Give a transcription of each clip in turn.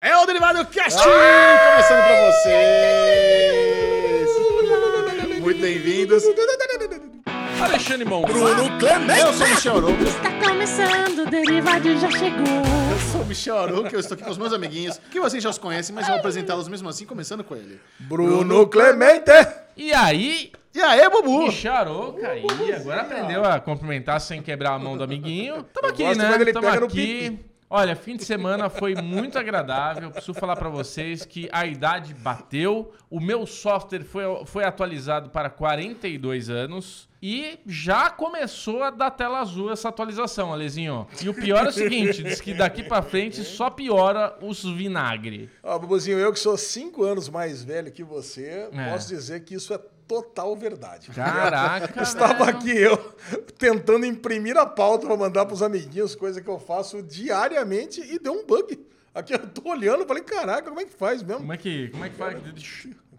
é o Derivado Cast! Ah! Começando pra vocês! Muito bem-vindos! Alexandre Mão. Bruno Clemente! Eu sou o Michel Arouca, Está começando, o derivado já chegou. eu sou o Michel Arouca, eu estou aqui com os meus amiguinhos, que vocês já os conhecem, mas eu vou apresentá-los mesmo assim, começando com ele. Bruno Clemente! E aí, E aí, Bubu! Micharoca aí, agora aprendeu a cumprimentar sem quebrar a mão do amiguinho. Tamo aqui, gosto né? quando ele Tamo pega no aqui. Olha, fim de semana foi muito agradável. Preciso falar pra vocês que a idade bateu. O meu software foi, foi atualizado para 42 anos. E já começou a dar tela azul essa atualização, Alezinho. E o pior é o seguinte, diz que daqui pra frente só piora os vinagre. Ó, Bubuzinho, eu que sou cinco anos mais velho que você, posso dizer que isso é total verdade. Caraca, Estava velho. aqui eu tentando imprimir a pauta para mandar pros amiguinhos, coisa que eu faço diariamente, e deu um bug. Aqui eu tô olhando, falei, caraca, como é que faz mesmo? Como é que, como é que faz?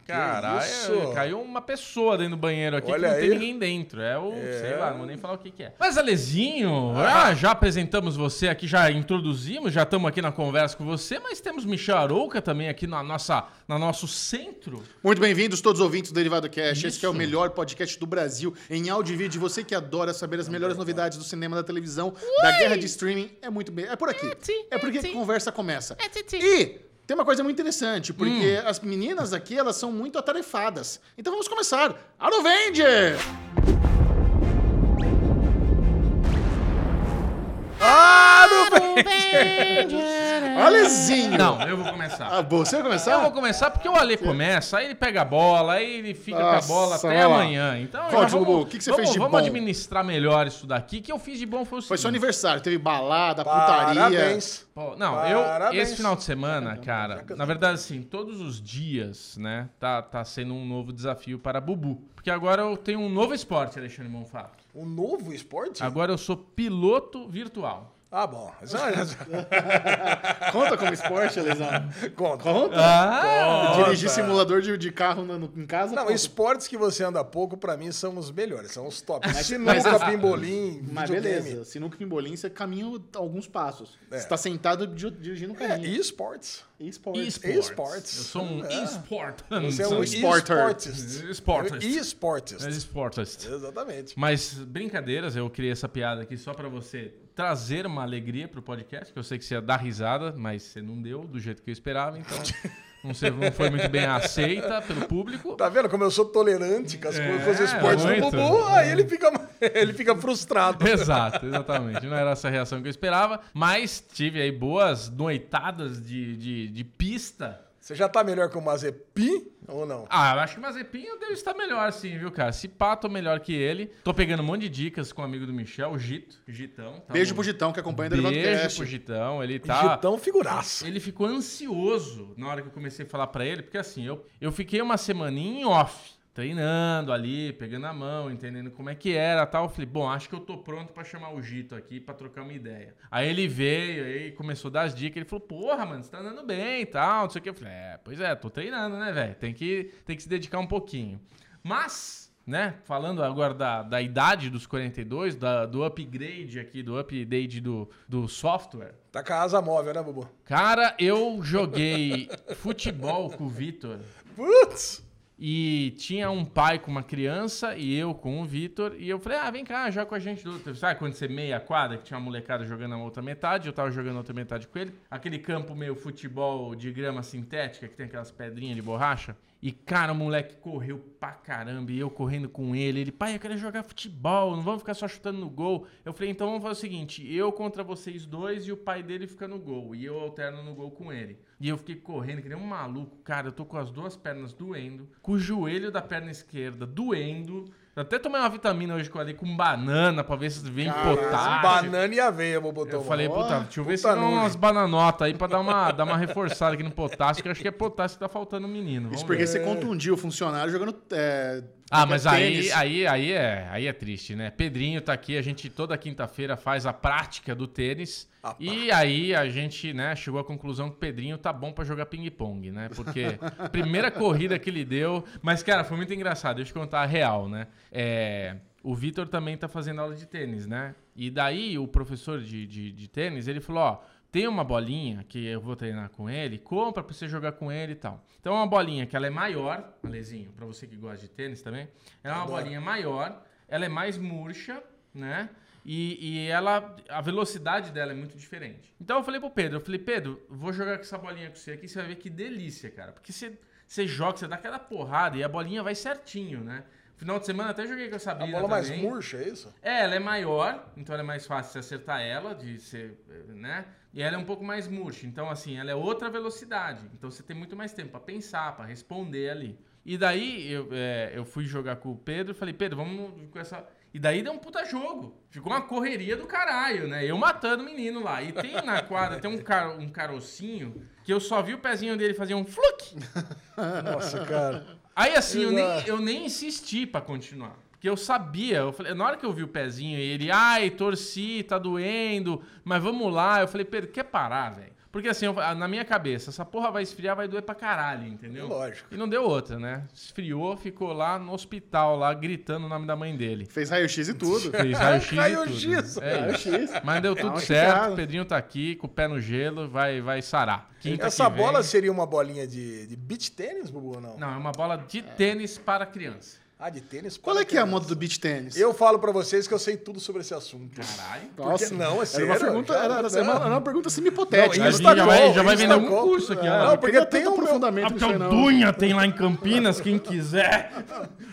Caralho, isso? caiu uma pessoa dentro do banheiro aqui Olha que não tem aí. ninguém dentro. É o, sei lá, não vou nem falar o que, que é. Mas Alezinho, ah, já apresentamos você aqui, já introduzimos, já estamos aqui na conversa com você, mas temos Michel Arouca também aqui na nossa, na nosso centro. Muito bem-vindos todos os ouvintes do Derivado Cast, esse Isso. que é o melhor podcast do Brasil em áudio e vídeo, você que adora saber as melhores novidades do cinema, da televisão, da guerra de streaming, é muito bem, é por aqui. sim, É porque é, que sim. a conversa começa. É, sim, sim. E tem uma coisa muito interessante, porque as meninas aqui, elas são muito atarefadas. Então vamos começar. Arovenger! Alezinho! Não, eu vou começar. Ah, você vai começar? Eu vou começar porque o Ale começa, aí ele pega a bola, aí ele fica com a Nossa, bola até vai lá. amanhã. Então, Conte, já vamos- Bubu, o que que você vamos- fez de Vamos bom? administrar melhor isso daqui. O que eu fiz de bom foi o seguinte. Foi seu aniversário, teve balada, putaria. Parabéns. Pô, não, eu Parabéns. esse final de semana, cara, na verdade assim, todos os dias, né, tá, tá sendo um novo desafio para Bubu, porque agora eu tenho um novo esporte, Alexandre Monfá. Um novo esporte? Agora eu sou piloto virtual. Ah, bom. Já- já- Conta como esporte, Alezão. Conta. Conta. Ah! Dirigir simulador de, de carro na- no- em casa? tá. Não, conta. esportes que você anda pouco, pra mim, são os melhores, são os tops. Mas- mas Sinuca, as- pimbolim, Mas videogame. beleza, sinuca e pimbolim, você caminha alguns passos. É. Você tá sentado di- dirigindo o É, carrinho. esportes. E esporte. Esports. Esports. Eu sou um É. esporte. Você é um esporter. esportist. Esportist. Esportist. É esportista. Exatamente. Mas brincadeiras, eu criei essa piada aqui só pra você trazer uma alegria pro podcast, que eu sei que você ia dar risada, mas você não deu do jeito que eu esperava, então não, sei, não foi muito bem aceita pelo público. Tá vendo como eu sou tolerante com, as coisas, com os É, esportes muito. É. do Bubu? Aí ele fica, ele fica frustrado. Exato, exatamente. Não era essa a reação que eu esperava, mas tive aí boas noitadas de, de, de pista. Você já tá melhor que o Mazepi ou não? Ah, eu acho que o Mazepin deve estar melhor sim, viu, cara? Se pá, tô melhor que ele. Tô pegando um monte de dicas com o amigo do Michel, o Gito, Gitão. Tá Beijo no- pro Gitão, que acompanha o Derivado Beijo Cast. pro Gitão, ele tá... Gitão figuraça. Ele ficou ansioso na hora que eu comecei a falar pra ele, porque assim, eu, eu fiquei uma semaninha em off, treinando ali, pegando a mão, entendendo como é que era e tal. Eu falei, bom, acho que eu tô pronto pra chamar o Gito aqui pra trocar uma ideia. Aí ele veio, aí começou a dar as dicas, ele falou, porra, mano, você tá andando bem e tal, não sei o que. Eu falei, é, pois é, tô treinando, né, velho? Tem que, tem que se dedicar um pouquinho. Mas né? Falando agora da, da idade dos 42, da, do upgrade aqui, do update do, do software. Tá com a asa móvel, né, Bubu? Cara, eu joguei futebol com o Vitor Putz! e tinha um pai com uma criança e eu com o Vitor. E eu falei, ah, vem cá, joga com a gente. do outro. Sabe quando você meia quadra, que tinha uma molecada jogando a outra metade, eu tava jogando a outra metade com ele. Aquele campo meio futebol de grama sintética, que tem aquelas pedrinhas de borracha. E, cara, o moleque correu pra caramba e eu correndo com ele. Ele, pai, eu quero jogar futebol, não vamos ficar só chutando no gol. Eu falei, então vamos fazer o seguinte: eu contra vocês dois e o pai dele fica no gol. E eu alterno no gol com ele. E eu fiquei correndo, que nem um maluco. Cara, eu tô com as duas pernas doendo, com o joelho da perna esquerda doendo. Eu até tomei uma vitamina hoje que eu ali com banana pra ver se vem potássio. Banana e aveia, Bubu. Tá. Eu tomou. falei, puta, deixa eu ver se puta dá umas nojo. bananotas aí pra dar uma, dar uma reforçada aqui no potássio, que eu acho que é potássio que tá faltando no menino. Vamos Isso porque ver. você contundiu o funcionário jogando. é, Ah, mas aí, tênis. aí, aí, é, aí é triste, né? Pedrinho tá aqui, a gente toda quinta-feira faz a prática do tênis. A E aí a gente, né, chegou à conclusão que o Pedrinho tá bom pra jogar ping-pong, né? Porque a primeira corrida que ele deu. Mas, cara, foi muito engraçado, deixa eu contar a real, né? É, o Vitor também tá fazendo aula de tênis, né? E daí o professor de, de, de tênis, ele falou: ó. tem uma bolinha que eu vou treinar com ele, compra pra você jogar com ele e tal. Então é uma bolinha que ela é maior, Alezinho, pra você que gosta de tênis também. Ela é uma bolinha maior, ela é mais murcha, né? E, e ela, a velocidade dela é muito diferente. Então eu falei pro Pedro, eu falei, Pedro, vou jogar com essa bolinha com você aqui, você vai ver que delícia, cara. Porque você, você joga, você dá aquela porrada e a bolinha vai certinho, né? Final de semana até joguei com essa A Brina bola mais também. murcha, é isso? É, ela é maior, então ela é mais fácil de acertar ela, de ser, né? E ela é um pouco mais murcha, então assim, ela é outra velocidade. Então você tem muito mais tempo pra pensar, pra responder ali. E daí eu, é, eu fui jogar com o Pedro e falei, Pedro, vamos com essa. E daí deu um puta jogo. Ficou uma correria do caralho, né? Eu matando o menino lá. E tem na quadra, tem um, car um carocinho que eu só vi o pezinho dele fazer um fluke. Nossa, cara. Aí assim, eu nem, Exato. eu nem insisti pra continuar. Porque eu sabia, eu falei, na hora que eu vi o pezinho e ele, ai, torci, tá doendo, mas vamos lá. Eu falei, Pedro, quer parar, velho? Porque assim, eu- na minha cabeça, essa porra vai esfriar, vai doer pra caralho, entendeu? Lógico. E não deu outra, né? Esfriou, ficou lá no hospital, lá gritando o nome da mãe dele. Fez raio-x e tudo. Fez raio-x. e Raio-x, tudo, né? É isso. Raio-x. Mas deu tudo Calma que certo, cara. o Pedrinho tá aqui, com o pé no gelo, vai, vai sarar. Quinta Essa que vem- bola seria uma bolinha de, de beach tênis, Bubu, ou não? Não, é uma bola de tênis para criança. Ah, de tênis? Qual é que é a Para moda do beach tênis? Eu falo pra vocês que eu sei tudo sobre esse assunto. Caralho. Porque não, é era sério, uma pergunta, já- era, era não. uma, era uma pergunta semi-hipotética. Não, né? isso- É, tá já vai- já vai vender algum Instacol. curso aqui, né? ó. Não, porque queria tem tanto o meu... aprofundamento Ah, porque nisso aí, o não. Dunha tem lá em Campinas, quem quiser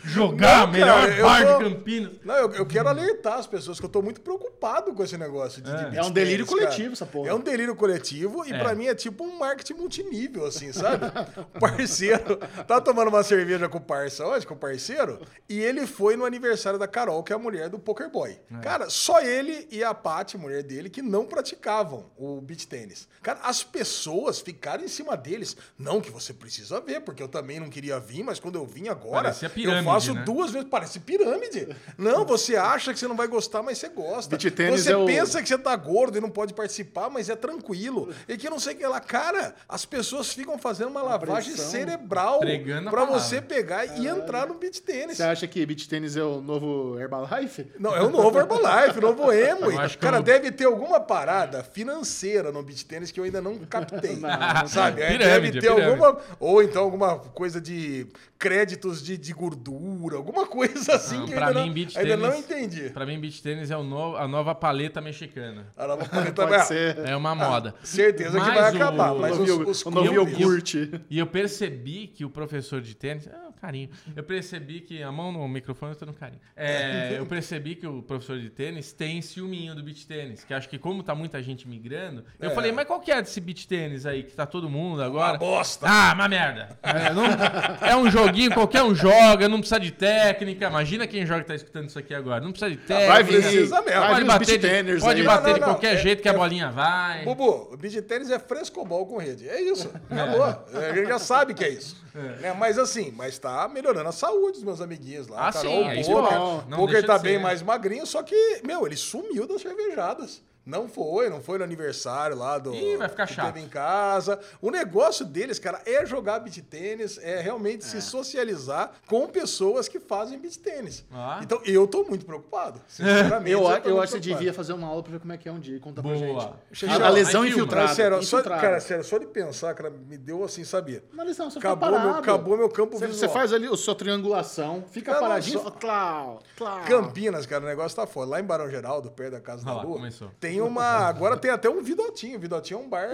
jogar, Não, cara, melhor eu bar tô- de Campinas. Não, eu, eu quero alertar as pessoas que eu tô muito preocupado com esse negócio de, de beach É um delírio tennis, coletivo, essa porra. É um delírio coletivo e pra mim é tipo um marketing multinível, assim, sabe? O parceiro tá tomando uma cerveja com o parça hoje, com o parceiro, e ele foi no aniversário da Carol, que é a mulher do Poker Boy. É. Cara, só ele e a Paty, mulher dele, que não praticavam o beach tênis. Cara, as pessoas ficaram em cima deles. Não que você precisa ver, porque eu também não queria vir, mas quando eu vim agora, Parecia eu pirâmide, faço né? duas duas vezes. Parece pirâmide. Não, você acha que você não vai gostar, mas você gosta. Beach tênis você é o- pensa que você tá gordo e não pode participar, mas é tranquilo. E que não sei o que lá. Cara, as pessoas ficam fazendo uma lavagem pressão. É. cerebral Pregando a pra palavra. você pegar e entrar no beach tênis. Você acha que beach tênis é o novo Herbalife? Não, é o novo Herbalife, o novo Emui. Eu acho que é um Cara, eu- deve ter alguma parada financeira no beat tênis que eu ainda não captei. sabe? É, Pirâmide, deve ter é pirâmide. alguma. Ou então alguma coisa de créditos de, de gordura, alguma coisa assim Não, que eu pra ainda, mim, não, beach ainda tênis- não entendi. Pra mim, beach tênis é o no- a nova paleta mexicana. Ah, não, vou comentar, Pode mas, ser. É uma moda. Ah, Certeza que Mas vai o- acabar, O mas os, novo, os o novo clubes- iogurte. E eu percebi que o professor de tênis. Ah, o carinho. Eu percebi que. A mão no microfone eu tô no carinho. É, eu percebi que o professor de tênis tem ciúminho do beach tênis. Que acho que, como tá muita gente migrando, eu É. falei, mas qual que é desse beach tênis aí que tá todo mundo agora? bosta. Ah, uma merda. É, não- é um joguinho, qualquer um joga, não precisa de técnica. Imagina quem joga que tá escutando isso aqui agora. Não precisa de técnica. Vai vir, Ah, precisa mesmo. vai Pode vir os bater, beach de, tenners pode aí. bater Não, de não, não. qualquer É- jeito que a bolinha vai. Bubu, o beach tênis é frescobol com rede. É isso. Acabou. A gente já sabe que é isso. Né? Mas assim, mas tá melhorando a saúde dos meus amiguinhos lá. Ah, Carol, sim, é isso Poker. é bom. Não Poker deixa tá de bem ser. mais magrinho, só que, meu, ele sumiu das cervejadas. Não foi, não foi no aniversário lá do. Ih, vai ficar que chato. teve em casa. O negócio deles, cara, é jogar beat tênis, é realmente se socializar com pessoas que fazem beat tênis. Ah. Então, eu tô muito preocupado. Sinceramente. Eu, tô eu muito acho que você preocupado. devia fazer uma aula pra ver como é que é um dia e contar pra gente. Boa. Ah, A, a lesão Aí filma. infiltrada. Mas, sério, só, infiltrada. cara, sério, só de pensar, cara, me deu assim, sabia? Uma lesão, você Acabou fica meu- parado. acabou meu campo você, visual. Você faz ali a sua triangulação, fica Cara, paradinho. só- Só... Clau, clau. Campinas, cara, o negócio tá foda. Lá em Barão Geraldo, perto da Casa Ah da lá, Lua, começou. tem uma... Agora tem até um Vidotinho. Vidotinho é um bar,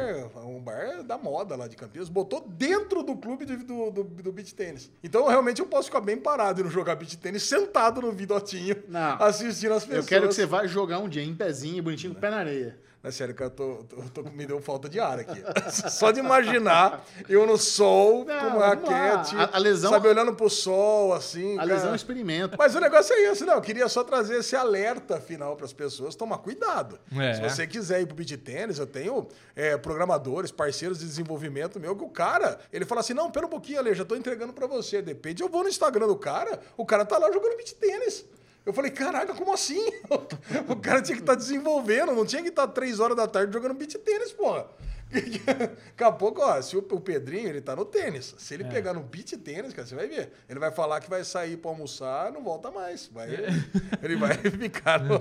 um bar da moda lá de Campinas. Botou dentro do clube de- do, do, do beach tênis. Então, realmente, eu posso ficar bem parado e não jogar beach tênis sentado no Vidotinho, Não. assistindo as pessoas. Eu quero que você vá jogar um dia em pezinho, bonitinho, com o pé na areia. Não, é sério, cara, eu tô, eu tô, me deu falta de ar aqui. Só de imaginar eu no sol, Não, com uma vamos lá. raquete, A- a lesão- sabe, olhando pro sol, assim. A cara. lesão é um experimenta. Mas o negócio é isso, não. Eu queria só trazer esse alerta final para as pessoas. Tomar cuidado. É. Se você quiser ir pro beat tênis, eu tenho é, programadores, parceiros de desenvolvimento meu, que o cara, ele fala assim: não, pera um pouquinho, Ale, já tô entregando para você. Depende, eu vou no Instagram do cara, o cara tá lá jogando beat tênis. Eu falei, caraca, como assim? tá O cara tinha que estar desenvolvendo, não tinha que estar três horas da tarde jogando beat tênis, porra. Daqui a pouco, ó, se o, o Pedrinho, ele tá no tênis. Se É. ele pegar no beat tênis, cara, você vai ver. Ele vai falar que vai sair pra almoçar, não volta mais. Vai- É. Ele vai ficar no... Uhum.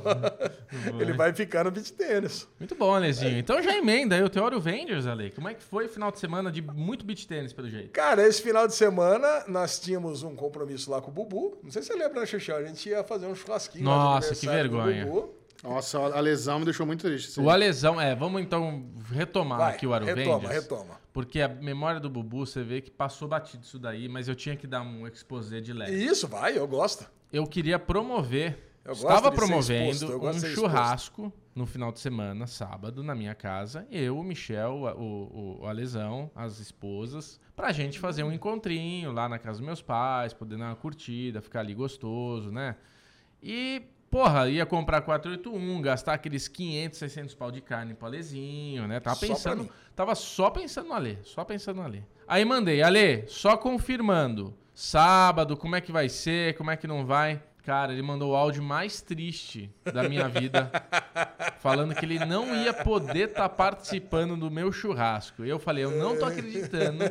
ele vai ficar no beat tênis. Muito bom, Alezinho. Então já emenda aí o Teório Vendors, Ale. Como é que foi o final de semana de muito beat tênis, pelo jeito? Cara, esse final de semana nós tínhamos um compromisso lá com o Bubu. Não sei se você lembra, né, Xixi? A gente ia fazer um churrasquinho. lá no Nossa, que aniversário do vergonha. Bubu. Nossa, a lesão me deixou muito triste. assim. O Alesão, é, vamos então retomar Vai, aqui o Aro retoma, Vendors. retoma. Porque a memória do Bubu, você vê que passou batido isso daí, mas eu tinha que dar um exposé de leve. E isso, vai, eu gosto. Eu queria promover, Eu gosto estava de ser exposto, promovendo eu gosto um de ser churrasco no final de semana, sábado, na minha casa. Eu, o Michel, o, o, o Alesão, as esposas, pra gente fazer um encontrinho lá na casa dos meus pais, poder dar uma curtida, ficar ali gostoso, né? E, porra, ia comprar 481, gastar aqueles 500, 600 pau de carne pro Alezinho, né? Tava Só pra pensando, mim. tava só pensando no Ale, só pensando no Ale. Aí mandei, Ale, só confirmando, sábado, como é que vai ser, como é que não vai? Cara, ele mandou o áudio mais triste da minha vida, falando que ele não ia poder estar participando do meu churrasco. E eu falei, eu não tô acreditando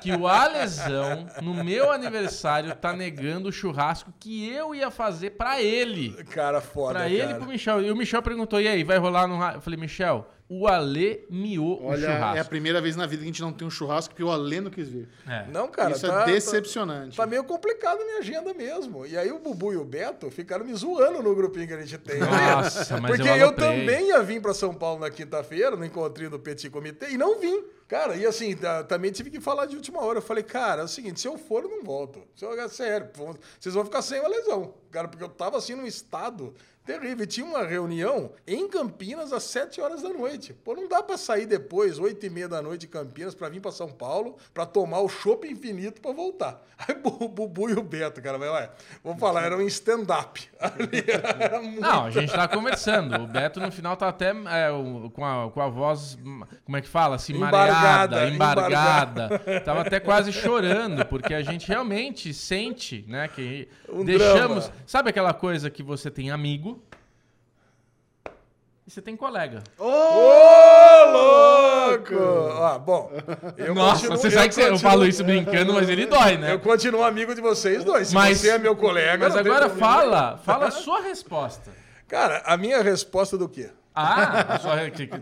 que o Alesão, no meu aniversário, tá negando o churrasco que eu ia fazer pra ele. Cara, foda, Pra ele e cara. pro Michel. E o Michel perguntou: e aí, vai rolar no. ra-?" Eu falei, Michel, o Ale miou o Olha, é a um churrasco. primeira vez na vida que a gente não tem um churrasco porque o Alê não quis vir. É. Não, cara, Isso tá, é decepcionante. Tá, tá meio complicado a minha agenda mesmo. E aí o Bubu e o Beto ficaram me zoando no grupinho que a gente tem. Nossa, mas Porque eu eu, aloprei. também ia vir pra São Paulo na quinta-feira, no encontrinho do Petit Comitê, e não vim. Cara, e assim, tá- também tive que falar de última hora. Eu falei, cara, é o seguinte, se eu for, eu não volto. Se eu- é sério, vão- vocês vão ficar sem uma lesão. Cara, porque eu tava assim num estado terrível. E tinha uma reunião em Campinas às 7 horas da noite. Pô, não dá pra sair depois, 8 e meia da noite de Campinas, pra vir pra São Paulo, pra tomar o chopp infinito pra voltar. Aí o Bubu e o Beto, cara, vai lá. Vou falar, era um stand-up. Ali era muito Não, a gente tá conversando. O Beto no final tá até é, o- com, a, com a voz, hum, como é que fala? Assim, mareada, Embargada, embargada. Tava até quase chorando, porque a gente realmente sente, né? Que Um deixamos. drama. Sabe aquela coisa que você tem amigo e você tem colega? Ô, louco! Ó, bom, eu Nossa, continuo- você sabe que você- eu continuo- falo isso brincando, mas ele dói, né? Eu continuo amigo de vocês dois. Se Mas- você é meu colega. Mas não tem agora problema. fala, fala a sua resposta. Cara, a minha resposta do quê? Ah, a sua re- que- que-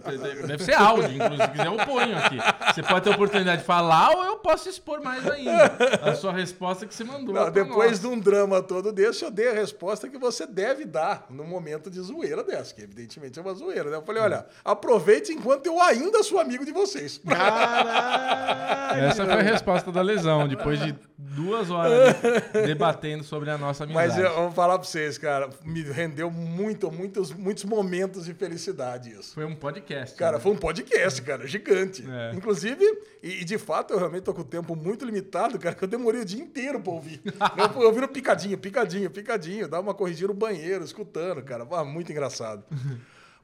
deve ser áudio, inclusive, se quiser eu ponho aqui. Você pode ter a oportunidade de falar ou eu posso expor mais ainda a sua resposta que você mandou. Não, pra depois nós. de um drama todo desse, eu dei a resposta que você deve dar no momento de zoeira dessa, que evidentemente é uma zoeira, né? Eu falei, olha, aproveite enquanto eu ainda sou amigo de vocês. Caralho! Essa foi a resposta da lesão, depois de duas horas de- debatendo sobre a nossa amizade. Mas eu eu vou falar pra vocês, cara, me rendeu muito, muitos, muitos momentos de felicidade isso. Foi um podcast. Cara, né? foi um podcast, cara, gigante. É. Inclusive, e, e de fato eu realmente tô com o tempo muito limitado, cara, que eu demorei o dia inteiro pra ouvir. eu fui ouvindo picadinho, picadinho, picadinho, dava uma corrigida no banheiro, escutando, cara. Ah, muito engraçado.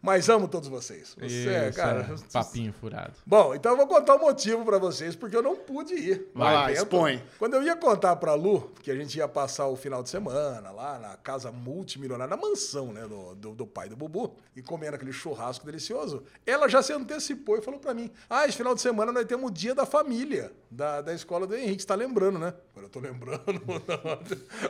Mas amo todos vocês. Você, né? Isso, cara. é, Papinho furado. Bom, então eu vou contar o motivo pra vocês, porque eu não pude ir. Vai lá, Ao evento. expõe. Quando eu ia contar pra Lu, que a gente ia passar o final de semana lá na casa multimilionária, na mansão, né, do, do, do pai do Bubu, e comendo aquele churrasco delicioso, ela já se antecipou e falou pra mim, ah, esse final de semana nós temos o dia da família, da, da escola do Henrique, você tá lembrando, né? Agora eu tô lembrando. não.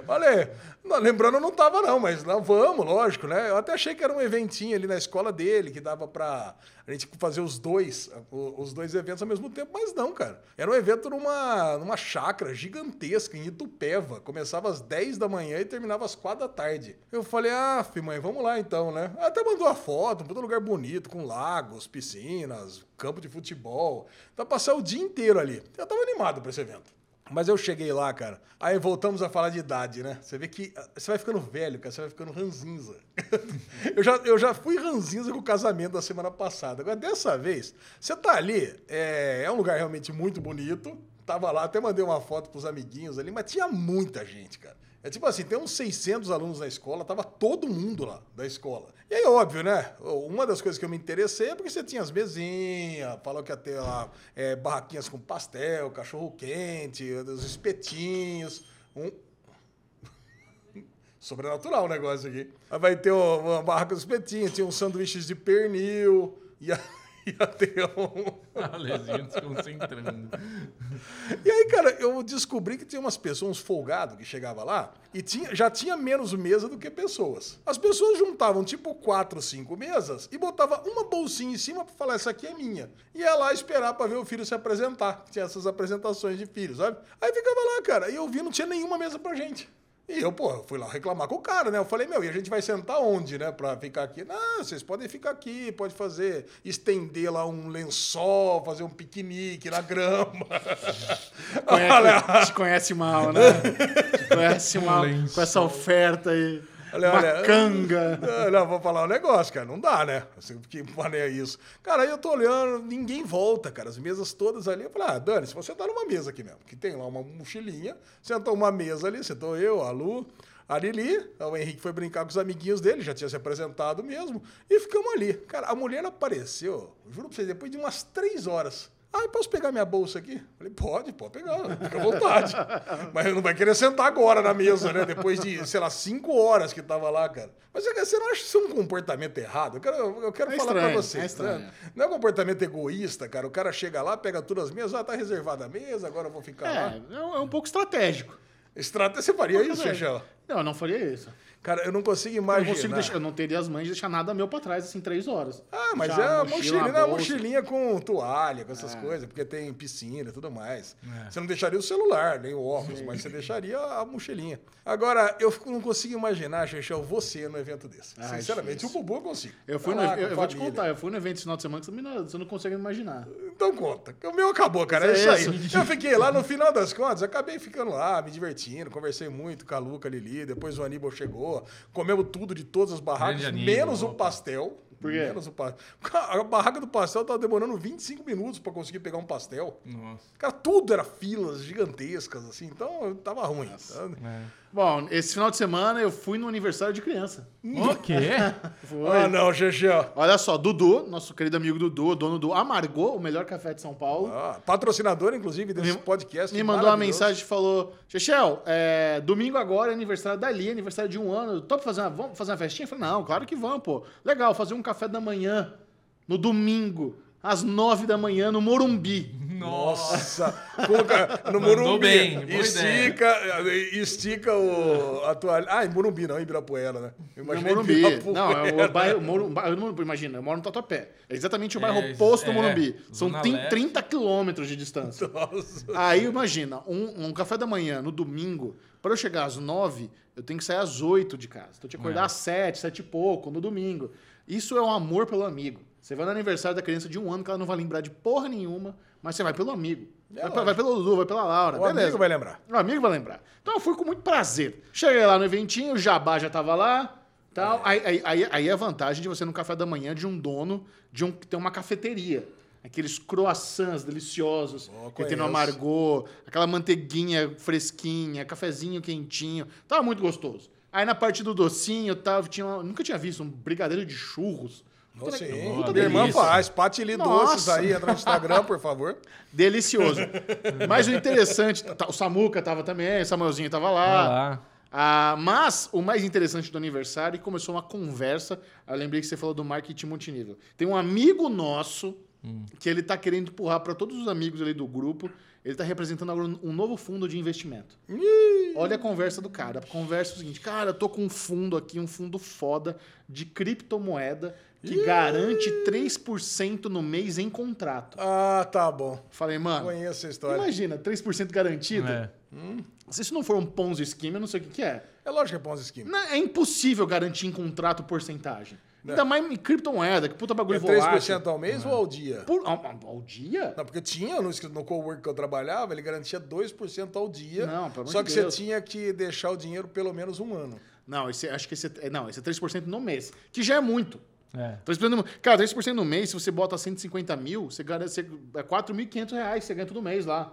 Olha, não, lembrando eu não tava não, mas lá vamos, lógico, né? Eu até achei que era um eventinho ali na escola dele, que dava pra a gente fazer os dois, o- os dois eventos ao mesmo tempo, mas não, cara. Era um evento numa, numa chácara gigantesca em Itupeva. Começava às 10 da manhã e terminava às 4 da tarde. Eu falei, ah, fi, mãe, vamos lá então, né? Ela Até mandou a foto, um puta lugar bonito, com lagos, piscinas, campo de futebol. Então passar o dia inteiro ali. Eu tava animado pra esse evento. Mas eu cheguei lá, cara. Aí voltamos a falar de idade, né? Você vê que ah, você vai ficando velho, cara. Você vai ficando ranzinza. eu, já, eu já fui ranzinza com o casamento da semana passada. Agora, dessa vez, você tá ali. É, é um lugar realmente muito bonito. Tava lá, até mandei uma foto pros amiguinhos ali, mas tinha muita gente, cara. É tipo assim, tem uns 600 alunos na escola, tava todo mundo lá da escola. E aí, óbvio, né? Uma das coisas que eu me interessei é porque você tinha as mesinhas, falou que ia ter lá é, barraquinhas com pastel, cachorro-quente, os espetinhos, um, Sobrenatural o negócio aqui. Aí Vai ter o- uma barraca dos petinhos, tinha uns sanduíches de um pernil. E, a- ia ter um. Alezinho desconcentrando. E aí, cara, eu descobri que tinha umas pessoas, uns folgados que chegava lá e tinha, já tinha menos mesa do que pessoas. As pessoas juntavam tipo quatro, cinco mesas e botava uma bolsinha em cima pra falar, essa aqui é minha. E ia lá esperar pra ver o filho se apresentar. Tinha essas apresentações de filho, sabe? Aí ficava lá, cara, e eu vi, não tinha nenhuma mesa pra gente. E eu, pô, fui lá reclamar com o cara, né? Eu falei, meu, e a gente vai sentar onde, né? Pra ficar aqui? Não, vocês podem ficar aqui, pode fazer, estender lá um lençol, fazer um piquenique na grama. Conhece, te conhece mal, né? Te conhece mal lençol. com essa oferta aí. Olha, Uma olha. canga. Não, não, vou falar um negócio, cara. Não dá, né? Assim, que mané é isso? Cara, aí eu tô olhando, ninguém volta, cara. As mesas todas ali. Eu falei, ah, Dani, se você tá numa mesa aqui mesmo, que tem lá uma mochilinha, sentou uma mesa ali, sentou eu, a Lu, a Lili, o Henrique foi brincar com os amiguinhos dele, já tinha se apresentado mesmo, e ficamos ali. Cara, a mulher apareceu, juro pra vocês, depois de umas três horas. Ah, posso pegar minha bolsa aqui? Falei, pode, pode pegar, fica à vontade. Mas não vai querer sentar agora na mesa, né? Depois de, sei lá, cinco horas que tava lá, cara. Mas você não acha isso um comportamento errado? Eu quero, eu quero É falar estranho, pra vocês. é estranho. né? Não é um comportamento egoísta, cara. O cara chega lá, pega todas as mesas, ah, tá reservada a mesa, agora eu vou ficar Tá lá. É, é um, é um pouco estratégico. Estrada, você faria isso, Mas, Xixão? Não, eu não faria isso. Cara, eu não consigo é. Eu imaginar. não, consigo deixar, eu não teria as mães de deixar nada meu pra trás, assim, três horas. Ah, mas Já é a a mochilinha, né? A bolsa. É. mochilinha com toalha, com essas coisas, porque tem piscina e tudo mais. Você não deixaria o celular, nem o óculos, mas você deixaria a mochilinha. Agora, eu fico- não consigo imaginar, Xexel, você no evento desse. Ah, Sinceramente, difícil. o Bubu eu consigo. Eu, fui Tá no, lá com eu, eu vou te família. contar, eu fui no evento esse final de semana que você não, você não consegue imaginar. Então conta. O meu acabou, cara. É Mas isso é aí. Eu fiquei lá no final das contas, acabei ficando lá, me divertindo, conversei muito com a Luca, a Lili, depois o Aníbal chegou, comemos tudo de todas as barracas, Grande Aníbal, menos o opa. pastel. Por quê? Menos o pastel. A barraca do pastel tava demorando 25 minutos pra conseguir pegar um pastel. Nossa. Cara, tudo era filas gigantescas, assim, então eu tava ruim. É. Bom, esse final de semana eu fui no aniversário de criança. O quê? Foi. Ah, não, Xexel. Olha só, Dudu, nosso querido amigo Dudu, dono do Amargou, o melhor café de São Paulo, Ah, patrocinador, inclusive, desse Me- podcast. me mandou uma maravilhoso. mensagem e falou: Chechel, é, domingo agora é aniversário da Lia, aniversário de um ano. Top fazer uma, vamos fazer uma festinha? Eu falei, não, claro que vamos, pô. Legal, fazer um café da manhã no domingo, às nove da manhã, no Morumbi. Nossa! Coloca no Morumbi. bem, boa ideia. estica, eh, estica o, a toalha. Ah, em Morumbi não, em Ibirapuera, né? Eu No imaginei Morumbi. Ibirapuera. Não, é o bairro. Moru- bairro do Morumbi, imagina, eu moro no Tatuapé. É exatamente o bairro É, oposto do é, Morumbi. São Zona 30, Leste. 30 quilômetros de distância. Nossa. Aí imagina, um, um café da manhã no domingo, para eu chegar às nove, eu tenho que sair às oito de casa. Então eu tinha que É. acordar às sete, sete e pouco, no domingo. Isso é um amor pelo amigo. Você vai no aniversário da criança de um ano que ela não vai lembrar de porra nenhuma, mas você vai pelo amigo. É vai, lógico. vai pelo Dudu, vai pela Laura, O Tá beleza. amigo vai lembrar. Meu amigo vai lembrar. Então eu fui com muito prazer. Cheguei lá no eventinho, o Jabá já tava lá. Tal. Aí, aí, aí, aí é a vantagem de você ir no café da manhã de um dono de um que tem uma cafeteria. Aqueles croissants deliciosos Oh, que tem no conheço. amargor, aquela manteiguinha fresquinha, cafezinho quentinho. Tava muito gostoso. Aí na parte do docinho, tava, tinha uma- nunca tinha visto um brigadeiro de churros. Nossa, Puta, hein? puta Minha irmã delícia. faz. Patili Nossa. Doces aí, entra no Instagram, por favor. Delicioso. Mas o interessante, tá- o Samuca tava também, o Samuelzinho tava Olha lá. lá. Ah, mas o mais interessante do aniversário é que começou uma conversa. Eu lembrei que você falou do marketing multinível. Tem um amigo nosso que ele tá querendo empurrar para todos os amigos ali do grupo. Ele tá representando agora um novo fundo de investimento. Olha a conversa do cara. A conversa é o seguinte: cara, eu tô com um fundo aqui, um fundo foda de criptomoeda que garante 3% no mês em contrato. Ah, tá bom. Falei, mano, Conheço a história. imagina, 3% garantido. É. Se isso não for um Ponzi Scheme, eu não sei o que que é. É lógico que é Ponzi Scheme. Não, é impossível garantir em contrato porcentagem. Ainda mais em criptomoeda, que puta bagulho É volátil. 3% ao mês ou ao dia? Por, ao, ao- ao dia? Não, porque tinha no, escrito- no co-work que eu trabalhava, ele garantia 2% ao dia. Não, pelo amor Só de que Deus. você tinha que deixar o dinheiro pelo menos um ano. Não, esse, acho que esse, é- não, esse é 3% no mês, que já é muito. É. 3% no, cara, 3% no mês, se você bota 150 mil, você ganha você, é 4.500 reais que você ganha todo mês lá.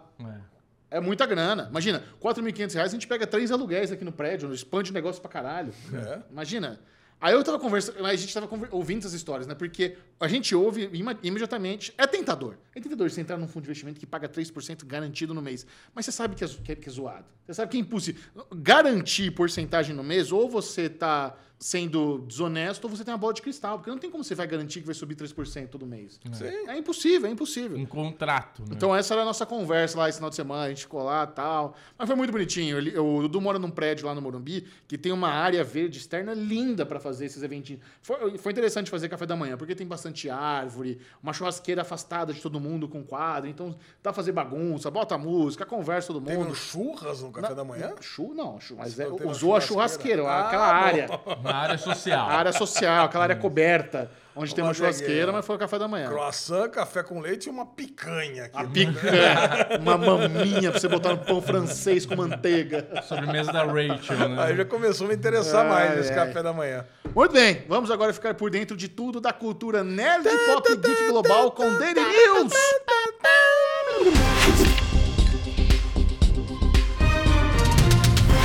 É. É muita grana. Imagina, 4.500 reais, a gente pega três aluguéis aqui no prédio, expande o negócio pra caralho. É. Imagina. Aí eu tava conversando, a gente tava conver- ouvindo essas histórias, né? Porque a gente ouve ima- imediatamente. É tentador. É tentador você entrar num fundo de investimento que paga 3% garantido no mês. Mas você sabe que é, zo- que é- que é zoado. Você sabe que é impossível. Garantir porcentagem no mês, ou você tá sendo desonesto ou você tem uma bola de cristal, porque não tem como você vai garantir que vai subir 3% todo mês. Sim. É impossível, é impossível. Um contrato, né? Então essa era a nossa conversa lá esse final de semana, a gente ficou lá e tal. Mas foi muito bonitinho. Ele, o Dudu mora num prédio lá no Morumbi que tem uma área verde externa linda pra fazer esses eventinhos. Foi, foi interessante fazer café da manhã, porque tem bastante árvore, uma churrasqueira afastada de todo mundo com quadro. Então dá pra fazer bagunça, bota música, conversa todo Teve mundo. um churras no café da manhã? Chu, não, chu, mas Você é- não teve uma usou a churrasqueira? churrasqueira, Ah, aquela bom. área. Uma área social. A área social, aquela área coberta, onde tem uma Olha aí, churrasqueira, é. mas foi o café da manhã. Croissant, café com leite e uma picanha aqui. Uma picanha, uma maminha pra você botar no pão francês com manteiga. Sobremesa da Rachel, né? Aí já começou a me interessar Ai, mais nesse ai. café da manhã. Muito bem, vamos agora ficar por dentro de tudo da cultura nerd, pop e geek global com Daily News.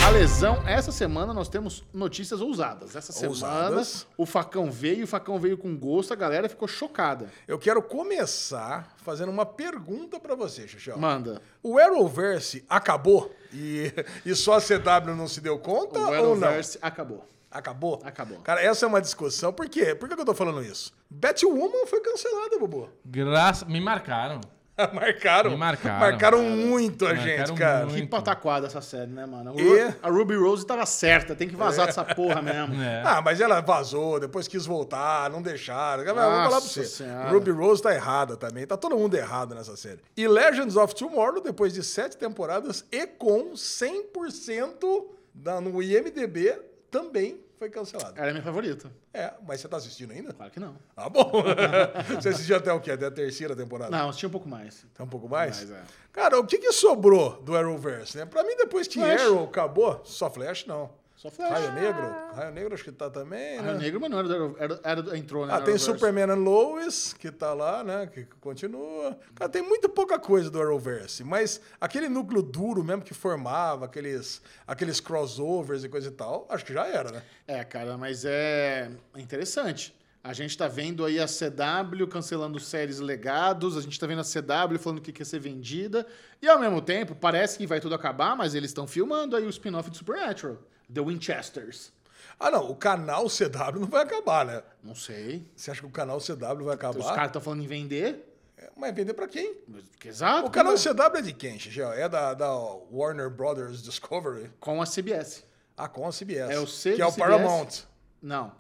A lesão, essa semana nós temos notícias ousadas. Essa semana Ousadas. o facão veio, o facão veio com gosto, a galera ficou chocada. Eu quero começar fazendo uma pergunta pra você, Xuxão. Manda. O Arrowverse acabou e, e só a CW não se deu conta O Tá, ou não? Arrowverse acabou. Acabou? Acabou. Cara, essa é uma discussão. Por quê? Por que que eu tô falando isso? Batwoman foi cancelada, Bubu. Graça... Me marcaram. Marcaram. Me marcaram. Marcaram muito a Marcaram gente, cara. muito. Que pataquada essa série, né, mano? O E? Ru- A Ruby Rose tava certa, tem que vazar dessa porra mesmo. É. Ah, mas ela vazou, depois quis voltar, não deixaram. Eu vou Nossa falar pra você. Senhora. Ruby Rose tá errada também, tá todo mundo errado nessa série. E Legends of Tomorrow, depois de sete temporadas e com 100% da, no IMDB, também foi cancelado. Ela é minha favorita. É, mas você tá assistindo ainda? Claro que não. Tá bom. você assistiu até o quê? Até a terceira temporada? Não, assisti um pouco mais. Tá um pouco mais? Mais, é. Cara, o que, que sobrou do Arrowverse, né? Pra mim, depois que Flash. Arrow acabou, só Flash não. Só Flash. Raio Negro? Raio Negro acho que tá também, Raio né? Negro, mas não era, do- era, era- entrou, né? Ah, no tem Arrowverse. Superman and Lois, que tá lá, né? Que continua. Cara, tem muito pouca coisa do Arrowverse, mas aquele núcleo duro mesmo que formava, aqueles, aqueles crossovers e coisa e tal, acho que já era, né? É, cara, mas é é interessante. A gente tá vendo aí a CW cancelando séries legados, a gente tá vendo a CW falando que quer ser vendida, e ao mesmo tempo parece que vai tudo acabar, mas eles estão filmando aí o spin-off de Supernatural, The Winchesters. Ah, não, o canal CW não vai acabar, né? Não sei. Você acha que o canal CW vai Os acabar? caras estão falando em vender. É, Mas vender pra quem? Mas que Exato. né? O canal CW é de quem, Xixel? É da, da Warner Brothers Discovery? Com a CBS. Ah, com a CBS. É o C Que de é o CBS? Paramount. Não.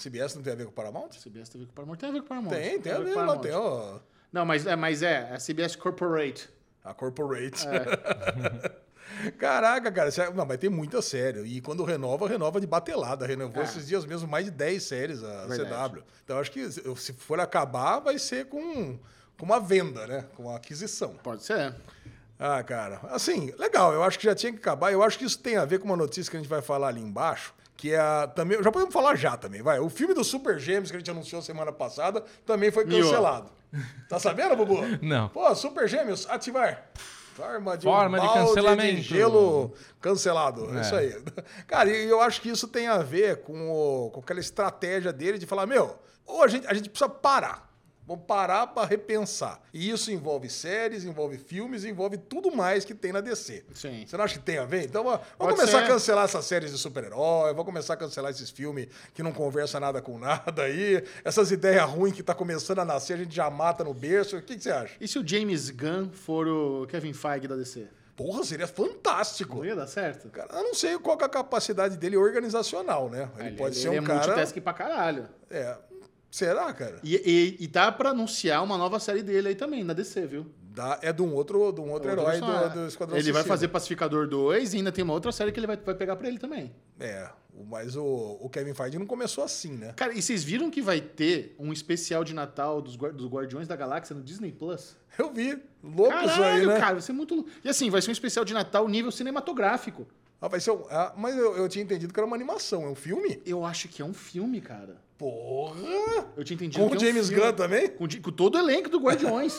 CBS não tem a ver com o Paramount? CBS tem a ver com o Paramount. Tem a ver com o Paramount. Tem, tem a ver com o lá, é Paramount. tem um- ó, Não, mas é, mas é, a CBS Corporate. a Corporate. Caraca, cara, isso é- não, mas tem muita série. E quando renova, renova de batelada. Renovou Ah. esses dias mesmo mais de 10 séries a Verdade. CW. Então acho que se se for acabar, vai ser com, com uma venda, né? Com uma aquisição. Pode ser. Ah, cara, assim, legal, eu acho que já tinha que acabar. Eu acho que isso tem a ver com uma notícia que a gente vai falar ali embaixo, que é a- também, já podemos falar já também, vai. O filme do Super Gêmeos que a gente anunciou semana passada também foi Miou. cancelado. Tá sabendo, Bubu? Não. Pô, Super Gêmeos, ativar. Forma de, Forma de balde cancelamento. gelo cancelado, É. isso aí. Cara, e eu acho que isso tem a ver com, o- com aquela estratégia dele de falar, meu, ou a gente, a gente precisa parar. Vamos parar para repensar. E isso envolve séries, envolve filmes, envolve tudo mais que tem na DC. Sim. Você não acha que tem a ver? Então, ó, vamos Pode começar ser. a cancelar essas séries de super-herói, vamos começar a cancelar esses filmes que não conversa nada com nada aí. Essas ideias ruins que tá começando a nascer, a gente já mata no berço. O que, que você acha? E se o James Gunn for o Kevin Feige da DC? Porra, seria fantástico. Não ia dar certo? Cara, eu não sei qual que é a capacidade dele organizacional, né? Ele, pode ser um é cara. multitask pra caralho. É. Será, cara? E, e, e dá pra anunciar uma nova série dele aí também, na DC, viu? Dá- é de um outro, de um outro, herói personagem. do, do Esquadrão Ele vai Suicida. fazer Pacificador 2 e ainda tem uma outra série que ele vai, vai pegar pra ele também. É, o- mas o, o Kevin Feige não começou assim, né? Cara, e vocês viram que vai ter um especial de Natal dos, Guar- dos Guardiões da Galáxia no Disney Plus? Eu vi. Louco isso aí, Caralho, né? cara, vai ser muito louco. E assim, vai ser um especial de Natal nível cinematográfico. Ah, vai ser um- ah, mas eu, eu tinha entendido que era uma animação, é um filme? Eu acho que é um filme, cara. Porra! Eu tinha entendido Com que o é um James filme. Gunn também? Com, di- com todo o elenco do Guardiões.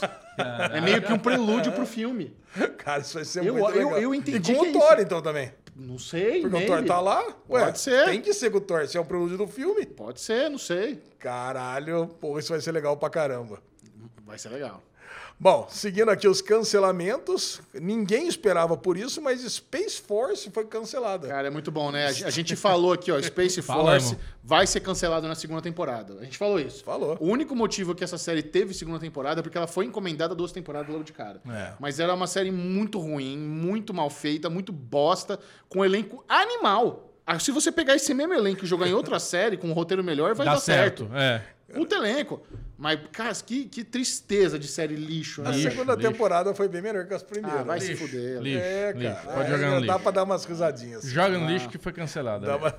é meio que um prelúdio pro filme. Cara, isso vai ser Eu- muito eu- legal. eu entendi E com que é o Thor, então, também. Não sei, Porque nem- o Thor tá lá. Ué, Pode ser. Tem que ser com o Thor, se é um prelúdio do filme. Pode ser, não sei. Caralho, porra, isso vai ser legal pra caramba. Vai ser legal. Bom, seguindo aqui os cancelamentos, ninguém esperava por isso, mas Space Force foi cancelada. Cara, é muito bom, né? A gen- a gente falou aqui, ó, Space Falamos. Force vai ser cancelado na segunda temporada. A gente falou isso. Falou. O único motivo que essa série teve segunda temporada é porque ela foi encomendada duas temporadas logo de cara. É. Mas era uma série muito ruim, muito mal feita, muito bosta, com um elenco animal. Ah, Se você pegar esse mesmo elenco e jogar em outra série com um roteiro melhor, vai Dá dar certo. certo. É. Puta elenco. Mas, cara, que, que tristeza de série lixo, né? A Lixo, segunda lixo. temporada foi bem melhor que as primeiras. Ah, vai se Lixo, fuder. lixo, É, lixo. cara. Pode Aí jogar no ainda Dá lixo. pra dar umas risadinhas. Joga no lixo que foi cancelado. Dá é. uma-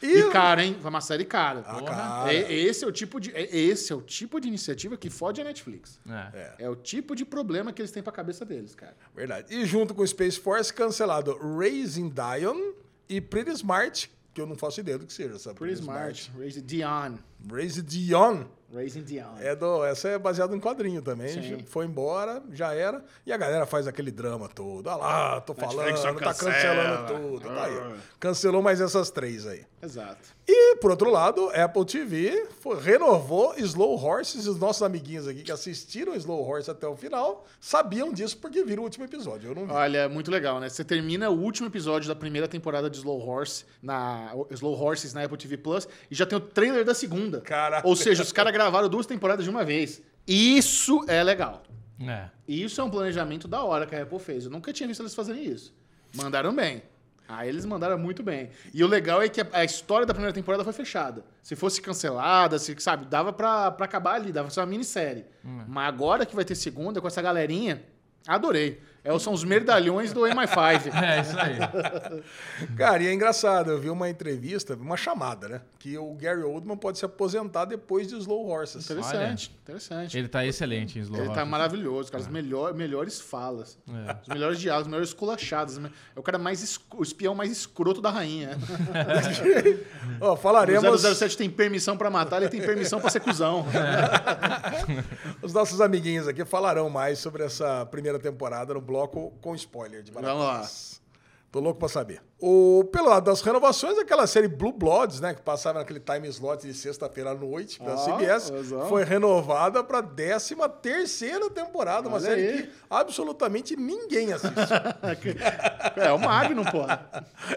E, E cara, hein? Foi uma série cara. Ah, Porra. cara. É- esse, é o tipo de, é- esse é o tipo de iniciativa que fode a Netflix. É. É o tipo de problema que eles têm pra cabeça deles, cara. Verdade. E junto com Space Force, cancelado Raising Dion e Pretty Smart, que eu não faço ideia do que seja, sabe? Pretty Smart, Raising Dion. Raising Dion. Raising Dion. É do, essa é baseada em quadrinho também. Sim. Foi embora, já era. E a galera faz aquele drama todo. Ah lá, tô falando, Netflix só tá cancela. né?" Ah. cancelando tudo. Tá aí. Cancelou mais essas três aí. Exato. E, por outro lado, Apple TV foi- renovou Slow Horses. Os nossos amiguinhos aqui que assistiram Slow Horse até o final sabiam disso porque viram o último episódio. Eu não vi. Olha, muito legal, né? Você termina o último episódio da primeira temporada de Slow Horse na Slow Horses na Apple TV Plus e já tem o trailer da segunda. Caraca. Ou seja, os caras gravaram duas temporadas de uma vez. Isso é legal. É. E isso é um planejamento da hora que a Apple fez. Eu nunca tinha visto eles fazerem isso. Mandaram bem. Aí eles mandaram muito bem. E o legal é que a, a história da primeira temporada foi fechada. Se fosse cancelada, se, sabe, dava pra, pra acabar ali, dava pra ser uma minissérie. Hum. Mas agora que vai ter segunda com essa galerinha, adorei. É, são os merdalhões do MI5. É, isso aí. Cara, e é engraçado, eu vi uma entrevista, uma chamada, né? Que o Gary Oldman pode se aposentar depois de Slow Horses. interessante, interessante. Ele tá excelente em Slow Ele tá Rock. maravilhoso, cara. As melhor- melhores falas. É. Os melhores diálogos, os melhores esculachados. É o cara mais esco- o espião mais escroto da rainha. Ó, O falaremos. 007 tem permissão pra matar, ele tem permissão pra ser cuzão. É. Os nossos amiguinhos aqui falarão mais sobre essa primeira temporada no bloco com spoiler de Barata. Vamos lá. Tô louco pra saber. O, pelo lado das renovações, aquela série Blue Bloods, né? Que passava naquele time slot de sexta-feira à noite da Ó, CBS, exato. foi renovada pra 13 terceira temporada. Uma Olha série aí. que absolutamente ninguém assiste. É, o Magnum, pô.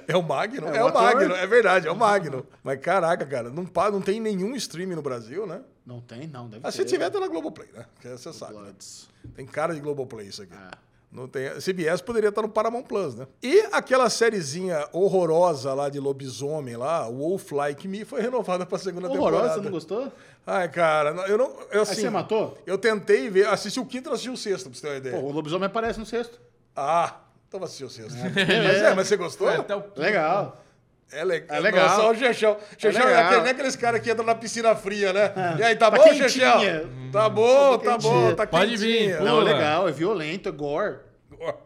É o Magno? É É, o o ator. Magno, é verdade, é o Magno. Mas caraca, cara, não, pa- não tem nenhum streaming no Brasil, né? Não tem, não. Deve Ah, ter. se tiver, tá na Globoplay, né? Que Você sabe. né? Bloods. Tem cara de Globoplay isso aqui. Ah. Não tem... CBS poderia estar no Paramount Plus, né? E aquela sériezinha horrorosa lá de lobisomem lá, Wolf Like Me, foi renovada pra segunda Horrorosa, você temporada. não gostou? Ai, cara, não- eu não... Eu, assim, Aí você matou? Eu tentei ver, assisti o quinto e não assisti o sexto, pra você ter uma Pô, ideia. o lobisomem aparece no sexto. Ah, então vou assistir o sexto. Mas é, mas você gostou? É, até o- Legal. É, le... É legal. Nossa, olha o Chechão. Chechão é, legal. aquele, não é aqueles caras que entram na piscina fria, né? E aí, tá, Tá bom, quentinha. Chechão? Hum. Tá bom, tá quentinha. bom, tá Pode vir, quentinha. pula. Não, é legal, é violento, é gore.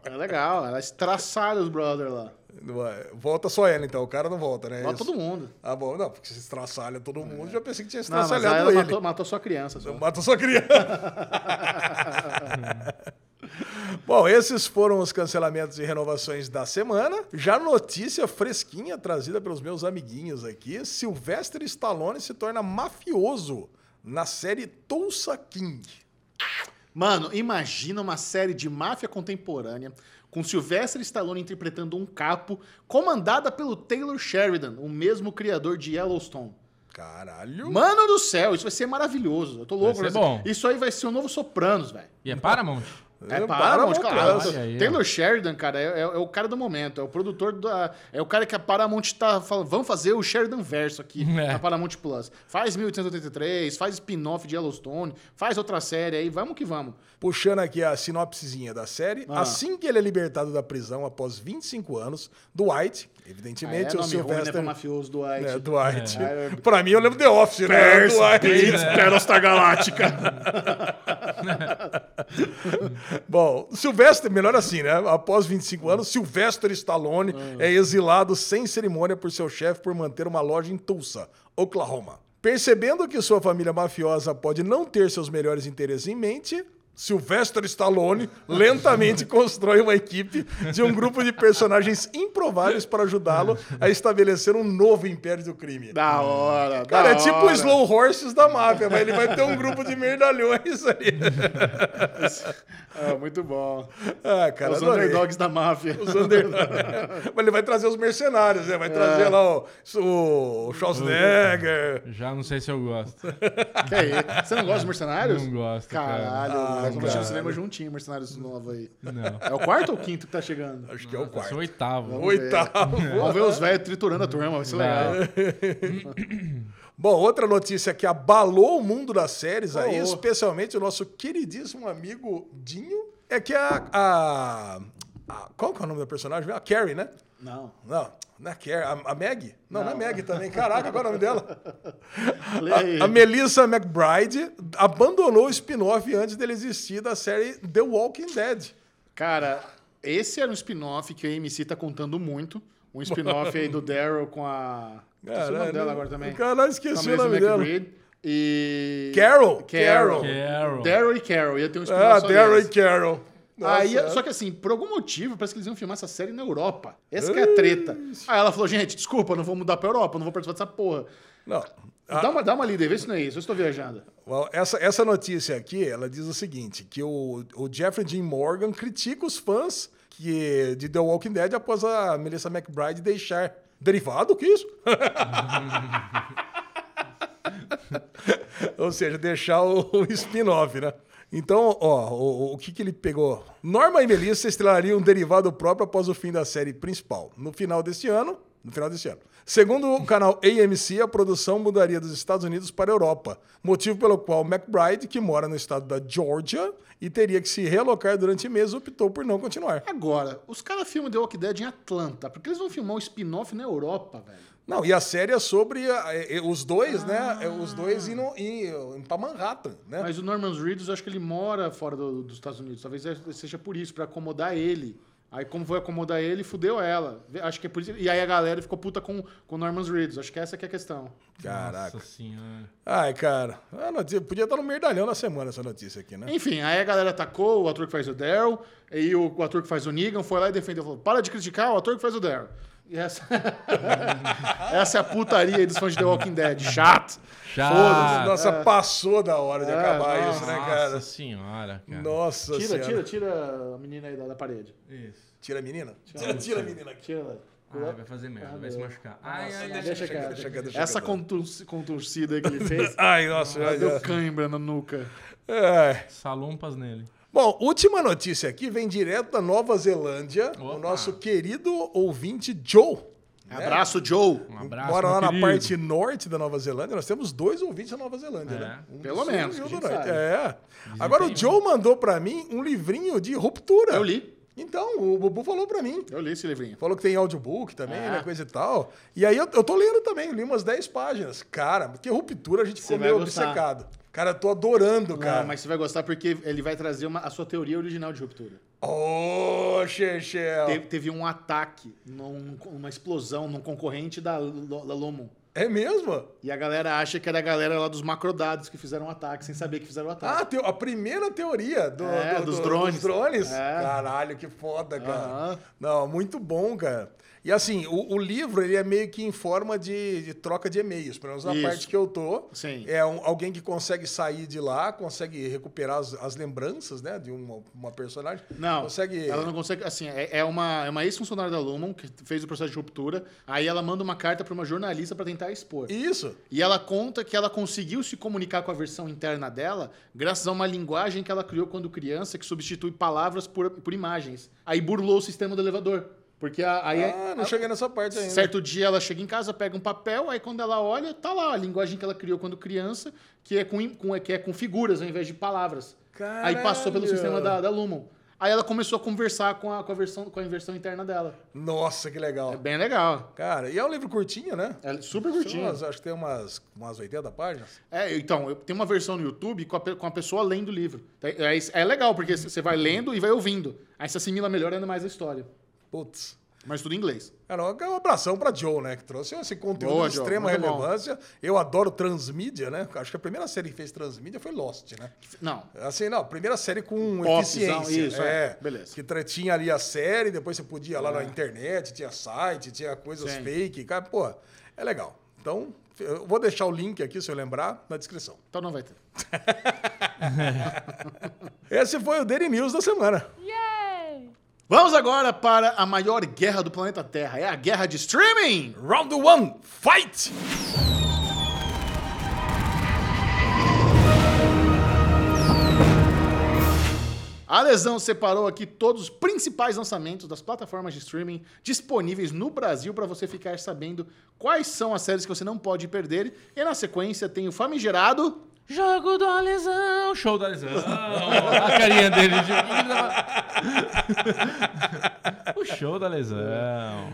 É legal, ela estraçada os brother lá. Não é. Volta só ela, então. O cara não volta, né? Mata Isso. todo mundo. Ah, bom. Não, porque se estraçalha todo mundo, já pensei que tinha É. Não, mas aí estraçalhado ela ele. matou, matou sua criança. Só. Mata sua criança. Bom, esses foram os cancelamentos e renovações da semana. Já notícia fresquinha trazida pelos meus amiguinhos aqui: Sylvester Stallone se torna mafioso na série Tulsa King. Mano, imagina uma série de máfia contemporânea com Sylvester Stallone interpretando um capo comandada pelo Taylor Sheridan, o mesmo criador de Yellowstone. Caralho. Mano do céu, isso vai ser maravilhoso. Eu tô louco. Vai ser né? bom. Isso aí vai ser o novo Sopranos, velho. E é Paramount. É, É Paramount, Paramount, claro. olha aí, ó. Taylor Sheridan, cara, é, é- é o cara do momento. É o produtor da... É o cara que a Paramount tá falando... Vamos fazer o Sheridan Verso aqui É. na Paramount Plus. Faz 1883, faz spin-off de Yellowstone, faz outra série aí. Vamos que vamos. Puxando aqui a sinopsezinha da série. Ah. Assim que ele é libertado da prisão após 25 anos, Dwight, Aí evidentemente, é o nome ruim, né? Sylvester. Pra mafioso do White. É, Dwight. Pra mim, eu lembro The Office, né? Dwight. Battlestar Galáctica. Bom, Sylvester, melhor assim, né? Após 25 anos, Sylvester Stallone Hum. é exilado sem cerimônia por seu chefe por manter uma loja em Tulsa, Oklahoma. Percebendo que sua família mafiosa pode não ter seus melhores interesses em mente, Sylvester Stallone lentamente constrói uma equipe de um grupo de personagens improváveis para ajudá-lo a estabelecer um novo império do crime. Da hora, da Cara, é tipo o hora. Slow Horses da máfia, mas ele vai ter um grupo de merdalhões ali. É, muito bom. Ah, cara, Os adorei. underdogs da máfia. Os underdogs. mas ele vai trazer os mercenários, né? Vai É. trazer lá o, o Schwarzenegger. Já não sei se eu gosto. Que aí? Você não gosta de Mercenários? Não gosto, cara. Caralho, nós vamos assistir Ah, cara. no cinema juntinho, Mercenários novo aí. Não. É o quarto ou o quinto que tá chegando? Acho que é o Eu sou quarto. oitavo. Vamos ver. Oitavo. Vamos ver os velhos triturando a turma, vai ser legal. Bom, outra notícia que abalou o mundo das séries aí, Oh. especialmente o nosso queridíssimo amigo Dinho, é que a. a- a- qual que é o nome da personagem? A Carrie, né? Não. Não, não é Carrie. A, a Meg? Não, não, é Meg também. Caraca, qual é o nome dela? Lê aí. A, a Melissa McBride abandonou o spin-off antes dele existir da série The Walking Dead. Cara, esse era um spin-off que a MC tá contando muito. Um spin-off aí do Daryl com a. Esqueci o nome Caralho. dela agora também. Tá né, Caralho, Com a esqueci é o Melissa nome dela. McBride. E. Carol. Carol. Carol. Daryl e Carol. Ia ter um spin-off. Ah, só Daryl e deles. Carol. Nossa, Aí, é. só que assim, por algum motivo, parece que eles iam filmar essa série na Europa. Essa que é a treta. Aí ela falou, gente, desculpa, não vou mudar pra Europa, não vou participar dessa porra. Não. a- Dá, uma, dá uma lida aí, vê se não é isso. Eu estou viajando. Well, essa, essa notícia aqui, ela diz o seguinte, que o, o Jeffrey Dean Morgan critica os fãs que, de The Walking Dead após a Melissa McBride deixar... Derivado? O que é isso? Ou seja, deixar o, o spin-off, né? Então, ó, o, o que, que ele pegou? Norma e Melissa estrelariam um derivado próprio após o fim da série principal. No final deste ano. No final deste ano. Segundo o canal AMC, a produção mudaria dos Estados Unidos para a Europa. Motivo pelo qual McBride, que mora no estado da Georgia e teria que se realocar durante meses, optou por não continuar. Agora, os caras filmam The Walking Dead em Atlanta. Por que eles vão filmar um spin-off na Europa, velho? Não, e a série é sobre ah, eh, eh, os dois, né? Eh, Os dois indo, indo, para Manhattan, né? Mas o Norman Reedus, eu acho que ele mora fora do- dos Estados Unidos. Talvez é, seja por isso, pra acomodar ele. Aí, como foi acomodar ele, fudeu ela. Acho que é por isso. E aí a galera ficou puta com com o Norman Reedus. Acho que essa que é a questão. Caraca. Nossa senhora. Ai, cara. Ah, notícia- Podia estar no merdalhão na semana essa notícia aqui, né? Enfim, aí a galera atacou o ator que faz o Daryl, e o, o ator que faz o Negan foi lá e defendeu, falou, para de criticar o ator que faz o Daryl. E essa... essa é a putaria aí dos fãs de The Walking Dead. Chato. Foda-se. Já. Nossa, passou da hora de É, acabar isso, né, Nossa cara? senhora, cara. Nossa Tira, senhora. tira, tira a menina aí da, da parede. Isso. Tira a menina. Tira, tira a menina. Tira ela. Ah. Ai, vai fazer merda, vai se machucar. Ai, ai, ai. Deixa quieto. deixa quieto, deixa Essa quieto. contus- contorcida aí que ele fez, Ai, nossa. ai, deu cãibra na nuca. ai. Salompas nele. Bom, última notícia aqui vem direto da Nova Zelândia. Opa. O nosso querido ouvinte Joe. É. Abraço, Joe. Um abraço. Mora meu lá na querido. parte norte da Nova Zelândia. Nós temos dois ouvintes da Nova Zelândia, É. né? Um do Pelo sul menos, e um a do gente norte. sabe. É. Agora o Joe mandou pra mim um livrinho de ruptura. Eu li. Então, o Bubu falou pra mim. Eu li esse livrinho. Falou que tem audiobook também, Ah. né, coisa e tal. E aí eu, eu tô lendo também, li umas 10 páginas. Cara, porque ruptura a gente ficou Você vai meio gostar. obcecado. Cara, eu tô adorando, cara. Não, mas você vai gostar porque ele vai trazer uma- a sua teoria original de ruptura. Ô, Chechel. Teve, teve um ataque, num- uma explosão num concorrente da, Lo- da Lomon. É mesmo? E a galera acha que era a galera lá dos macrodados que fizeram o ataque, sem saber que fizeram o Ah, ataque. teu- a primeira teoria do, Tá. É, do- dos do- drones. dos drones. É. Caralho, que foda, Ah, cara. Aham. Não, muito bom, cara. E assim, o, o livro ele é meio que em forma de, de troca de e-mails, pelo menos na Isso. parte que eu tô. Sim. É um- alguém que consegue sair de lá, consegue recuperar as, as lembranças, né, de uma, uma personagem. Não, Consegue. ela não consegue. Assim, é, é uma, é uma ex-funcionária da Lumon que fez o processo de ruptura. Aí ela manda uma carta pra uma jornalista pra tentar expor. E... Isso. ela conta que ela conseguiu se comunicar com a versão interna dela graças a uma linguagem que ela criou quando criança que substitui palavras por, por imagens. Aí burlou o sistema do elevador. Porque a, aí ah, não a- cheguei nessa parte ainda. É, Certo dia ela chega em casa, pega um papel, aí quando ela olha, tá lá a linguagem que ela criou quando criança, que é com, im- com- é- que é com figuras ao invés de palavras. Caralho! Aí passou pelo sistema da, da Lumon. Aí ela começou a conversar com a, com a versão, com a inversão interna dela. Nossa, que legal. É bem legal. Cara, e é um livro curtinho, né? É super Tem curtinho. umas- acho que tem umas, umas 80 páginas. É, então, eu- tem uma versão no YouTube com a, pe- com a pessoa lendo o livro. É, é- é legal, porque você vai lendo e vai ouvindo. Aí você assimila melhor ainda mais a história. Putz. Mas tudo em inglês. Cara, um abração pra Joe, né? Que trouxe esse conteúdo Boa, de Joe, extrema muito bom. relevância. Eu adoro transmídia, né? Acho que a primeira série que fez transmídia foi Lost, né? Não. Assim, não, primeira série com Opção, eficiência. isso, é. é. Beleza. É. Que tra- tinha ali a série, depois você podia ir lá na internet, tinha site, tinha coisas Sim. fake. Cara, pô, é legal. Então, eu vou deixar o link aqui, se eu lembrar, na descrição. Então não vai ter. Esse foi o Daily News da semana. Vamos agora para a maior guerra do planeta Terra. É a guerra de streaming. Round one, fight! A Lesão separou aqui todos os principais lançamentos das plataformas de streaming disponíveis no Brasil para você ficar sabendo quais são as séries que você não pode perder. E na sequência tem o famigerado. Tá Jogo do Alesão, show do Alesão. a carinha dele de. o show do Alesão.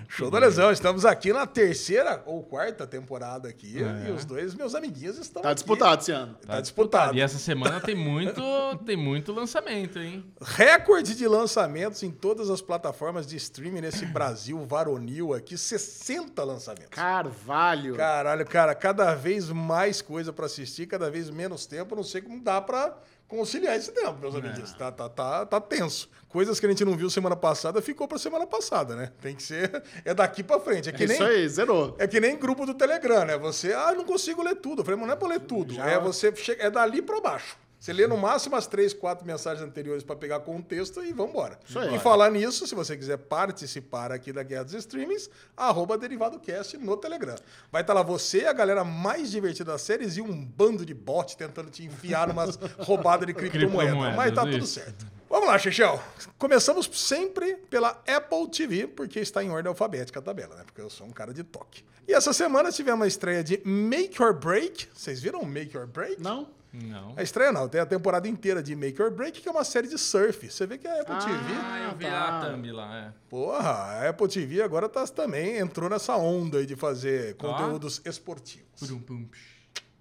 Show É. da lesão, estamos aqui na terceira ou quarta temporada aqui. E os dois meus amiguinhos estão. É. Tá aqui. disputado esse ano. Tá disputado. E essa semana tem muito, tem muito lançamento, hein? Recorde de lançamentos em todas as plataformas de streaming nesse Brasil varonil aqui, 60 lançamentos. Carvalho. Caralho, cara, cada vez mais coisa pra assistir, cada vez menos tempo. Não sei como dá pra conciliar esse tempo, meus É. amiguinhos. Tá, tá, tá, tá tenso. Coisas que a gente não viu semana passada, ficou pra semana passada, né? Tem que ser. É daqui pra frente. É que É nem Isso aí, zerou. É que nem grupo do Telegram, né? Você, ah, não consigo ler tudo. Eu falei, mas não é pra ler tudo. É você chega, é dali pra baixo. Você lê no máximo as três, quatro mensagens anteriores pra pegar contexto e vambora. Isso aí. E falar nisso, se você quiser participar aqui da Guerra dos Streamings, arroba DerivadoCast no Telegram. Vai estar lá você, a galera mais divertida das séries e um bando de bot tentando te enfiar umas roubadas de criptomoeda. Criptomoedas, Mas tá tudo isso. certo. Vamos lá, Xixel. Começamos sempre pela Apple TV, porque está em ordem alfabética a tabela, né? Porque eu sou um cara de toque. E essa semana tivemos a estreia de Make or Break. Vocês viram Make or Break? Não? Não. É. A estreia não, tem a temporada inteira de Make or Break, que é uma série de surf. Você vê que a Apple TV Ah, eu vi tá. a thumb lá, é. Porra, a Apple TV agora tá, também entrou nessa onda aí de fazer Tá. conteúdos esportivos. Pum, pum, psh.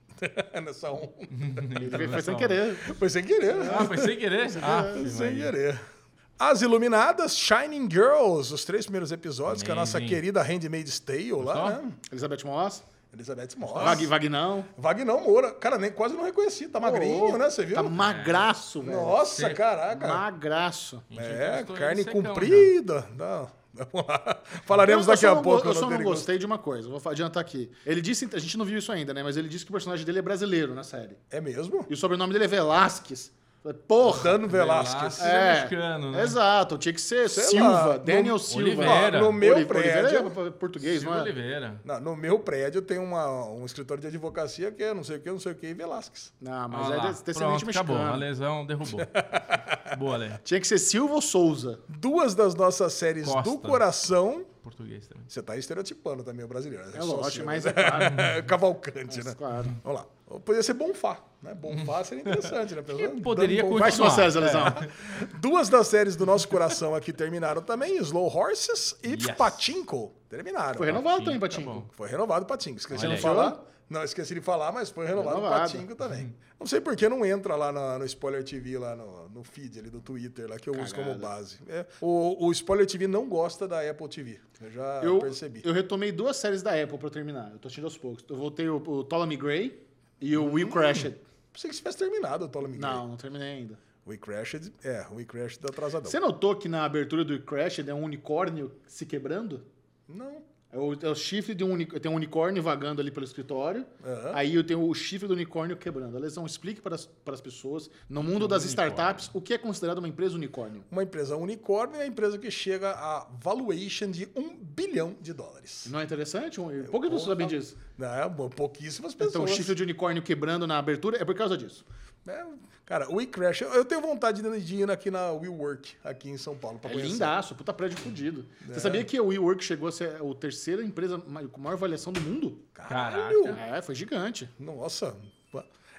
nessa onda. Foi, foi sem querer. Foi sem querer. né? Ah, foi sem querer? Ah, sem Maria. querer. As Iluminadas, Shining Girls, os três primeiros episódios, com a nossa Amazing. querida Handmaid's Tale lá, Gostou? né? Elizabeth Moss. Elizabeth Moss. Vag, Vagnão. Vagnão Moura. Cara, nem quase não reconheci. Tá magrinho, né? Você viu? Tá magraço, velho. nossa, Seco. caraca. Magraço. É, Entrevistou ele carne secão, né? comprida. Não, vamos lá. Falaremos Eu- eu daqui só a não go- pouco. Eu no só não Daily Ghost. gostei de uma coisa, vou adiantar aqui. Ele disse, a gente não viu isso ainda, né? Mas ele disse que o personagem dele é brasileiro na série. É mesmo? E o sobrenome dele é Velasquez. Falei, Porra! Dano Velasquez. Velasquez. Ele é mexicano, né? Exato, tinha que ser Sei Silva, lá, Daniel no- Silva. Oliveira. Ah, No meu Oliveira prédio- é português, Silvio não é? Oliveira. Não, no meu prédio tem uma- um escritório de advocacia que é não sei o que, não sei o que, e Velasquez. Não, Ah mas lá. é de- descendente Pronto, acabou. A mexicano. lesão derrubou. Boa, Ale. Tinha que ser Silva ou Souza. Duas das nossas séries do Costa. coração. Português também. Você tá estereotipando também o brasileiro. né? É Só lógico, seu, mas né? é claro. Cavalcante, né? claro. Vamos lá. Ou Podia ser Bonfá, né? Bonfá seria interessante, né? Pessoal, dando poderia Bonfá. Quais são as séries, Lesão? Duas das séries do nosso coração aqui terminaram também, Slow Horses e Yes. Patinko. Terminaram. Foi né? renovado também, Tá Patinho. bom. Foi renovado o Patinco. Esqueci Olha de aí. falar. Não, esqueci de falar, mas foi renovado, o Renovado. Uhum. Patinco também. Não sei por que não entra lá na- no Spoiler TV, lá no, no feed ali do Twitter, lá que eu uso como base. É, o, o Spoiler TV não gosta da Apple TV. Eu já eu, Ah, percebi. eu retomei duas séries da Apple pra eu terminar. Eu tô assistindo aos poucos. Eu voltei o, o Ptolemy Gray e o Hum. We Crashed. Pensei que você tivesse terminado o Tolo Miguel. Não, não terminei ainda. We Crashed, é, We Crashed atrasadão. Você notou que na abertura do We Crashed é um unicórnio se quebrando? Não. É o, é o chifre de um unicórnio. Tem um unicórnio vagando ali pelo escritório. Aham. Aí eu tenho o chifre do unicórnio quebrando. A lesão explique para as, para as pessoas, no mundo das startups, o que é considerado uma empresa unicórnio. Uma empresa unicórnio é a empresa que chega a valuation de um bilhão de dólares. Não é interessante? Um- Poucas pessoas sabem disso. Não, pouquíssimas pessoas. Então, o chifre de unicórnio quebrando na abertura é por causa disso. É, cara, o iCrash, eu eu tenho vontade de ir- de ir aqui na WeWork, aqui em São Paulo, pra É conhecer. É. lindaço, puta prédio fodido. Você sabia que o WeWork chegou a ser a terceira empresa ma- com maior avaliação do mundo? Caralho! É, foi gigante. Nossa,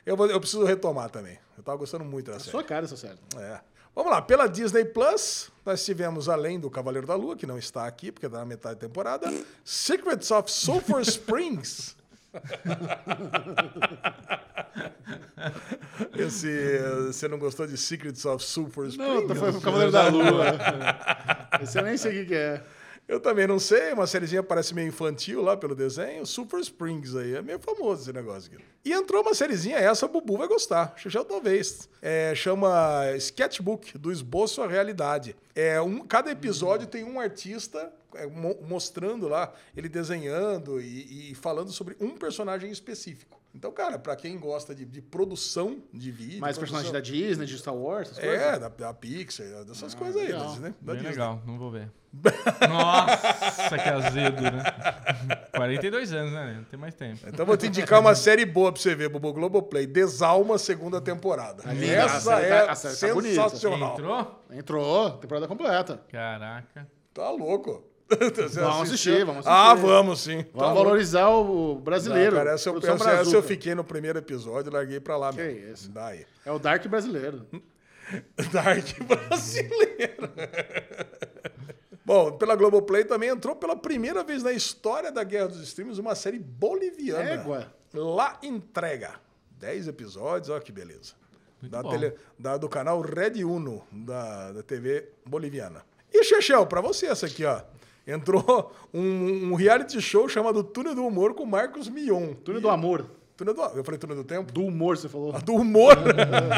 eu, vou- eu preciso retomar também. Eu tava gostando muito dessa série. Sua cara essa série. É. Vamos lá, pela Disney Plus, nós tivemos além do Cavaleiro da Lua, que não está aqui, porque tá na metade da temporada, Secrets of Sulphur Springs. Esse, você não gostou de Secrets of Sulphur Springs? Não, foi o Cavaleiro da Lua. Esse eu nem sei o que, que é. Eu também não sei, uma sériezinha parece meio infantil lá pelo desenho, Super Springs aí, é meio famoso esse negócio. Aqui. E entrou uma sériezinha, essa o Bubu vai gostar, Xuxa talvez. É, chama Sketchbook, do esboço à realidade. É, um, cada episódio tem um artista é, mo- mostrando lá, ele desenhando e, e falando sobre um personagem específico. Então, cara, pra quem gosta de, de produção de vídeo... Mais personagens produção- da Disney, de Star Wars, essas coisas. Ah, É, da, da Pixar, dessas coisas aí, legal. das, né? Da Bem Disney. legal, não vou ver. Nossa, que azedo, né? 42 anos, né? Não tem mais tempo. Então vou te indicar uma série boa pra você ver, Bobo Globoplay. Desalma, segunda temporada. Ali, a Essa série é tá- a série tá bonita. sensacional. Entrou? Entrou, temporada completa. Caraca. tá louco. Você Vamos assistiu? assistir, vamos Ah, assistir. vamos sim. Tá Vamos louco. Então, valorizar o brasileiro. Não, cara, é essa eu, produção essa- essa eu brazuca. fiquei no primeiro episódio e larguei pra lá. mesmo. isso. Daí. É o Dark brasileiro. Dark brasileira. Bom, pela Globoplay também entrou pela primeira vez na história da Guerra dos Streams uma série boliviana. Égua. La Entrega. Dez episódios, olha que beleza. Da bom. tele- da- do canal Red Uno, da, da TV boliviana. E, Chechel, pra você essa aqui, ó. Entrou um, um reality show chamado Túnel do Humor com Marcos Mion. Túnel do amor. Túnel do... Eu falei Túnel do Tempo? Do humor, você falou. Do humor. Uhum.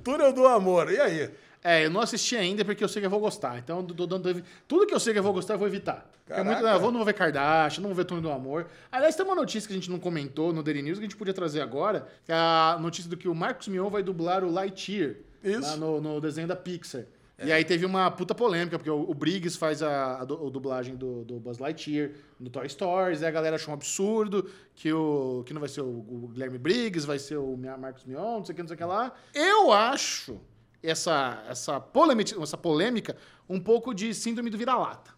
Túnel do amor. E aí? É, eu não assisti ainda porque eu sei que eu vou gostar. Então, eu tô dando- tudo que eu sei que eu vou gostar, eu vou evitar. É Caraca. muito, não, eu vou- não vou ver Kardashian, não vou ver Túnel do Amor. Aliás, tem uma notícia que a gente não comentou no Daily News que a gente podia trazer agora. que é a notícia do que o Marcos Mion vai dublar o Lightyear. Isso. Lá no, no desenho da Pixar. E aí teve uma puta polêmica, porque o, o Briggs faz a, a du- a dublagem do, do Buzz Lightyear no Toy Stories, e a galera achou um absurdo que, o, que não vai ser o, o Guilherme Briggs, vai ser o Mia- Marcos Mion, não sei o que, não sei o que lá. Eu acho essa, essa, polêmica, essa polêmica um pouco de síndrome do vira-lata.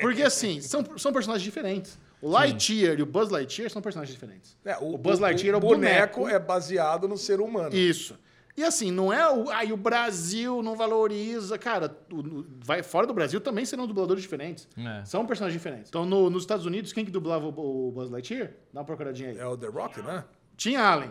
Porque, assim, são, são personagens diferentes. O Lightyear e o Buzz Lightyear são personagens diferentes. É, O Buzz Lightyear é o boneco. é baseado no ser humano. Isso. E assim, não é o. Aí o Brasil não valoriza. Cara, o- o- vai, fora do Brasil também serão dubladores diferentes. É. São personagens diferentes. Então, no- nos Estados Unidos, quem que dublava o, o Buzz Lightyear? Dá uma procuradinha aí. É o The Rock, né? Tim Allen.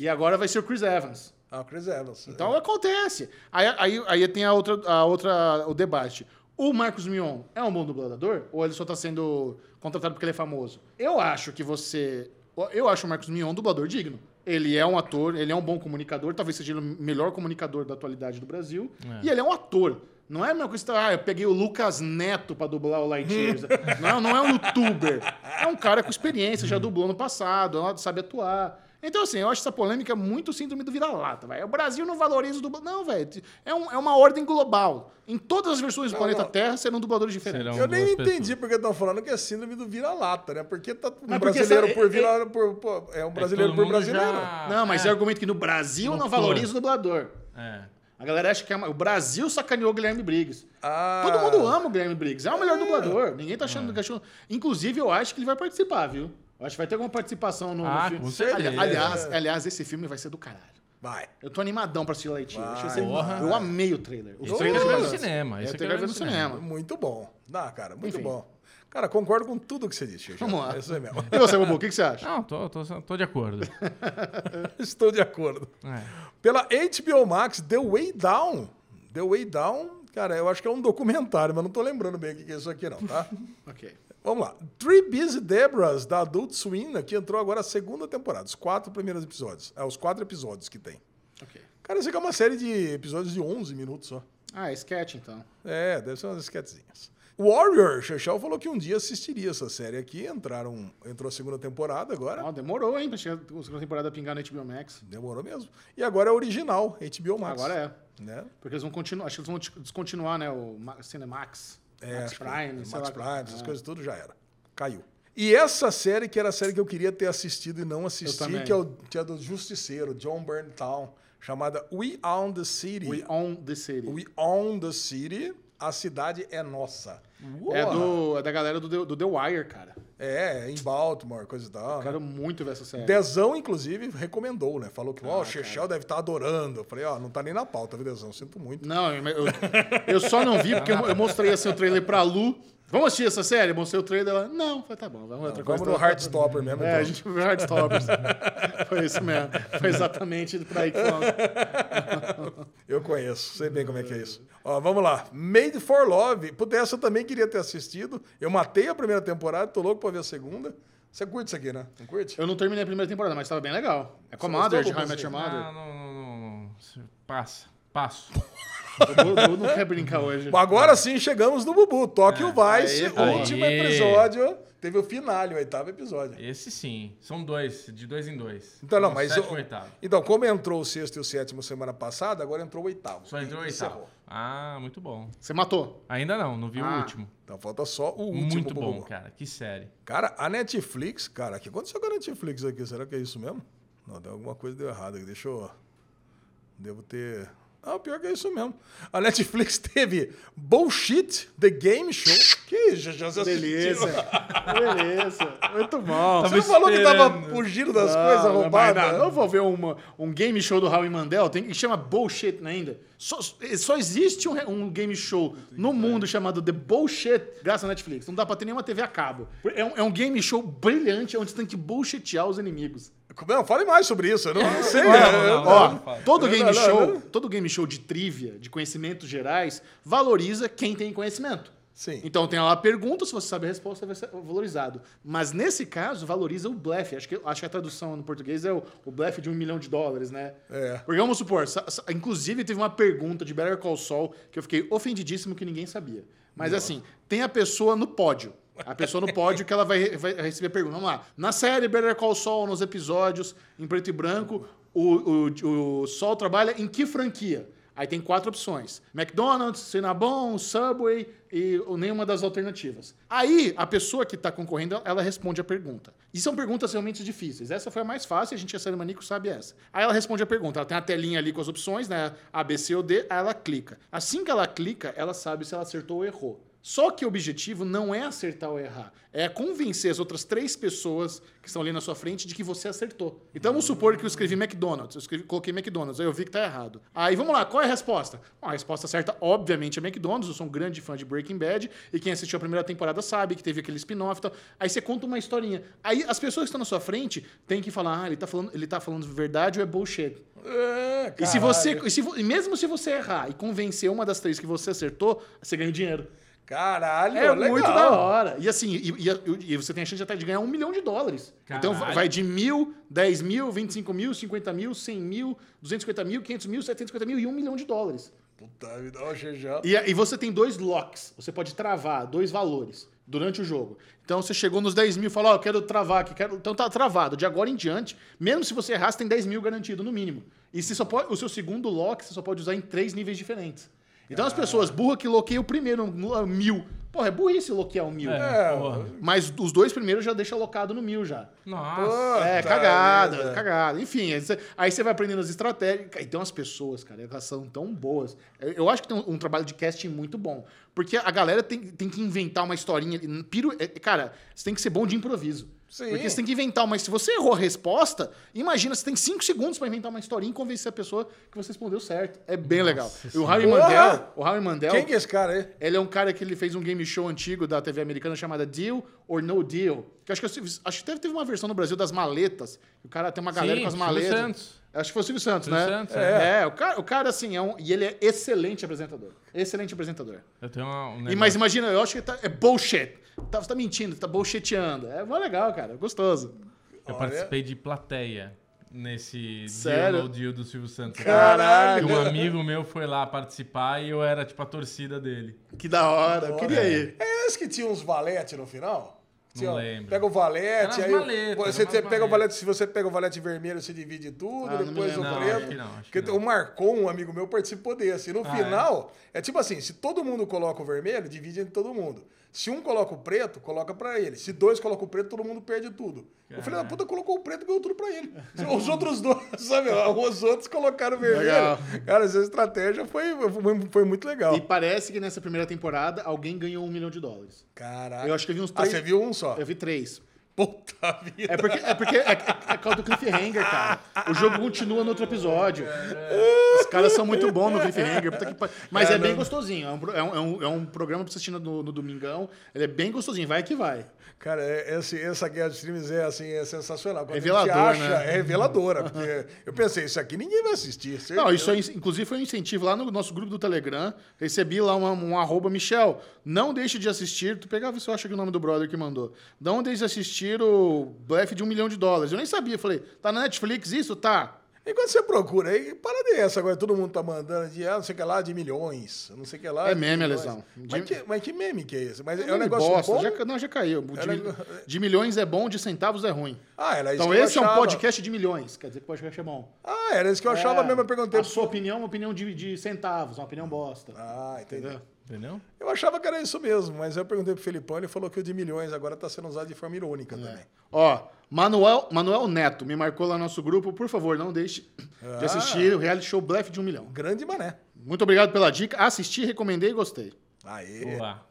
E agora vai ser o Chris Evans. Ah, o Chris Evans. Então acontece. Aí, aí, aí tem a outra, a outra, o debate. O Marcos Mion é um bom dublador ou ele só está sendo contratado porque ele é famoso? Eu acho que você. Eu acho o Marcos Mion um dublador digno. Ele é um ator, ele é um bom comunicador, talvez seja ele o melhor comunicador da atualidade do Brasil. E ele é um ator. Não é a mesma coisa que você tá, ah, eu peguei o Lucas Neto pra dublar o Lightyear. não, não é um youtuber. É um cara com experiência, já dublou no passado, sabe atuar. Então, assim, eu acho essa polêmica muito síndrome do vira-lata, velho. O Brasil não valoriza o dublador. Não, velho. É, um- é uma ordem global. Em todas as versões do planeta não. Terra serão dubladores diferentes. Serão Eu nem duas pessoas. entendi porque estão falando que é síndrome do vira-lata, né? Porque tá um Mas porque brasileiro essa- por é- vira por, por- é um brasileiro todo por mundo brasileiro. já- Não, mas é, é. argumento que no Brasil não Doutor. valoriza o dublador. É. A galera acha que é uma- o Brasil sacaneou o Guilherme Briggs. Ah. Todo mundo ama o Guilherme Briggs. É o melhor dublador. Ninguém É. tá achando que achou. Inclusive, eu acho que ele vai participar, viu? Eu acho que vai ter alguma participação no, no Ah, filme. com certeza. Ali- Aliás, aliás, esse filme vai ser do caralho. Vai. Eu tô animadão pra assistir Lightyear. Vai, Achei esse- porra. Eu amei o trailer. Os Esse eu trailers quero ver no balançam. cinema. Eu Esse tenho que ver no cinema. Muito bom. Dá, cara, muito Enfim. bom. Cara, concordo com tudo que você disse. Xuxa. Vamos lá. É isso aí mesmo. E você, Bubu, o que, que você acha? Não, tô, tô, tô de acordo. Estou de acordo. É. Pela HBO Max, The Way Down. The Way Down, cara, eu acho que é um documentário, mas não tô lembrando bem o que que é isso aqui não, tá? Ok. Vamos lá. Three Busy Debras, da Adult Swim, que entrou agora a segunda temporada, os quatro primeiros episódios. É, os quatro episódios que tem. Ok. Cara, isso aqui é uma série de episódios de 11 minutos só. Ah, é sketch então. É, deve ser umas esquetezinhas. Warrior, Xexel falou que um dia assistiria essa série aqui. Entraram, entrou a segunda temporada agora. Ó, demorou, hein, pra chegar a segunda temporada pingar no HBO Max. Demorou mesmo. E agora é original, HBO Max. Agora é. Né? Porque eles vão continuar. Acho que eles vão te- descontinuar, né? O Ma- Cinemax. É, Max acho que- Prime, sei Max lá. Prime, essas É. coisas tudo já era. Caiu. E essa série, que era a série que eu queria ter assistido e não assisti, também. que é, o, que é do Justiceiro, John Burntown, chamada We Own the City. We Own the City. We Own the City, a cidade é nossa. É, do, é da galera do The, do The Wire, cara. É, em Baltimore, coisa e tal. né? Eu quero muito ver essa série. Dezão, inclusive, recomendou, né? Falou que, Ah, ó, o Chechel deve estar adorando. Eu falei, ó, não tá nem na pauta, viu, Dezão? Sinto muito. Não, eu, eu- eu só não vi porque eu, eu mostrei assim, o trailer pra Lu. Vamos assistir essa série? Mostrei o trailer lá. Não, falei, tá bom, vamos outra coisa. Vamos no Heartstopper mesmo. É, a então. gente viu Heartstoppers. Foi isso mesmo. Foi exatamente pra ir com Eu conheço, sei bem como é que é isso. Ó, vamos lá. Made for Love. Puta, essa eu também queria ter assistido. Eu matei a primeira temporada, tô louco pra ver a segunda. Você curte isso aqui, né? Não curte? Eu não terminei a primeira temporada, mas tava bem legal. É com a Mother, de How I Met Your Mother. Ah, não, não, não, não. Você Passa. Passo. O Bubu não quer brincar hoje. Bom, Agora sim chegamos no Bubu. Tóquio aí, Vice, É, aí. último episódio. Teve o finale, o oitavo episódio. Esse sim. São dois, de dois em dois. Então, não, Um mas. Sétimo o- e oitavo. Então, como entrou o sexto e o sétimo semana passada, agora entrou o oitavo. Só entrou o E encerrou. oitavo. Ah, muito bom. Você matou. Ainda não, não vi Ah, o último. Então falta só o último. muito pro bom, Bubu. cara. Que série. Cara, a Netflix, cara, o que aconteceu com a Netflix aqui? Será que é isso mesmo? Não, deu alguma coisa deu errado aqui. Deixa eu. Devo ter. Ah, pior que é isso mesmo. A Netflix teve Bullshit The Game Show. Que isso, já já assistiu? Beleza. Beleza. Muito bom. Você não falou que tava fugindo das coisas não, mas roubadas? Não, não vou ver uma, um game show do Howie Mandel, tem, que chama Bullshit né, ainda. Só, só existe um, re- um game show no mundo chamado The Bullshit, graças à Netflix. Não dá pra ter nenhuma TV a cabo. É um, é um game show brilhante onde você tem que bullshitear os inimigos. Não, fale mais sobre isso. Eu não, não sei. não, não. Ó, fala. todo Não, game não, não, show, não. todo game show de trivia, de conhecimentos gerais, valoriza quem tem conhecimento. Sim. Então tem lá a pergunta, se você sabe a resposta, vai ser valorizado. Mas nesse caso, valoriza o blefe. Acho que, acho que a tradução no português é o, o blefe de um milhão de dólares, né? É. Porque vamos supor, sa- sa- inclusive teve uma pergunta de Better Call Saul que eu fiquei ofendidíssimo que ninguém sabia. Mas assim, tem a pessoa no pódio. A pessoa no pódio que ela vai, vai receber a pergunta. Vamos lá. Na série Better Call Saul, nos episódios em preto e branco, o, o, o Saul trabalha em que franquia? Aí tem quatro opções: McDonald's, Cinnabon, Subway e ou nenhuma das alternativas. Aí a pessoa que está concorrendo, ela responde a pergunta. E são perguntas realmente difíceis. Essa foi a mais fácil, a gente que é série maníaco sabe essa. Aí ela responde a pergunta, ela tem a telinha ali com as opções, né? A, B, C ou D, aí ela clica. Assim que ela clica, ela sabe se ela acertou ou errou. Só que o objetivo não é acertar ou errar, é convencer as outras três pessoas que estão ali na sua frente de que você acertou. Então vamos supor que eu escrevi McDonald's, eu escrevi- coloquei McDonald's, aí eu vi que tá errado. Aí vamos lá, qual é a resposta? Bom, a resposta certa, obviamente, é McDonald's. Eu sou um grande fã de Breaking Bad e quem assistiu a primeira temporada sabe que teve aquele spin-off. e tal. Aí você conta uma historinha. Aí as pessoas que estão na sua frente têm que falar, ah, ele tá falando, ele tá falando verdade ou é bullshit. É, E se você, caralho. e se vo- e mesmo se você errar e convencer uma das três que você acertou, você ganha dinheiro. Caralho, É legal. muito da hora. E assim, e, e- e você tem a chance até de ganhar um milhão de dólares. Caralho. Então vai- vai de mil, dez mil, vinte e cinco mil, cinquenta mil, cem mil, duzentos e cinquenta mil, quinhentos mil, setecentos e cinquenta mil e um milhão de dólares. Puta, me dá um xijão. E, e você tem dois locks. Você pode travar dois valores durante o jogo. Então você chegou nos 10 mil e falou, ó, eu quero travar aqui, quero. Então tá travado. De agora em diante, mesmo se você errar, você tem 10 mil garantido, no mínimo. E você só pode, o seu segundo lock você só pode usar em três níveis diferentes. Então as pessoas burra que loqueiam o primeiro no- mil. Porra, é burrice loquear o mil. É, Porra. Mas os dois primeiros já deixa alocado no mil já. Nossa. É, Puta cagada, vida. cagada. Enfim, aí você, aí você vai aprendendo as estratégias. E tem umas pessoas, cara, elas são tão boas. Eu- Eu acho que tem um, um trabalho de casting muito bom. Porque a galera tem, tem que inventar uma historinha. Piro, é- cara, você tem que ser bom de improviso. Sim. Porque você tem que inventar uma. Se você errou a resposta, imagina, você tem cinco segundos pra inventar uma historinha e convencer a pessoa que você respondeu certo. É bem legal. E o Harry Porra! Mandel. O Harry Mandel. Quem que é esse cara aí? Ele é um cara que ele fez um game show antigo da TV americana chamada Deal or No Deal. Que eu acho que, eu- acho que teve, teve uma versão no Brasil das maletas. O cara tem uma galera Sim, com as Silvio maletas. Santos. Acho que foi o Silvio Santos, Silvio né? Santos, é, o, cara, o cara, assim, é um. E ele é excelente apresentador. Excelente apresentador. Eu tenho uma, um E, negócio. mas imagina, eu acho que ele tá, é bullshit. Tá, você tá mentindo, tá bullshiteando. É mó legal, cara. Gostoso. Eu Olha. participei de plateia nesse Sério? Deal ou Deal do Silvio Santos. Caralho. Um amigo meu foi lá participar e eu era tipo a torcida dele. Que da hora. Eu queria ir. É esse que tinha uns valete no final? Não Tinha- um, lembro. Pega o valete, Era aí umas maletas, você era umas você pega o maletas. Ah, valete, se você pega o valete vermelho, você divide tudo, não me depois o lembro. Não, preto. acho que não, acho que Porque não. o Marcon, um amigo meu, participou desse. E assim, no Ah, final, é. tipo assim, se todo mundo coloca o vermelho, divide entre todo mundo. Se um coloca o preto, coloca pra ele. Se dois colocam o preto, todo mundo perde tudo. O filho da puta colocou o preto e ganhou tudo pra ele. Os outros dois, sabe? Os outros colocaram o vermelho. Legal. Cara, essa estratégia foi, foi, foi muito legal. E parece que nessa primeira temporada alguém ganhou um milhão de dólares. Caraca. Eu acho que eu vi uns Ah, três- você viu um só? Eu vi três. Puta vida. É porque é, porque é, é por causa do cliffhanger, cara. O jogo continua no outro episódio. Os caras são muito bons no cliffhanger. puta que pa- Mas é, bem gostosinho. É um, pro- é, um, é um- é um programa pra você assistir no, no Domingão. Ele é bem gostosinho. Vai que vai. Cara, é- esse- essa guerra de streams é assim, é sensacional. Quando Revelador, a gente acha, né? é reveladora. Porque eu pensei, isso aqui ninguém vai assistir. certeza. Não, isso aí, inclusive foi um incentivo lá no nosso grupo do Telegram. Recebi lá uma- um arroba Michel. Não deixe de assistir. Tu pegava se eu acho que o nome do brother que mandou. Não deixe de assistir o blefe de um milhão de dólares. Eu nem sabia. Falei, tá na Netflix isso? Tá. E quando você procura aí, para dessa agora, todo mundo tá mandando de ah, não sei o que lá, de milhões, não sei o que lá. É de meme, milhões. Alesão. Mas, De- que, mas que meme que é esse? Mas é um Meme negócio bosta. bom? Já, não, já caiu. De, É um mil- negócio- de milhões é bom, de centavos é ruim. Ah, era isso Então que eu esse é um achava. podcast de milhões. Quer dizer que o podcast é bom. É, Ah, era isso que eu achava mesmo, eu perguntei. A sua opinião é uma opinião de, de centavos, uma opinião bosta. Ah, entendi. Entendeu? Entendeu? Eu achava que era isso mesmo, mas eu perguntei pro Felipão, ele falou que o de milhões agora tá sendo usado de forma irônica É. também. Ó, Manuel, Manuel Neto me marcou lá no nosso grupo. Por favor, não deixe Ah. de assistir o reality show Blefe de um Milhão. Grande mané. Muito obrigado pela dica. Assisti, recomendei e gostei. Aê. Boa.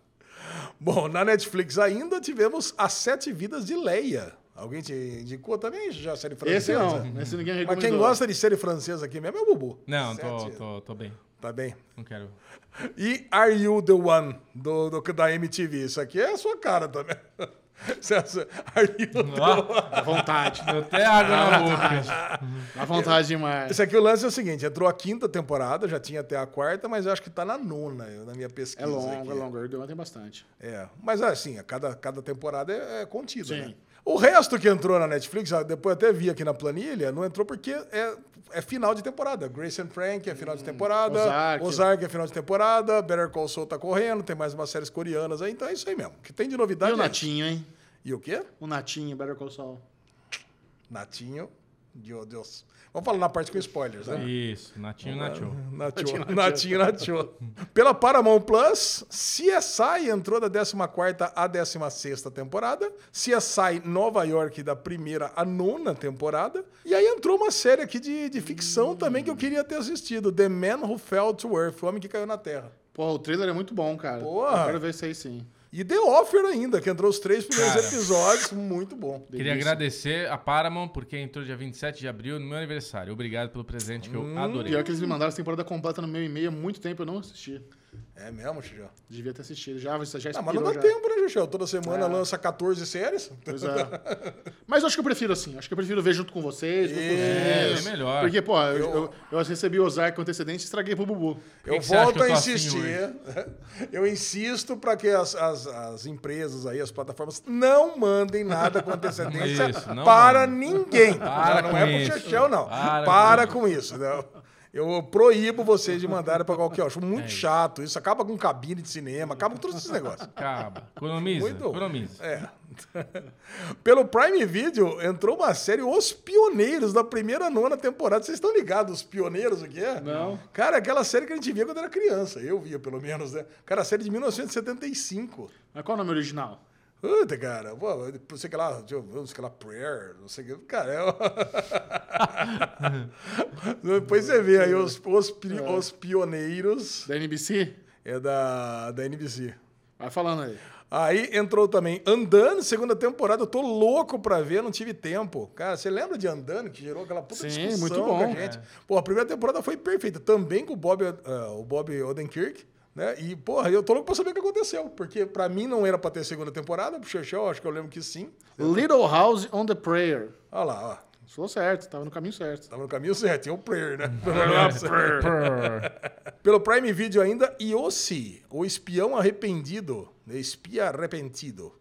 Bom, na Netflix ainda tivemos As Sete Vidas de Leia. Alguém te indicou também já a série francesa? Esse não, esse ninguém recomendou. Mas quem gosta de série francesa aqui mesmo é o Bubu. Não, tô, Sete. tô, tô bem. Tá bem. Não quero. E Are You The One, do, do- da MTV. Isso aqui é a sua cara também. Celso, Are You The One. Dá vontade, Deu até água na boca. dá vontade demais. Esse aqui o lance é o seguinte, entrou a quinta temporada, já tinha até a quarta, mas eu acho que tá na nona, eu- na minha pesquisa É aqui. longo, é longo. Erdogan tem bastante. É, mas assim, a cada, cada temporada é, é contida, Sim. né? O resto que entrou na Netflix, ah, depois eu até vi aqui na planilha, não entrou porque é, é final de temporada. Grace and Frank é final de temporada, Hum, Ozark. Ozark é final de temporada, Better Call Saul tá correndo, tem mais umas séries coreanas aí, então é isso aí mesmo. O que tem de E novidade o é- Natinho, hein? E o quê? O Natinho, Better Call Saul. Natinho. Meu Deus. Vamos falar na parte com spoilers, né? Isso, natinho, natinho. Natinho, Natinho, Natinho. Pela Paramount Plus, CSI entrou da 14ª à 16ª temporada, CSI Nova York da primeira à nona temporada, e aí entrou uma série aqui de, de ficção também que eu queria ter assistido, The Man Who Fell to Earth, O Homem que Caiu na Terra. Porra, o trailer é muito bom, cara. Porra. Eu quero ver isso aí sim. E The Offer ainda, que entrou os três primeiros Cara. episódios, muito bom. Queria agradecer a Paramount porque entrou dia 27 de abril no meu aniversário. Obrigado pelo presente que eu adorei. Hum, Pior que eles me mandaram essa temporada completa no meu e-mail há muito tempo, eu não assisti. É mesmo, Xijão? Devia ter assistido. Já, já expirou. Ah, mas não dá já. tempo, né, Xuxão? Toda semana lança 14 séries. Pois é. Mas eu acho que eu prefiro assim. Acho que eu prefiro ver junto com vocês. ver com É, vocês. é melhor. Porque, pô, eu, eu, eu recebi o Ozark com antecedência e estraguei pro Bubu. Eu que você acha volto que eu a tô assim insistir. né? eu insisto para que as, as- as empresas aí, as plataformas, não mandem nada com antecedência Isso, não para mandem. ninguém. Para não com é isso. pro Chechel, não. Para, Para com, isso. não. Eu proíbo vocês de mandarem para qualquer um. Acho É muito chato isso. Acaba com cabine de cinema, acaba com todos esses negócios. Acaba. Economiza, Muito. economiza. É. Pelo Prime Video entrou uma série Os Pioneiros da primeira à nona temporada. Vocês estão ligados, Os Pioneiros, o que é? Não. Cara, aquela série que a gente via quando era criança. Eu via, pelo menos, né? Cara, a série de 1975. Mas qual é o nome original? Puta, cara. Pô, não sei o que lá, deixa eu ver, não sei o que lá, prayer, não sei o que. Cara, é. Depois você vê aí os, os, Pi- Os Pioneiros. Da NBC? É da, da NBC. Vai falando aí. Aí entrou também Andando, segunda temporada. Eu tô louco pra ver, não tive tempo. Cara, você lembra de Andando, que gerou aquela puta Sim, discussão muito com a bom. gente? Pô, a primeira temporada foi perfeita, também com o Bob, ah, o Bob Odenkirk. Né? E, porra, eu tô louco pra saber o que aconteceu. Porque pra mim não era pra ter segunda temporada, pro Xexel, acho que eu lembro que sim. Little House on the Prayer. Olha lá, ó. Sou certo, tava no caminho certo. Tava Tá no caminho certo, tinha o player, né? Prrr. Pelo Prime Video ainda, Yossi, o espião arrependido. né? Espia arrependido.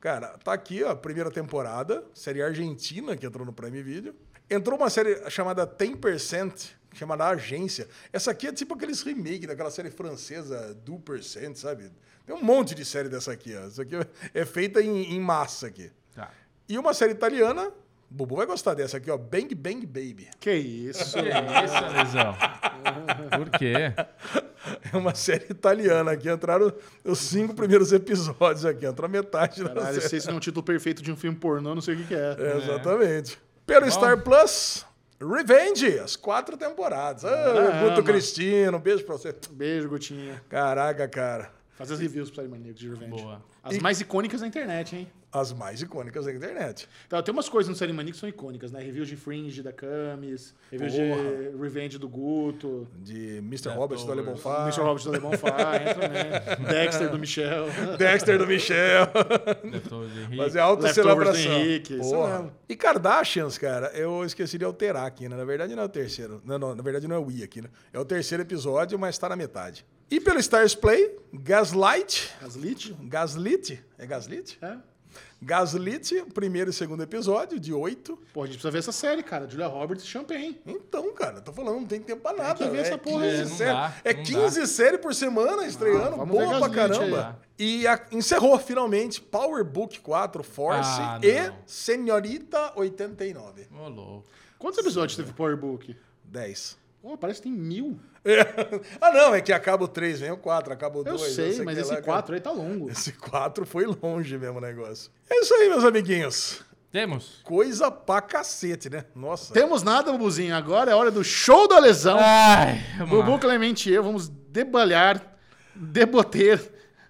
Cara, tá aqui ó, a primeira temporada, série argentina que entrou no Prime Video. Entrou uma série chamada 10%, chamada Agência. Essa aqui é tipo aqueles remake daquela série francesa, 2%, sabe? Tem um monte de série dessa aqui. Ó. Isso aqui é feita em, em massa aqui. Tá. E uma série italiana, o Bubu vai gostar dessa aqui, ó, Bang Bang Baby. Que isso? Que isso, é Lesão? Por quê? É uma série italiana aqui. Entraram os cinco primeiros episódios aqui. Entrou a metade da Caralho, série. se esse não é um título perfeito de um filme pornô, não sei o que, que é. É, Exatamente. Pelo Star Plus, Revenge, as quatro temporadas. Ah, Caramba. Guto Cristino, beijo pra você. Beijo, Gotinha. Caraca, cara. Faz as reviews pra ele, maníaco de Revenge. Boa. As mais icônicas da internet, hein? As mais icônicas da internet. Tá, tem umas coisas no Série Mania que são icônicas, né? Reviews de Fringe da Camis, reviews de Revenge do Guto, De Mr. Roberts do Alemão Mr. Robert do Alemão Fá, entra, né? Dexter do Michel, Dexter do Michel. Detours Henrique. Mas é alta Leftovers do celebração. Henrique, isso Porra. mesmo. E Kardashians, cara, eu esqueci de alterar aqui, né? Na verdade não é o terceiro. Não, não, na verdade não é o I aqui, né? É o terceiro episódio, mas tá na metade. E pelo Stars Play, Gaslight. Aslit, Gaslit? É Gaslit? é? Gaslit, primeiro e segundo episódio, de oito. Pô, a gente precisa ver essa série, cara. Julia Roberts e Champagne. Então, cara, tô falando, não tem tempo pra nada. que ver velho. essa É porra 15 aí. Não série- dá, É não 15 séries por semana estreando, vamos ver boa pra Gaslit aí. caramba. E a- encerrou finalmente Power Book 4 Force Ah, e não. Senhorita 89. Ô, louco. Quantos episódios teve Power Book? 10. Pô, parece que tem mil. É. Ah, não, é que acaba o 3, vem o 4, acaba o Eu 2. sei, mas esse 4 aí tá longo. Esse 4 foi longe mesmo o negócio. É isso aí, meus amiguinhos. Temos? Coisa pra cacete, né? Nossa. Temos nada, Bubuzinho. Agora é hora do show da lesão. Ai, vamos Bubu, lá. Clemente e eu vamos debalhar, debater,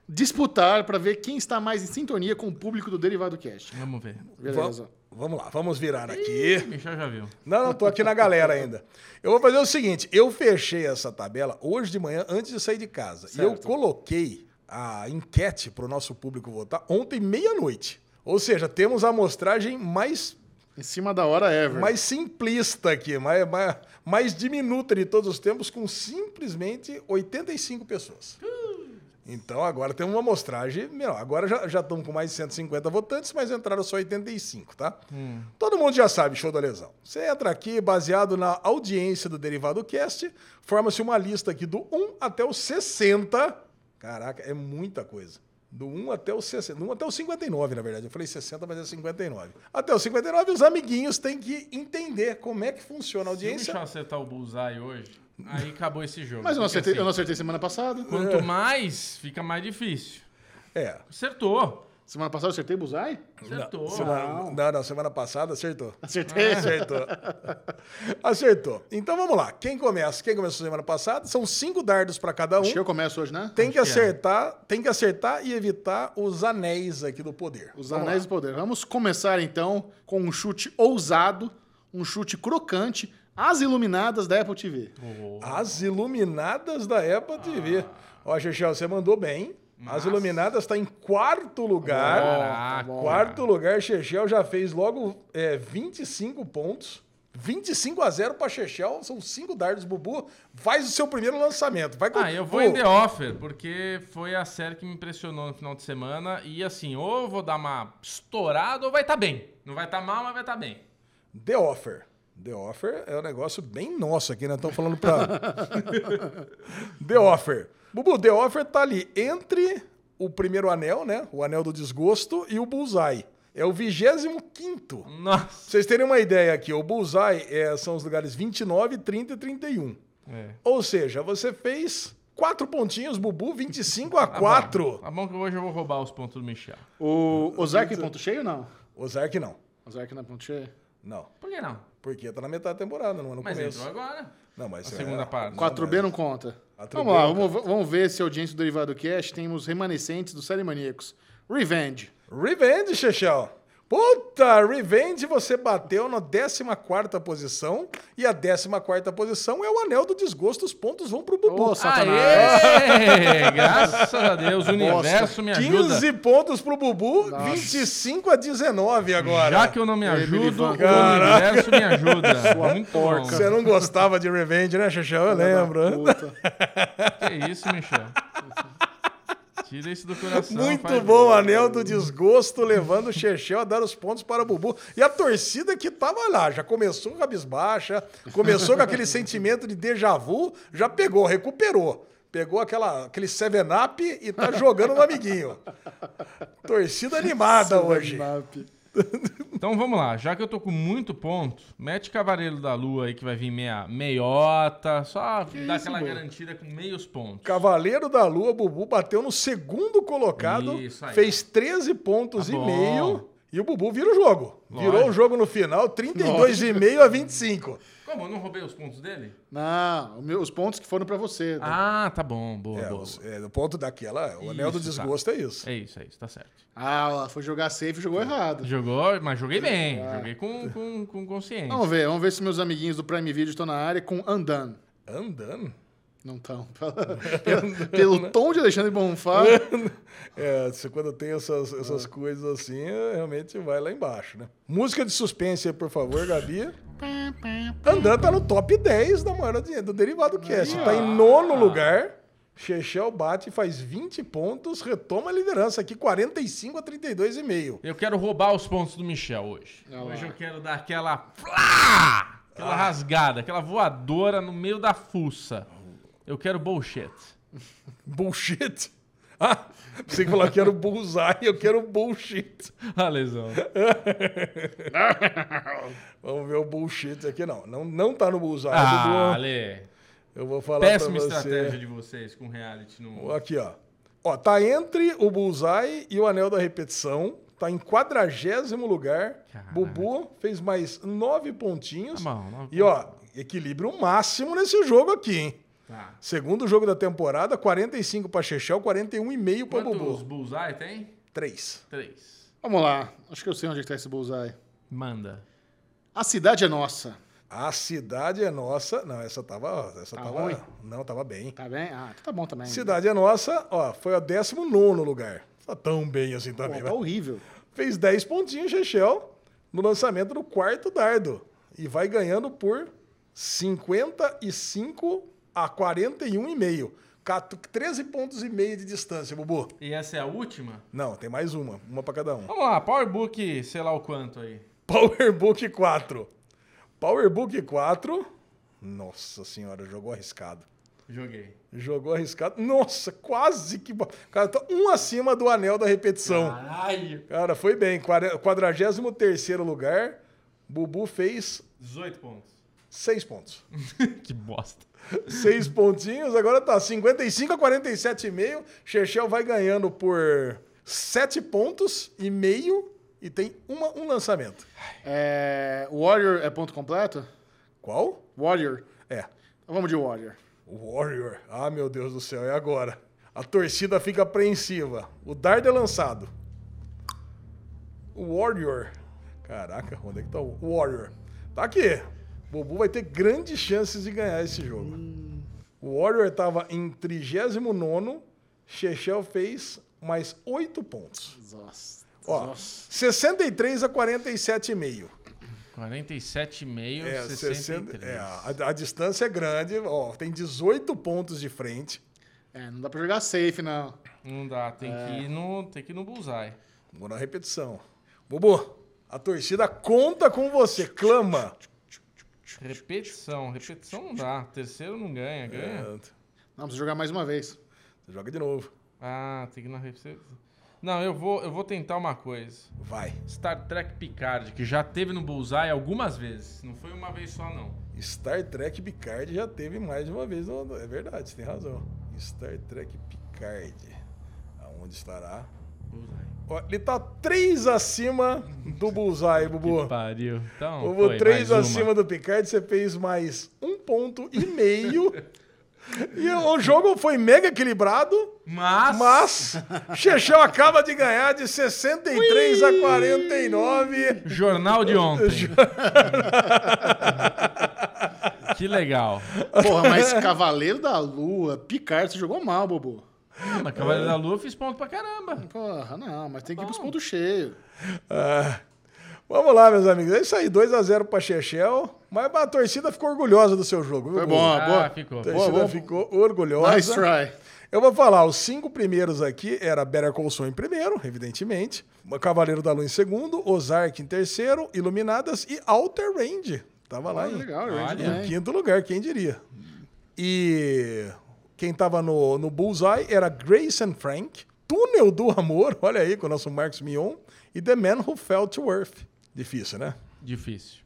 disputar pra ver quem está mais em sintonia com o público do Derivado Cast. Vamos ver. Beleza. Vamos lá, vamos virar aqui. Michel já viu. Não, não, tô aqui na galera ainda. Eu vou fazer o seguinte: eu fechei essa tabela hoje de manhã, antes de sair de casa. E eu Certo. coloquei a enquete para o nosso público votar ontem, meia-noite. Ou seja, temos a amostragem mais, Em cima da hora, Ever. mais simplista aqui, mais, mais, mais diminuta de todos os tempos, com simplesmente 85 pessoas. Então agora temos uma amostragem menor. Agora já, já estamos com mais de 150 votantes, mas entraram só 85, tá? Todo mundo já sabe, show da lesão. Você entra aqui, baseado na audiência do Derivado Cast, forma-se uma lista aqui do 1 até o 60. Caraca, é muita coisa. Do 1 até o 60. Do 1 até o 59, na verdade. Eu falei 60, mas é 59. Até o 59, os amiguinhos têm que entender como é que funciona a Se o audiência. Michel acertar o Bullseye hoje, aí acabou esse jogo. Mas eu não, Porque, acertei, assim, eu não acertei semana passada. Quanto mais, fica mais difícil. É. Acertou. Semana passada eu acertei Buzai? Acertou. Semana- não, não, semana passada acertou. Acertei. Acertou. Acertou. Então vamos lá. Quem começa? Quem começou semana passada? São cinco dardos para cada um. Acho que eu começo hoje, né? Tem que Acho que é. acertar, tem que acertar e evitar os anéis aqui do poder. Os Vamos anéis do poder. Vamos começar então com um chute ousado, um chute crocante, as iluminadas da Apple TV. Oh, lá. As iluminadas da Apple TV. Ah. Ó, Xexel, você mandou bem. As iluminadas está em quarto lugar. tá Caraca. quarto lugar, Xexel já fez logo é, 25 pontos. 25 a 0 para Xexel, são cinco dardos, Bubu. Faz o seu primeiro lançamento. Vai com- Ah, eu vou em The Offer, porque foi a série que me impressionou no final de semana. E assim, ou eu vou dar uma estourada ou vai estar bem. Não vai estar mal, mas vai estar bem. The Offer. The Offer é um negócio bem nosso aqui, né? Estamos falando pra. The Offer. Bubu, The Offer tá ali entre o primeiro anel, né? O anel do desgosto e o Bullseye. É o 25. Pra Nossa. vocês terem uma ideia aqui, o Bullseye é, são os lugares 29, 30 e 31. É. Ou seja, você fez quatro pontinhos, Bubu, 25 a 4. Tá bom que hoje eu vou roubar os pontos do Michel. O Ozark é ponto cheio ou não? Ozark não. Ozark não é ponto cheio? Não. Por que não? Porque tá na metade da temporada, não é no Mas começo. entrou agora. Não, mas é A segunda parte. 4B não conta. 4B Vamos lá, não vamos, vamos ver se a audiência do Derivado Cash tem os remanescentes do Série Maníacos. Revenge. Revenge, Chechel. Puta, Revenge você bateu na 14 posição. E a 14 posição é o anel do desgosto. Os pontos vão pro Bubu. Ô, Satanás. Aê! Graças a Deus, o universo me ajuda. 15 pontos pro Bubu, 25 a 19 agora. Já que eu não me Ele me ajudo, o levanta. universo me ajuda. Muito bom. Você não gostava de Revenge, né, Chechel? Eu lembro. Puta. Que isso, Michel? Tira isso do coração. Muito faz- bom, anel do desgosto, levando o Chechel a dar os pontos para o Bubu. E a torcida que tava lá, já começou com a bisbaixa, começou com aquele sentimento de déjà vu, já pegou, recuperou. Pegou aquela, aquele 7-up e tá jogando no amiguinho. Torcida animada Ah, hoje. Então vamos lá, já que eu tô com muito ponto, mete Cavaleiro da Lua aí que vai vir meia meiota, só dar isso, aquela mano? garantida com meios pontos. Cavaleiro da Lua, Bubu bateu no segundo colocado, Isso aí. fez 13 pontos Tá e bom. meio. E o Bubu vira o jogo. Virou Lógico. o jogo no final, 32,5 a 25. Como? Eu não roubei os pontos dele? Não, o meu- os pontos que foram pra você. né? Ah, tá bom. Boa, É, boa. os- é, o ponto daquela, o anel do Isso, tá. desgosto é isso. É isso, é isso. Tá certo. Ah, lá, foi jogar safe e jogou errado. Jogou, mas É. joguei bem. Joguei com, com, com consciência. Vamos ver, vamos ver se meus amiguinhos do Prime Video estão na área com Andan. Tá Andando? Não estão. pelo, pelo tom de Alexandre Bonfá. É, se quando tem essas, essas Ah. coisas assim, é, realmente vai lá embaixo, né? Música de suspense, aí, por favor, Gabi. Andando tá no top 10 da maior audiência, do Derivado Cast. Tá em nono lugar. Chechel bate, faz 20 pontos, retoma a liderança aqui, 45 a 32,5. Eu quero roubar os pontos do Michel hoje. Ah. Ah lá. hoje eu quero dar aquela. flá! Aquela rasgada, aquela voadora no meio da fuça. Eu quero bullshit. Bullshit. Ah, você que falou que quero bullseye, eu quero bullshit. Ah, lesão. Vamos ver o bullshit aqui, não. Não, não tá no bullseye. Ah, Dudu. Ale. Eu vou falar Péssima pra você. estratégia de vocês com reality no. Aqui, ó. Ó, tá entre o Bullseye e o Anel da Repetição. Tá em quadragésimo lugar. Caraca. Bubu fez mais nove pontinhos. Tá bom, nove e, ó, equilíbrio máximo nesse jogo aqui, hein? Tá. Segundo jogo da temporada, 45 pra Chechel, 41,5 pra Quantos Bubu. bullseye tem? Três. Três. Vamos lá. Acho que eu sei onde é que tá esse bullseye. Manda. A cidade é nossa. A cidade é nossa. Não, essa tava. ó, Essa Tá tava. ruim? Não, tava bem. Tá bem? Ah, tá bom também. Cidade é nossa, ó, foi o 19 lugar. Tá tão bem assim Pô, também. tá né? horrível. fez 10 pontinhos, Chechel, no lançamento do quarto dardo. E vai ganhando por 55 a 41,5. Cat- 13 pontos e meio de distância, Bubu. E essa é a última? Não, tem mais uma. Uma pra cada um. Vamos lá, Powerbook, sei lá o quanto aí. Powerbook 4. Powerbook 4. Nossa senhora, jogou arriscado. Joguei. Jogou arriscado. Nossa, quase que. bo- Cara, tá um acima do anel da repetição. Caralho! Cara, foi bem. 43 lugar. Bubu fez 18 pontos. seis pontos. que bosta. seis pontinhos, agora tá 55 a 47,5. Chechel vai ganhando por sete pontos e meio e tem uma, um lançamento. É, Warrior é ponto completo? Qual? Warrior. É. Então vamos de Warrior. Warrior. Ah, meu Deus do céu, é agora. A torcida fica apreensiva. O dardo é lançado. O Warrior. Caraca, onde é que tá o Warrior? Tá aqui. Bobu vai ter grandes chances de ganhar esse jogo. O Warrior tava em 39, Chechel fez mais 8 pontos. Nossa. Ó, 63 a 47,5. 47,5, É, 63. 60, é, a, a distância é grande, ó, tem 18 pontos de frente. É, não dá pra jogar safe, não. Não dá, tem, que ir no, tem que ir no bullseye. Vou na repetição. Bubu, a torcida conta com você, clama. Repetição, repetição não dá. Terceiro não ganha, ganha. É, Não, precisa jogar mais uma vez. joga de novo. Ah, tem que ir na repetição. Não, eu vou, eu vou tentar uma coisa. Vai. Star Trek Picard, que já teve no bullseye algumas vezes. Não foi uma vez só, não. Star Trek Picard já teve mais de uma vez. no- É verdade, tem razão. Star Trek Picard. Aonde estará? Bullseye. Ó, ele tá 3 acima do Bullseye, Bubu. Que pariu. Então, Bubu, foi, 3 mais acima uma. do Picard, você fez mais um ponto e meio. E o jogo foi mega equilibrado. Mas... Mas Chechel acaba de ganhar de 63 a 49. Jornal de ontem. que legal. Porra, mas Cavaleiro da Lua, Picard, você jogou mal, Bobo. Ah, mas Cavaleiro da Lua eu fiz ponto pra caramba. Porra, não, mas tem que ir pros pontos cheios. Ah, vamos lá, meus amigos. É isso aí, 2x0 para Chechel. Mas a torcida ficou orgulhosa do seu jogo. viu, Foi Gugu? bom, Ah, boa. ficou. A torcida Boa, boa. ficou Nice orgulhosa. try. Eu vou falar, os cinco primeiros aqui era Better Call Saul em primeiro, evidentemente. Cavaleiro da Lua em segundo, Ozark em terceiro, Iluminadas e Outer Range. Tava lá Ah, em legal, né? Olha. Range Em bem. quinto lugar, quem diria? E quem tava no, no Bullseye era Grace and Frank, Túnel do Amor, olha aí, com o nosso Marcos Mion, e The Man Who Fell to Earth. Difícil, né? Difícil.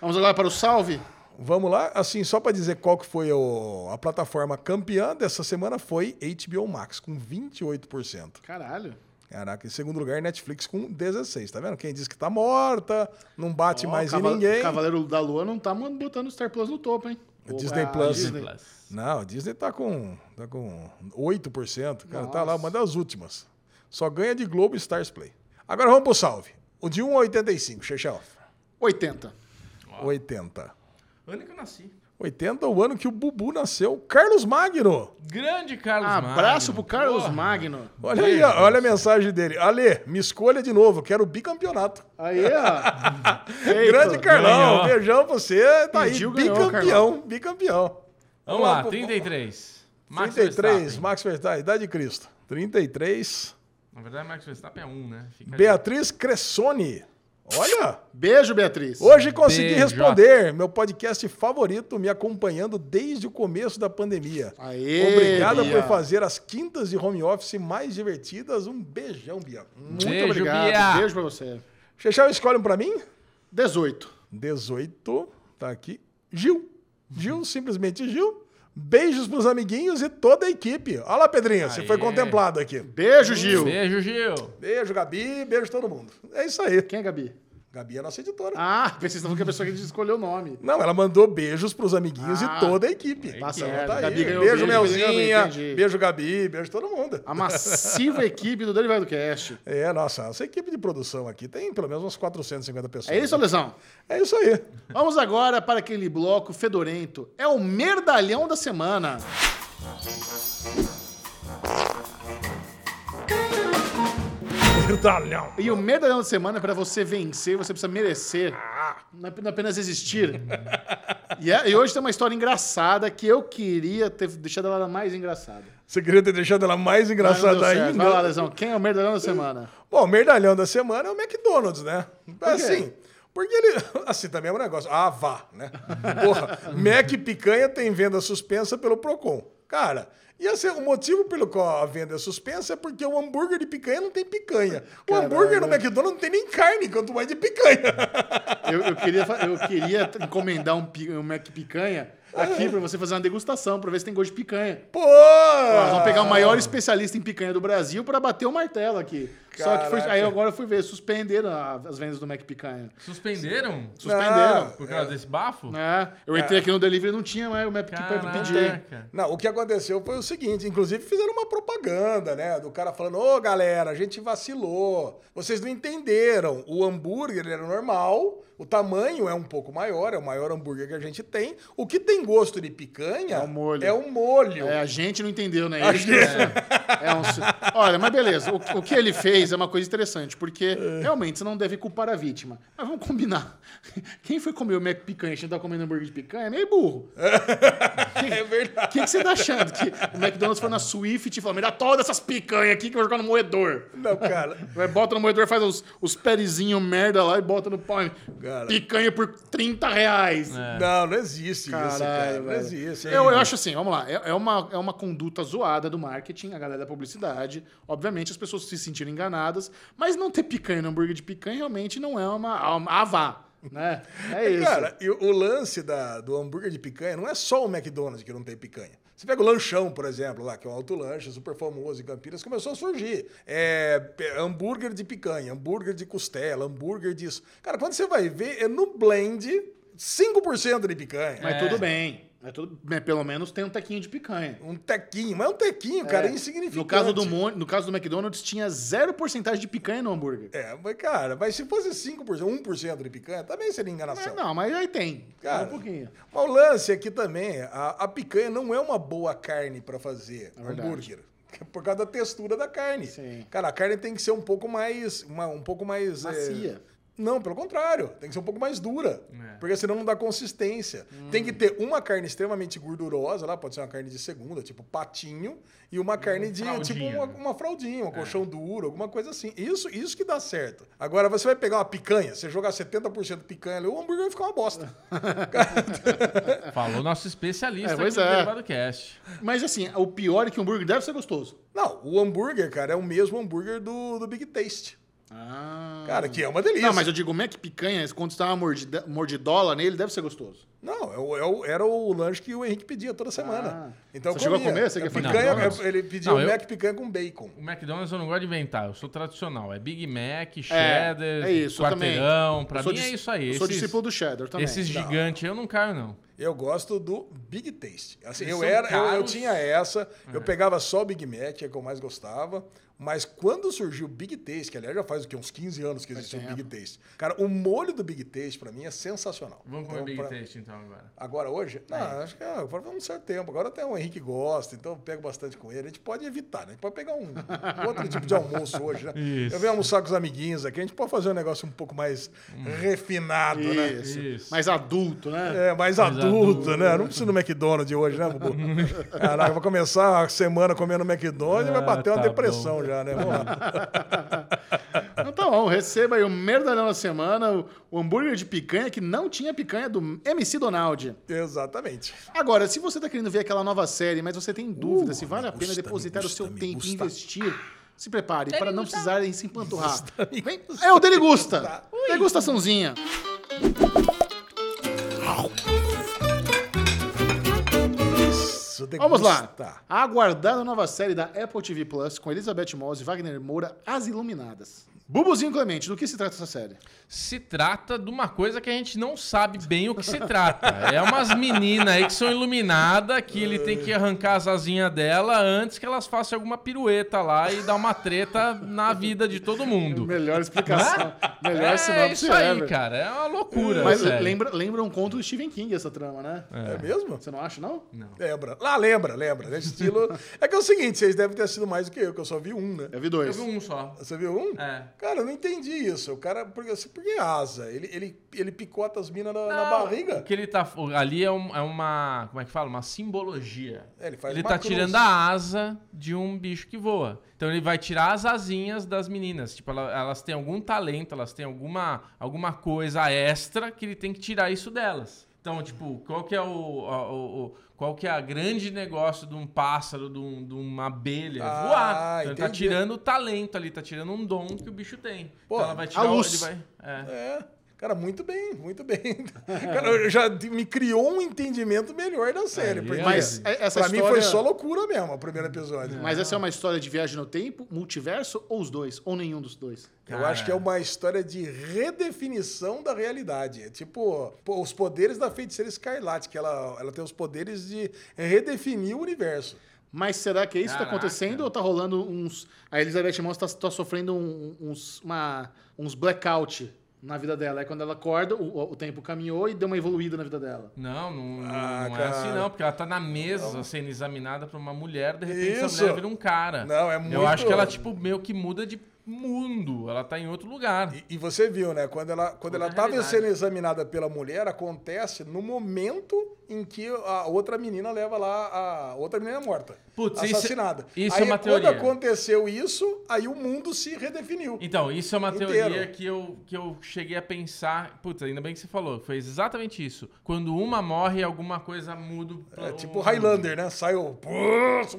Vamos agora para o salve. Vamos lá, assim, só para dizer qual que foi o- a plataforma campeã dessa semana foi HBO Max, com 28%. Caralho. Caraca, em segundo lugar, Netflix com 16, tá vendo? Quem diz que tá morta, não bate Ó, mais Cavale- em ninguém. Cavaleiro da Lua não tá mano, botando Star Plus no topo, hein? O Ô, Disney a Plus. Disney. Plus. Não, a Disney tá com, tá com 8%. Cara, tá lá, uma das últimas. Só ganha de Globo e Stars Play. Agora vamos pro salve. O de 1 a 85, Xexel. 80. 80. Ano que eu nasci. 80 é o ano que o Bubu nasceu, Carlos Magno. Grande Carlos Abraço Magno. pro Carlos Porra. Magno. Olha aí, ó, olha a mensagem dele. Ale, me escolha de novo, quero o bicampeonato. Aí, ó. Feito. Grande Carlão, Ganhou. beijão pra você, tá aí, Pediu, ganhou, bicampeão, Carlão. bicampeão. Vamos lá, pro- 33. Max 33, Verstappen. Max Verstappen, idade de Cristo. 33, Na verdade, Max Verstappen é um, né? Fica Beatriz Cressoni. Olha, Beijo, Beatriz. hoje consegui Beijo. responder, meu podcast favorito, me acompanhando desde o começo da pandemia. Aê, Obrigado Bia. por fazer as quintas de home office mais divertidas. Um beijão, Bia. Muito Beijo, obrigado. Bia. Beijo pra você. Xexel, escolhe um pra mim? 18. 18, tá aqui. Gil. Uhum. Gil, simplesmente Gil. Beijos pros amiguinhos e toda a equipe. Olha lá, Pedrinha, você foi Aê. contemplado aqui. Beijo, Gil. Gil. Beijo, Gil. Beijo, Gabi. Beijo todo mundo. É isso aí. Quem é Gabi? Gabi é nossa editora. Ah, vocês estão falando que a pessoa que escolheu o nome. Não, ela mandou beijos pros amiguinhos Ah. e toda a equipe. Tá Então certo. Tá aí. Gabi Beijo, ganhou beijo, Gabi, Melzinha. entendi. Beijo, Gabi. Beijo todo mundo. A massiva equipe do Derivado Cast. É, nossa, essa equipe de produção aqui tem pelo menos umas 450 pessoas. É isso, Lesão? É isso aí. Vamos agora para aquele bloco fedorento. É o merdalhão da semana. Verdalhão. E o merdalhão da semana é para você vencer, você precisa merecer, não é apenas existir. E, é- e hoje tem uma história engraçada que eu queria ter deixado ela mais engraçada. Você queria ter deixado ela mais Mas não deu engraçada certo. Vai lá, ainda? Lesão. Quem é o merdalhão da semana? Bom, o merdalhão da semana é o McDonald's, né? Assim, porque ele. Assim, também é um negócio. Ah, vá, né? Porra, Mac picanha tem venda suspensa pelo Procon. Cara, e assim, o motivo pelo qual a venda é suspensa é porque o hambúrguer de picanha não tem picanha. O hambúrguer no McDonald's não tem nem carne, quanto mais de picanha. Eu, eu queria, fa- eu queria t- encomendar um, pi- um Mac Picanha aqui para você fazer uma degustação, para ver se tem gosto de picanha. Pô! Nós vamos pegar o Ah. maior especialista em picanha do Brasil para bater o martelo aqui. Só que foi, Caraca. Ah. aí agora eu fui ver, suspenderam a- as vendas do Mac Picanha. Suspenderam? Suspenderam. Por causa desse bafo? né? Eu É. entrei aqui no delivery e não tinha mais o Mac Picanha para pedir. Caraca. Não, o que aconteceu foi o seguinte, inclusive fizeram uma propaganda, né? Do cara falando, ô galera, a gente vacilou. Vocês não entenderam. O hambúrguer era normal, o tamanho é um pouco maior, é o maior hambúrguer que a gente tem. O que tem gosto de picanha É o molho. É, o molho. É, a gente não entendeu, né? A Eles gente- que- é um su- Olha, mas beleza. O, o que ele fez é uma coisa interessante, porque realmente você não deve culpar a vítima. Mas vamos combinar. Quem foi comer o Mac Picanha e achando que tá comendo hambúrguer de picanha é meio burro. É O verdade. que, que você tá achando? Que o McDonald's foi na Swift e falou: me dá todas essas picanhas aqui que eu vou jogar no moedor. Não, cara. Vai, bota no moedor, faz os, os perezinhos merda lá e bota no pau. Cara. Picanha por 30 reais. Não, não existe isso, cara. É. Caralho, Não velho. existe. Eu, eu acho assim, vamos lá. É, é uma, é uma conduta zoada do marketing, a galera da publicidade. Obviamente, as pessoas se sentiram enganadas, mas não ter picanha no hambúrguer de picanha realmente não é uma, uma avá, né? É isso. Cara, e o lance da- do hambúrguer de picanha não é só o McDonald's que não tem picanha. Você pega o lanchão, por exemplo, lá, que é um autolanche super famoso em Campinas, começou a surgir. É, pe- hambúrguer de picanha, hambúrguer de costela, hambúrguer disso. Cara, quando você vai ver, é no blend 5% de picanha. mas é. tudo bem. Mas tudo- mas pelo menos tem um tequinho de picanha. Um tequinho, mas é um tequinho, cara, é insignificante. No caso, do, Mon- no caso do McDonald's, tinha 0% de picanha no hambúrguer. É, mas cara, mas se fosse 5%, 1% de picanha, também seria enganação. Mas É, não, mas aí tem. Cara, um pouquinho. Mas o lance aqui também, a, a picanha não é uma boa carne para fazer É verdade. hambúrguer. é Por causa da textura da carne. Sim. Cara, a carne tem que ser um pouco mais. uma- um pouco mais. é, Macia. Não, pelo contrário, tem que ser um pouco mais dura. É. Porque senão não dá consistência. Hum. Tem que ter uma carne extremamente gordurosa, lá pode ser uma carne de segunda, tipo patinho, e uma carne de tipo fraldinha, uma, né? uma fraldinha, um colchão duro, alguma coisa assim. Isso, isso que dá certo. Agora você vai pegar uma picanha, você jogar 70% picanha ali, o hambúrguer vai ficar uma bosta. Falou nosso especialista É, pois aqui é. do Derivado Cast. Mas assim, o pior é que o hambúrguer deve ser gostoso. Não, o hambúrguer, cara, é o mesmo hambúrguer do, do Big Taste. Ah. Cara, que é uma delícia. Não, mas eu digo, Mac Picanha, quando você dá uma mordida, mordidola nele, deve ser gostoso. Não, é o- é o- era o lanche que o Henrique pedia toda semana. Ah. então eu Você chegou a comia. comer? Você quer fazer picanha, é, McDonald's? Ele pediu Não, o eu- Mac picanha com bacon. O McDonald's eu não gosto de inventar, eu sou tradicional. É Big Mac, cheddar, é isso, eu também. quarteirão. Pra Eu sou mim é dis- isso aí. eu Esses, sou discípulo do Cheddar também. esses Tá. gigantes eu não caio, não. Eu gosto do Big Taste. Assim, Eles eu são era, eu, eu caros. tinha essa, eu É. pegava só o Big Mac, é que eu mais gostava. Mas quando surgiu o Big Taste, que aliás já faz o quê? Uns 15 anos que existe o Big Taste. Cara, o molho do Big Taste pra mim é sensacional. Vamos comer Então, Big pra- Taste então agora. Agora hoje? Não, acho que ah, agora foi um certo tempo. Agora até o Henrique gosta, então eu pego bastante com ele. A gente pode evitar, né? A gente pode pegar um outro tipo de almoço hoje, né? Isso. Eu venho almoçar com os amiguinhos aqui, a gente pode fazer um negócio um pouco mais refinado, né? Isso. Isso. Mas adulto, né? É, mais, adulto, adulto. né? Não precisa do McDonald's de hoje, né, Bubu? Caraca, vou começar a semana comendo McDonald's e vai Ah, bater uma tá depressão já, né? Vamos lá. Então tá bom, receba aí o Merdalhão da Semana, o- o hambúrguer de picanha que não tinha picanha do MC Donald. Exatamente. Agora, se você tá querendo ver aquela nova série, mas você tem dúvida se vale a me pena gusta, depositar me o seu gusta, me tempo e gusta. investir, se prepare para não precisarem se empanturrar. Vem, é o Derigusta! Degustaçãozinha. Isso, Vamos degusta. lá. A aguardada nova série da Apple TV Plus com Elizabeth Moss e Wagner Moura, As Iluminadas. Bubuzinho Clemente, do que se trata essa série? Se trata de uma coisa que a gente não sabe bem o que se trata. É umas meninas aí que são iluminadas, que ele tem que arrancar as asinhas dela antes que elas façam alguma pirueta lá e dar uma treta na vida de todo mundo. Melhor explicação. Melhor é sinopse isso aí, ever. cara. É uma loucura. Mas sério. lembra, lembra um conto do Stephen King essa trama, né? É mesmo? Você não acha, não? Lembra. Lá lembra, lembra. Nesse estilo. É que é o seguinte, vocês devem ter assistido mais do que eu, que eu só vi um, né? Eu vi Eu dois. vi um só. Você viu um? É. Cara, eu não entendi isso. O cara, porque, assim, por que asa? Ele, ele, ele picota as minas na, na Não, O barriga? que ele tá. Ali é, um- é uma. Como é que fala? Uma simbologia. É, ele faz uma tá cruz. tirando a asa de um bicho que voa. Então ele vai tirar as asinhas das meninas. Tipo, ela- elas têm algum talento, elas têm alguma, alguma coisa extra que ele tem que tirar isso delas. Então, tipo, qual que é o. a- o- o- qual que é a grande negócio de um pássaro, de, um- de uma abelha? É Ah, voar. Então ele tá entendi. tirando o talento ali, tá tirando um dom que o bicho tem. Pô, então ela vai a tirar o- luz. Ele vai, é. É. Cara, muito bem, muito bem. Cara, eu já de- me criou um entendimento melhor da série. Aí, porque Mas é- essa pra mim foi história- só loucura mesmo, o primeiro episódio. Mas essa é uma história de viagem no tempo, multiverso ou os dois? Ou nenhum dos dois? Eu acho que é uma história de redefinição da realidade. É tipo pô, os poderes da feiticeira escarlate, que ela, ela tem os poderes de redefinir o universo. Mas será que é isso que tá Caraca. acontecendo ou tá rolando uns. A Elizabeth Moss tá, tá sofrendo um- uns, uma- uns blackout na vida dela. É quando ela acorda, o, o tempo caminhou e deu uma evoluída na vida dela. Não, não, Ah, não é cara. assim não, porque ela tá na mesa sendo examinada por uma mulher, de repente essa Isso. mulher vira um cara. Não, é muito- Eu acho que ela, tipo, meio que muda de mundo. Ela tá em outro lugar. E, e você viu, né? Quando ela quando Outra ela estava realidade. sendo examinada pela mulher, acontece no momento em que a outra menina leva lá a outra menina morta, Putz, isso é- assassinada. isso é aí, uma quando teoria. aconteceu isso, aí o mundo se redefiniu. Então, isso é uma Inteiro. teoria que eu, que eu cheguei a pensar. Puta, ainda bem que você falou. Foi exatamente isso. Quando uma morre, alguma coisa muda. pra- É tipo Highlander, né? Sai o...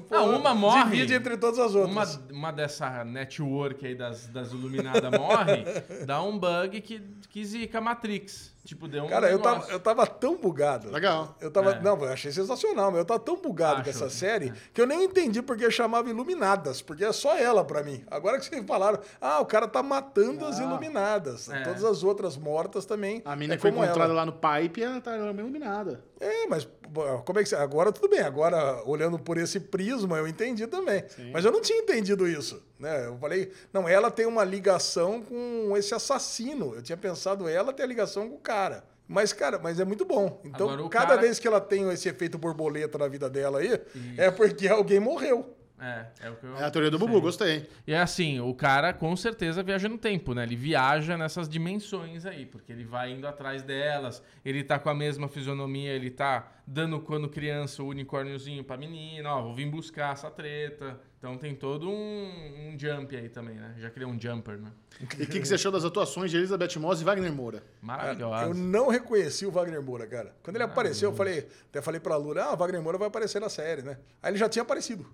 Não, Ah, uma morre. Divide entre todas as Uma, outras. uma dessa network aí das, das iluminadas morre, dá um bug que, que zica a Matrix. Tipo, deu um Cara, eu negócio. tava, eu tava tão bugado. Legal. Eu tava, É. Não, eu achei sensacional, mas eu tava tão bugado com Acho. é. essa série que eu nem entendi porque chamava Iluminadas, porque é só ela pra mim. Agora que vocês falaram, ah, o cara tá matando as Iluminadas. Ah. É. Todas as outras mortas também. A mina é que foi como ela. encontrada lá no pipe ela tá iluminada. É, mas pô, como é que você... Agora tudo bem, agora olhando por esse prisma eu entendi também. Mas eu não tinha entendido isso, né? Eu falei, não, ela tem uma ligação com esse assassino. Eu tinha pensado ela ter a ligação com o cara. Mas, cara, mas é muito bom. Então, Agora, o cada cara- vez que ela tem esse efeito borboleta na vida dela aí, é porque alguém morreu. É, é o que eu... É a teoria do Bubu, gostei. E é assim, o cara com certeza viaja no tempo, né? Ele viaja nessas dimensões aí, porque ele vai indo atrás delas, ele tá com a mesma fisionomia, ele tá dando quando criança o unicórniozinho pra menina, ó, vou vir buscar essa treta. Então tem todo um, um jump aí também, né? Já criou um jumper, né? E o que, que você achou das atuações de Elizabeth Moss e Wagner Moura? Maravilhosa. Eu não reconheci o Wagner Moura, cara. Ah, Quando ele apareceu, eu falei, até falei pra Lura, ah, o Wagner Moura vai aparecer na série, né? Aí ele já tinha aparecido.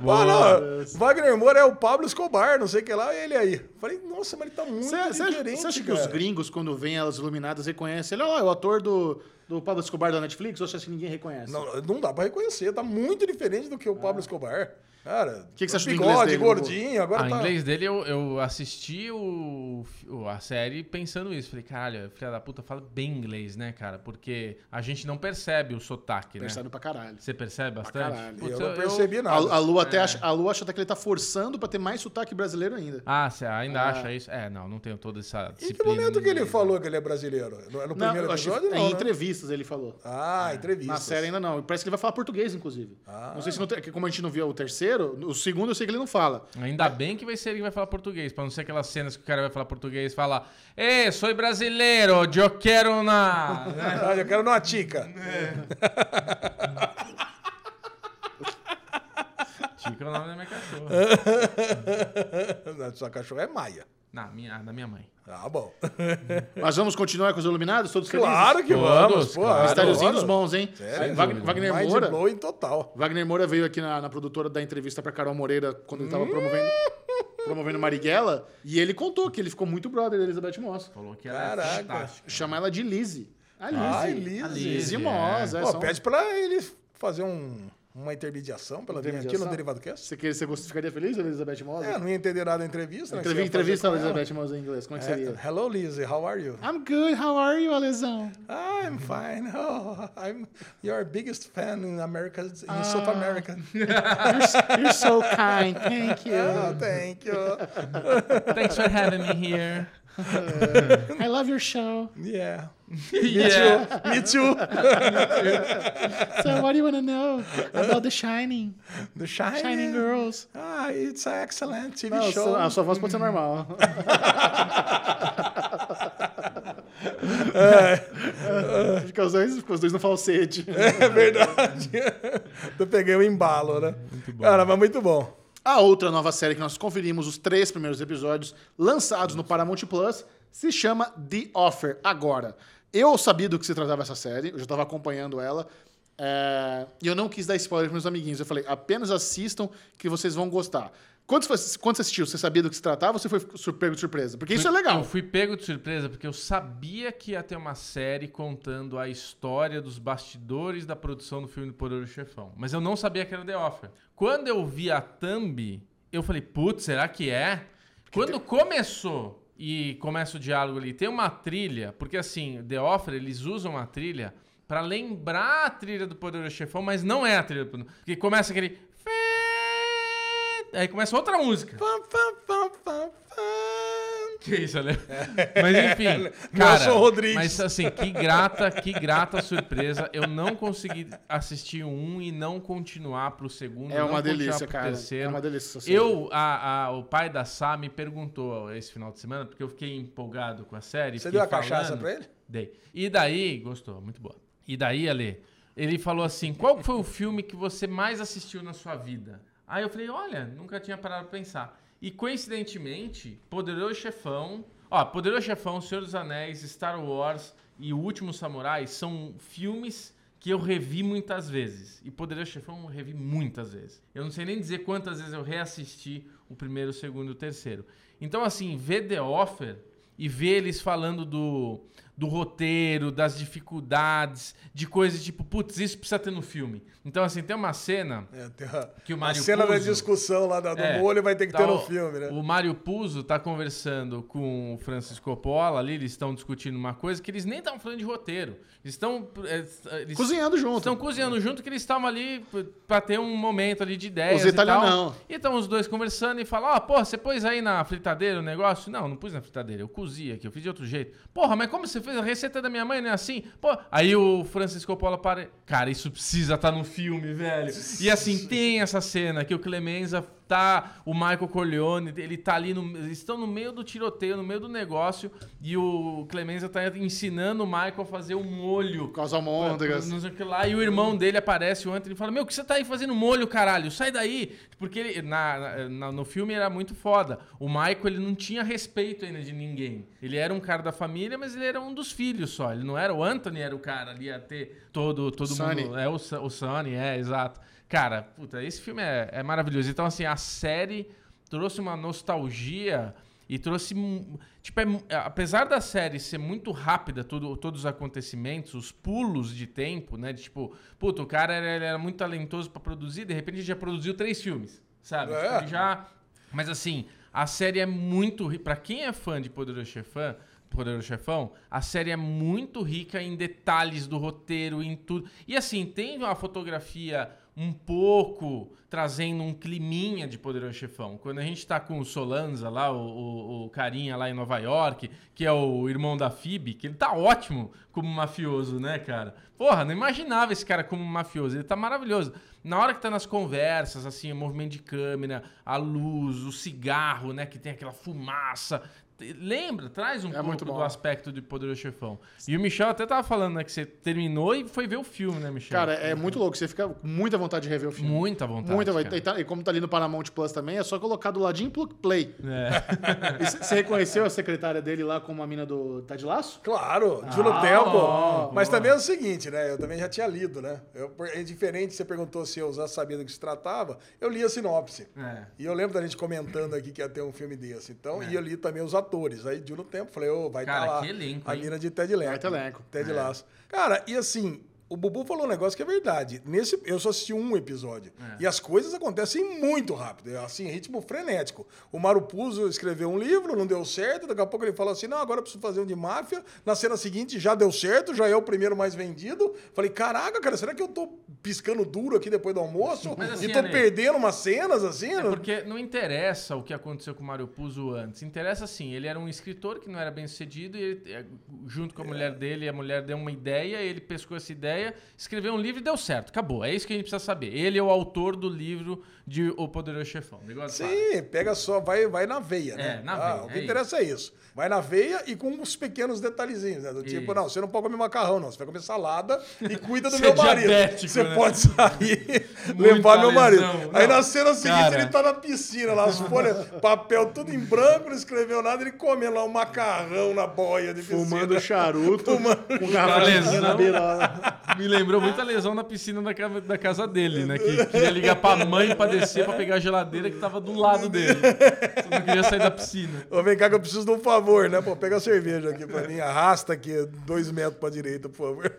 Boa. Ah, não, Wagner Moura é o Pablo Escobar, não sei o que lá, e ele aí. Falei, nossa, mas ele tá muito Você você acha, diferente, você acha que cara. os gringos, quando veem elas iluminadas, reconhecem? Olha lá, é o ator do, do Pablo Escobar da Netflix? Ou você acha que ninguém reconhece? Não, não dá pra reconhecer, tá muito diferente do que o Pablo Escobar. Cara, É. Que que você acha do bigode, inglês dele, gordinho, agora Ah, tá... o inglês dele, eu, eu assisti o, o- a série pensando isso. Falei, caralho, filha da puta, fala bem inglês, né, cara? Porque a gente não percebe o sotaque, né? é. Percebe pra caralho. Você percebe bastante? caralho. Eu Putz, não percebi A, nada. É. a Lu até acha, a Lu acha até que ele tá forçando pra ter mais sotaque brasileiro ainda. Ah, você ainda acha isso? É, não, não tenho toda essa Em disciplina. que momento no que ele inglês, falou que ele é brasileiro? No, no Não, primeiro eu achei- episódio, não, em né? entrevistas ele falou. Ah, entrevista. É, Na série né? ainda não. Parece que ele vai falar português, inclusive. Ah. Não sei se no, ter- que como a gente não viu o terceiro, o segundo eu sei que ele não fala. né? Ainda bem que vai ser ele que vai falar português, pra não ser aquelas cenas que o cara vai falar português e fala Ê, sou brasileiro, eu quero na... né? Ah, eu quero numa tica. É. Chico é o nome da minha cachorra. Sua cachorra é maia. Na minha, da minha mãe. Ah, bom. Mas vamos continuar com os iluminados, todos Claro que Todos, vamos, pô. claro. felizes? Mistériozinho Mistériozinho dos bons, hein? Sério? Wagner, Wagner Mind Moura... blowing total. Wagner Moura veio aqui na, na produtora da entrevista pra Carol Moreira quando ele tava promovendo, promovendo Marighella e ele contou que ele ficou muito brother da Elizabeth Moss. Falou que ela é Caraca. fantástica. Chama ela de Lizzie. A Lizzie. Ai, A Lizzie. Lizzie Lizzie, Moss. É. Pô, são- pede pra ele fazer um- uma intermediação pela linha aqui no Intermediação. Derivado Cast. Você, queria, você gost- ficaria feliz da Elizabeth Moss? É, não ia entender nada da entrevista. né, que Entrevi- você ia fazer entrevista com da ela. Elizabeth Moss em inglês. Como é que seria? É, Hello, Lizzie, how are you? I'm good, how are you, Alesão? I'm fine. Oh, I'm your biggest fan in America, in Ah. South America. You're, s- you're so kind, thank you. Oh, thank you. Thanks for having me here. I love your show. Yeah. yeah. Me too. So what do you want to know about The Shining? The Shining. Shining Girls. Ah, it's an excellent TV Não, show. sua- a sua voz pode ser normal. Fica os dois, fica os dois no falsete. É verdade. Eu peguei o embalo, né? Muito bom. Cara, mas muito bom. A outra nova série que nós conferimos os três primeiros episódios lançados no Paramount Plus se chama The Offer. Agora, eu sabia do que se tratava essa série, eu já estava acompanhando ela. é, e eu não quis dar spoiler para meus amiguinhos. Eu falei, apenas assistam que vocês vão gostar. Quando você, quando você assistiu, você sabia do que se tratava ou você foi sur- pego de surpresa? Porque isso é Eu legal. fui pego de surpresa porque eu sabia que ia ter uma série contando a história dos bastidores da produção do filme do Poderoso Chefão. Mas eu não sabia que era The Offer. Quando eu vi a thumb, eu falei, putz, será que é? Quando começou e começa o diálogo ali, tem uma trilha, porque assim, The Offer, eles usam a trilha pra lembrar a trilha do Poderoso Chefão, mas não é a trilha do Poderoso Porque começa aquele... Aí começa outra música. Fam, fam, fam, fam, fam. Que isso, Ale? Mas enfim, cara, É. Nelson Rodrigues. mas assim, que grata, que grata surpresa. Eu não consegui assistir um e não continuar pro segundo. É não uma continuar delícia, pro cara. É Terceiro. uma delícia. essa série. Eu, a- a- o pai da Sá me perguntou esse final de semana, porque eu fiquei empolgado com a série. Você fiquei deu a cachaça falando. pra ele? Dei. E daí, gostou, muito boa. E daí, Ale, ele falou assim: qual foi o filme que você mais assistiu na sua vida? Aí eu falei: olha, nunca tinha parado pra pensar. E coincidentemente, Poderoso Chefão. Ó, Poderoso Chefão, Senhor dos Anéis, Star Wars e O Último Samurai são filmes que eu revi muitas vezes. E Poderoso Chefão eu revi muitas vezes. Eu não sei nem dizer quantas vezes eu reassisti o primeiro, o segundo e o terceiro. Então, assim, ver The Offer e ver eles falando do, do roteiro, das dificuldades, de coisas tipo, putz, isso precisa ter no filme. Então, assim, tem uma cena. É, tem a, Que o a Mário cena da Puzo- discussão lá da- do É, molho vai ter que tá ter no o- filme, né? O Mário Puzo tá conversando com o Francis Coppola ali, eles estão discutindo uma coisa que eles nem estavam falando de roteiro. Eles estão. é, eles Cozinhando junto. Estão cozinhando junto que eles estavam ali p- pra ter um momento ali de ideias. Os e italianão. tal. E estão os dois conversando e falam: Ó, porra, você pôs aí na fritadeira o negócio? Não, não pus na fritadeira, eu cozi aqui, eu fiz de outro jeito. Porra, mas como você fez a receita da minha mãe, não é assim? Pô, aí o Francisco Coppola tá para. Cara, isso precisa estar no filme, velho. E assim, tem essa cena que o Clemenza tá o Michael Corleone, ele tá ali no. Eles estão no meio do tiroteio, no meio do negócio, e o Clemenza tá ensinando o Michael a fazer um molho. Com as almôndegas. Não sei o que lá, e o irmão dele aparece, o Anthony, e fala: Meu, o que você tá aí fazendo molho, caralho? Sai daí! Porque ele- na- na- na- no filme era muito foda. O Michael, ele não tinha respeito ainda de ninguém. Ele era um cara da família, mas ele era um dos filhos só. Ele não era o Anthony, era o cara ali a ter todo, todo Sonny. mundo. É o, Son- o Sonny, é, exato. Cara, puta, esse filme é, é maravilhoso. Então, assim, a série trouxe uma nostalgia e trouxe. um- Tipo, é mu- é, apesar da série ser muito rápida, tudo, todos os acontecimentos, os pulos de tempo, né? De, tipo, puta, o cara era, ele era muito talentoso pra produzir, de repente ele já produziu três filmes, sabe? É. Tipo, ele já. Mas assim, a série é muito. ri- Pra quem é fã de Poderoso Chefão, Poderoso Chefão, a série é muito rica em detalhes do roteiro, em tudo. E assim, tem uma fotografia um pouco trazendo um climinha de Poderoso Chefão. Quando a gente tá com o Solanza lá, o, o- o carinha lá em Nova York, que é o irmão da Phoebe, que ele tá ótimo como mafioso, né, cara? Porra, não imaginava esse cara como mafioso. Ele tá maravilhoso. Na hora que tá nas conversas, assim, o movimento de câmera, a luz, o cigarro, né, que tem aquela fumaça. Te- Lembra, traz um pouco É muito do bom. aspecto de Poderoso Chefão. E o Michel até tava falando, né, que você terminou e foi ver o filme, né, Michel? Cara, é muito louco. Você fica com muita vontade de rever o filme. Muita vontade. Muita vai cara. e, tá- e como tá ali no Paramount Plus também, é só colocar do ladinho pl- play. É. E c- Você reconheceu a secretária dele lá como a mina do Tá de Laço? Claro, Juno Ah, Tempo. Mas também é o seguinte, né? Eu também já tinha lido, né? Eu- é diferente, você perguntou se eu já sabia do que se tratava. Eu li a sinopse. É. E eu lembro da gente comentando aqui que ia ter um filme desse. Então, e eu li também os atores. Aí, Juno Tempo, falei, ô, vai Cara, estar lá. que elenco, a hein? mina de Ted Lasso. né? Vai ter elenco. É. Ted Lasso. Cara, e assim, o Bubu falou um negócio que é verdade. Nesse, eu só assisti um episódio. É. E as coisas acontecem muito rápido, é assim, ritmo frenético. O Marupuzo escreveu um livro, não deu certo, daqui a pouco ele fala assim: não, agora eu preciso fazer um de máfia. Na cena seguinte já deu certo, já é o primeiro mais vendido. Falei, caraca, cara, será que eu tô piscando duro aqui depois do almoço? Mas assim, e tô Ale- perdendo umas cenas assim? É não- porque não interessa o que aconteceu com o Mario Puzo antes. Interessa sim, ele era um escritor que não era bem sucedido, e ele, eh, junto com a mulher dele, a mulher deu uma ideia, ele pescou essa ideia, escreveu um livro e deu certo. Acabou. É isso que a gente precisa saber. Ele é o autor do livro de O Poderoso Chefão. Negócio claro. Sim, pega só, vai, vai na veia, né? É, na Ah, veia, O é que interessa é isso. Vai na veia e com uns pequenos detalhezinhos, né? Do tipo, Isso. não, você não pode comer macarrão, não. Você vai comer salada e cuida do Você meu é marido. diabético, Você né? pode sair, levar meu lesão. marido. Aí Não, na cena seguinte cara. ele tá na piscina, lá as folhas, papel tudo em branco, não escreveu nada, ele come lá um macarrão na boia de piscina. Fumando charuto, com garrafa Tá de vinho na lesão. beirola. Me lembrou muito a lesão na piscina da, ca- da casa dele, né? Que queria ligar pra mãe pra descer pra pegar a geladeira que tava do lado dele. Não queria sair da piscina. Ô, vem cá que eu preciso de um favor, né? Pô, pega a cerveja aqui pra mim, arrasta aqui dois metros pra direita, por favor.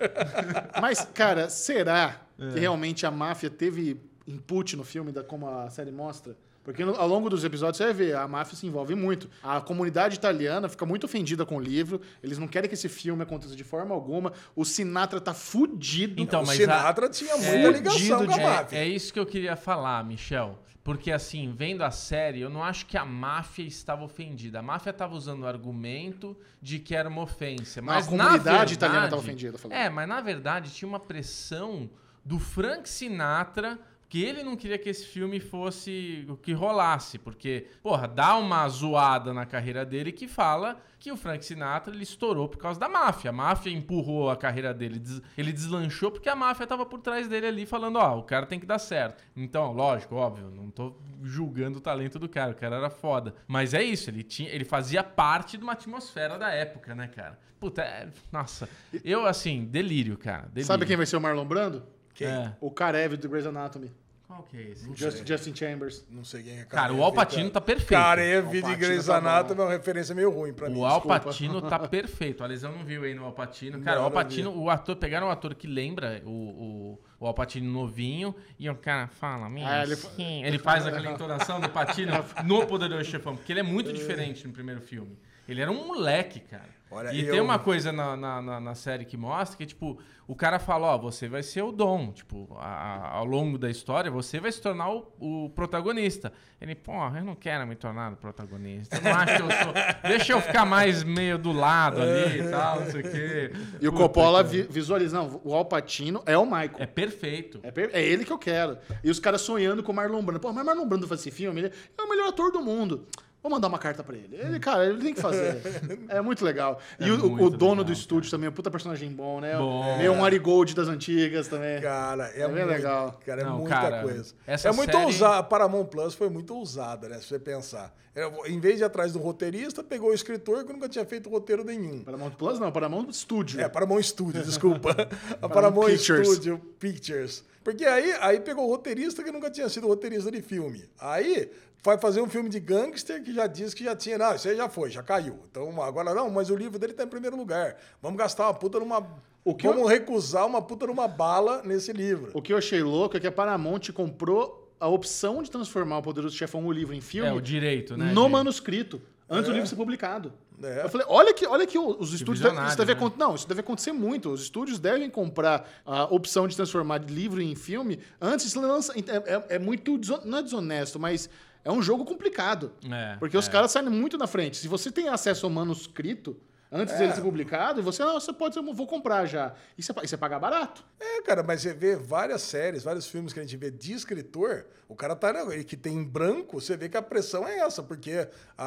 Mas, cara, será que realmente a máfia teve input no filme, da, como a série mostra? Porque no- ao longo dos episódios você vai ver, a máfia se envolve muito. A comunidade italiana fica muito ofendida com o livro, eles não querem que esse filme aconteça de forma alguma. O Sinatra tá fudido. Então, o mas a- Sinatra tinha muita ligação fudido com a de- máfia. É, é isso que eu queria falar, Michel. Porque, assim, vendo a série, eu não acho que a máfia estava ofendida. A máfia estava usando o argumento de que era uma ofensa. Não, Mas, a na comunidade verdade- italiana estava ofendida, eu falei. É, mas na verdade tinha uma pressão do Frank Sinatra que ele não queria que esse filme fosse o que rolasse, porque, porra, dá uma zoada na carreira dele que fala que o Frank Sinatra ele estourou por causa da máfia. A máfia empurrou a carreira dele, des- ele deslanchou porque a máfia tava por trás dele ali falando, ó, o cara tem que dar certo. Então, lógico, óbvio, não tô julgando o talento do cara, o cara era foda, mas é isso, ele tinha, ele fazia parte de uma atmosfera da época, né, cara? Puta, é, nossa. Eu, assim, delírio, cara. Delírio. Sabe quem vai ser o Marlon Brando? Quem? É. O Karev do Grey's Anatomy. Qual que é esse? Just- Justin Chambers. Não sei quem é Cara, o Al Alpatino tá perfeito. Cara, é vídeo de Pacino Grey's tá bom. Anatomy é uma referência meio ruim pra mim. o desculpa. Alpatino tá perfeito. A lesão não viu aí no Alpatino. Cara, Não, o não Alpatino, o ator, pegaram um ator que lembra o, o, o Alpatino novinho e o cara fala, minha, Ah, ele- sim. ele faz aquela entonação do Patino É. no Poderoso Chefão, porque ele é muito diferente no primeiro filme. Ele era um moleque, cara. Olha, e eu- tem uma coisa na, na, na- na série que mostra que, tipo, o cara fala, ó, você vai ser o Dom. Tipo, a- a- ao longo da história, você vai se tornar o, o protagonista. Ele, porra, eu não quero me tornar o protagonista. Eu não acho que eu sou... Deixa eu ficar mais meio do lado ali e tal, não sei o quê. É. E o Puta, Coppola cara. vi, visualiza, não, o Al Pacino é o Michael. É perfeito. É, per- é ele que eu quero. E os caras sonhando com o Marlon Brando. Pô, mas Marlon Brando faz esse filme, ele é o melhor ator do mundo. Vou mandar uma carta pra ele. Ele, cara, ele tem que fazer. É muito legal. e É o, o muito dono legal, do estúdio também, é um puta personagem bom, né? Bom. é. Meio um Arigold das antigas também. Cara, é, É bem muito, legal. Cara, é Não, muita cara, coisa. essa é muito série- ousada. A Paramount Plus foi muito ousada, né? Se você pensar. Era- em vez de ir atrás do roteirista, pegou o escritor que nunca tinha feito roteiro nenhum. Paramount Plus não, Paramount Studio. É, Paramount Studio, desculpa. A Paramount Paramount Pictures. Studio Pictures. Porque aí, aí pegou o roteirista que nunca tinha sido roteirista de filme. Aí vai fazer um filme de gangster que já disse que já tinha. Não, isso aí já foi, já caiu. Então agora não, mas o livro dele tá em primeiro lugar. Vamos gastar uma puta numa. O que Vamos recusar uma puta numa bala nesse livro. O que eu achei louco é que a Paramount comprou a opção de transformar o Poderoso Chefão o livro em filme É, o direito, né? no de- manuscrito, antes do livro ser publicado. É. Eu falei, olha que, olha que os estúdios. visionário, isso deve né? acon- Não, isso deve acontecer muito. Os estúdios devem comprar a opção de transformar de livro em filme antes de lançar. É, é- é muito. deson- Não é desonesto, mas é um jogo complicado. É, porque os é. caras saem muito na frente. Se você tem acesso ao manuscrito. Antes É. dele ser publicado, você, não, você pode, eu vou comprar já. E você, pa- e você paga barato. É, cara, mas você vê várias séries, vários filmes que a gente vê de escritor, o cara tá na- ele que tem em branco, você vê que a pressão é essa, porque a,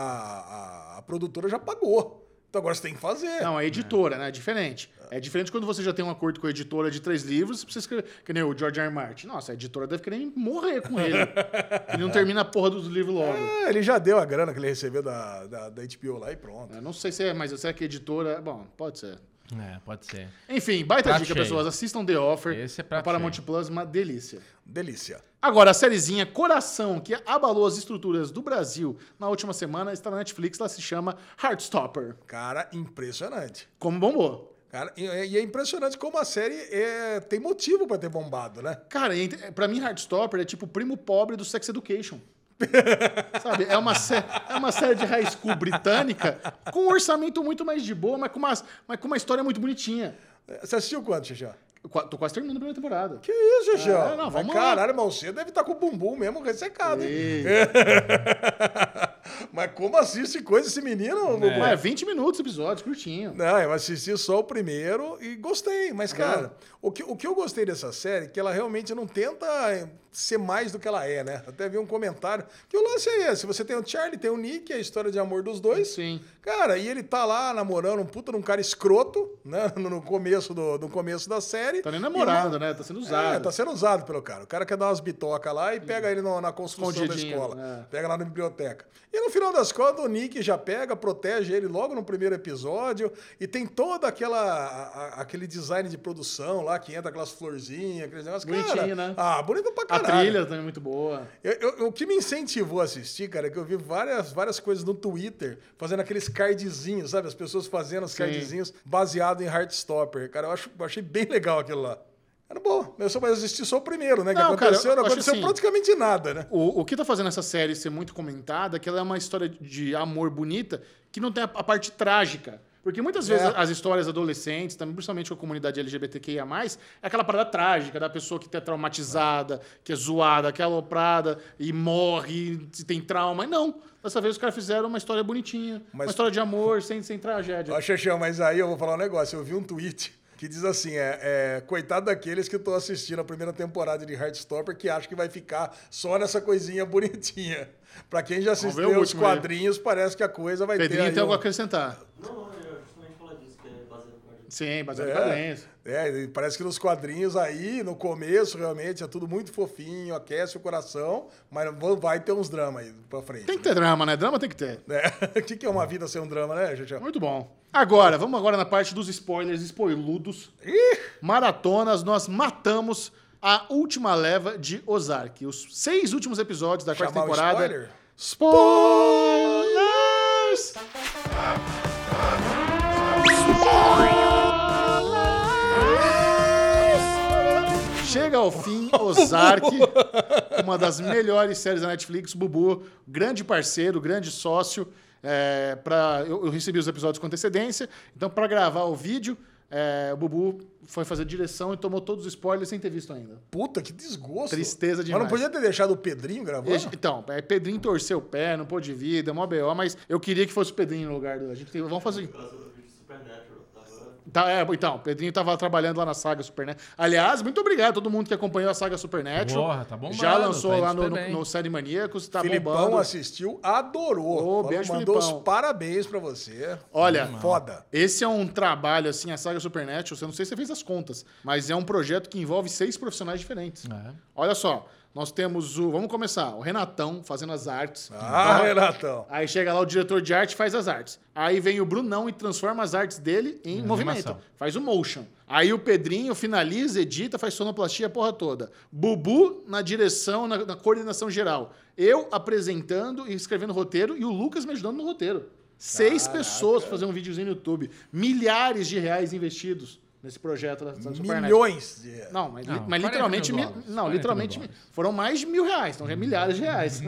a, a produtora já pagou. Então agora você tem que fazer. Não, é editora, né? É diferente. É diferente quando você já tem um acordo com a editora de três livros, pra você escrever. Que nem o George R. R. Martin. Nossa, a editora deve querer morrer com ele. ele não termina a porra do livro logo. Ah, ele já deu a grana que ele recebeu da, da, da HBO lá e pronto. Eu não sei se é, mas será que a editora. Bom, pode ser. É, pode ser. Enfim, baita Prato dica, cheio. pessoas. Assistam The Offer. Esse é prato para Paramount cheio. Plus, uma delícia. Delícia. Agora, a sériezinha Coração, que abalou as estruturas do Brasil na última semana, está na Netflix. Ela se chama Heartstopper. Cara, impressionante. Como bombou. Cara, e, e é impressionante como a série é, tem motivo pra ter bombado, né? Cara, ent- pra mim, Heartstopper é tipo o primo pobre do Sex Education. Sabe? É uma, sé- é uma série de high school britânica com um orçamento muito mais de boa, mas com, umas- mas com uma história muito bonitinha. É, Você assistiu quanto, Xixá? Eu qua- tô quase terminando a primeira temporada. Que isso, Xixá? Ah, não, vamos lá. Caralho, irmão, você deve estar com o bumbum mesmo ressecado, hein? E- Mas como assiste coisa esse menino? Bubu? Ué, 20 é minutos o episódio, curtinho. É. Não, eu assisti só o primeiro e gostei. Mas, cara, o que, o que eu gostei dessa série é que ela realmente não tenta eh, ser mais do que ela é, né? Até vi um comentário. Que o lance é esse: você tem o Charlie, tem o Nick, é a história de amor dos dois. Sim. Cara, e ele tá lá namorando um puta de um cara escroto, né? No no começo, do, no começo da série. Tá nem E- namorado, né? Tá sendo usado. é, tá sendo usado pelo cara. O cara quer dar umas bitocas lá e pega ele no- na construção da Escondidinho, escola. é. Pega lá na biblioteca. E no final das contas, o Nick já pega, protege ele logo no primeiro episódio. E tem toda aquela. a- a- aquele design de produção lá que entra aquelas florzinhas, aqueles negócios. cara, Bonitinho, né? Ah, bonito pra A caralho. trilha também é muito boa. Eu- eu- o que me incentivou a assistir, cara, é que eu vi várias, várias coisas no Twitter fazendo aqueles cardzinhos, sabe? As pessoas fazendo os cardzinhos baseado em Heartstopper. Cara, eu, acho, eu achei bem legal aquilo lá. Era bom, eu só, mas assisti só o primeiro, né? Que Não, cara, aconteceu, eu não acho aconteceu assim- praticamente nada, né? O, o que tá fazendo essa série ser muito comentada é que ela é uma história de amor bonita que não tem a, a parte trágica. Porque muitas vezes É. as histórias adolescentes, também principalmente com a comunidade LGBTQIA, é aquela parada trágica da pessoa que tá traumatizada, que é zoada, que é aloprada e morre, se tem trauma. E Não. Dessa vez os caras fizeram uma história bonitinha, Mas- uma história de amor sem, sem tragédia. Ó, Xexão, mas aí eu vou falar um negócio. Eu vi um tweet que diz assim: é, é, coitado daqueles que estão assistindo a primeira temporada de Heartstopper que acham que vai ficar só nessa coisinha bonitinha. Pra quem já ver o assistiu os último aí. quadrinhos, parece que a coisa vai ter. Pedrinho aí tem algo um- a acrescentar. Não, não, eu ia justamente falar disso, que é baseado no Guardiões. Sim, baseado em É. quadrinhos. É, e parece que nos quadrinhos aí, no começo, realmente, é tudo muito fofinho, aquece o coração, mas vão- vai ter uns dramas aí pra frente. Tem que ter drama, né? Drama tem que ter. É, O que, que é uma vida sem um drama, né, gente? Muito bom. Agora, vamos agora na parte dos spoilers, spoiludos. Maratonas, nós matamos a última leva de Ozark. Os seis últimos episódios da quarta Chamar o temporada. spoiler? Spoilers! Chega ao fim Ozark, uma das melhores séries da Netflix. Bubu, grande parceiro, grande sócio. É, pra- eu, eu recebi os episódios com antecedência, então para gravar o vídeo, é, o Bubu foi fazer direção e tomou todos os spoilers sem ter visto ainda. Puta, que desgosto. Tristeza Mas não demais. podia ter deixado o Pedrinho gravando? E a gente- Então, é, Pedrinho torceu o pé, não pôde vir, deu mó BO, mas eu queria que fosse o Pedrinho no lugar do. A gente tem- vamos fazer. Por causa do vídeo Supernatural, tava Tá, é, então, o Pedrinho tava trabalhando lá na saga Supernet. Aliás, muito obrigado a todo mundo que acompanhou a saga Supernet. Porra, tá bombando, Já lançou tá indo lá no, super no, bem. no Série Maníacos, tá Filipão assim. bombando. assistiu, adorou. Ô, Falou, beijo, mandou os Filipão. parabéns pra você. Hum, Olha, Foda. Esse é um trabalho, assim, a saga Supernet, eu não sei se você fez as contas, mas é um projeto que envolve seis profissionais diferentes. É. Olha só, nós temos o. Vamos começar, o Renatão fazendo as artes. Então, Ah, Renatão. Aí chega lá o diretor de arte e faz as artes. Aí vem o Brunão e transforma as artes dele em movimento. animação. Faz o motion. Aí o Pedrinho finaliza, edita, faz sonoplastia a porra toda. Bubu na direção, na, na coordenação geral. Eu apresentando e escrevendo roteiro e o Lucas me ajudando no roteiro. Seis pessoas pra fazer um videozinho no YouTube. Milhares de reais investidos nesse projeto da Saga Supernet. Milhões de... Não, mas, li- Não, mas 40 literalmente. mil mi- dólares. Não, 40 literalmente mil mi- foram mais de mil reais, então já é milhares de reais.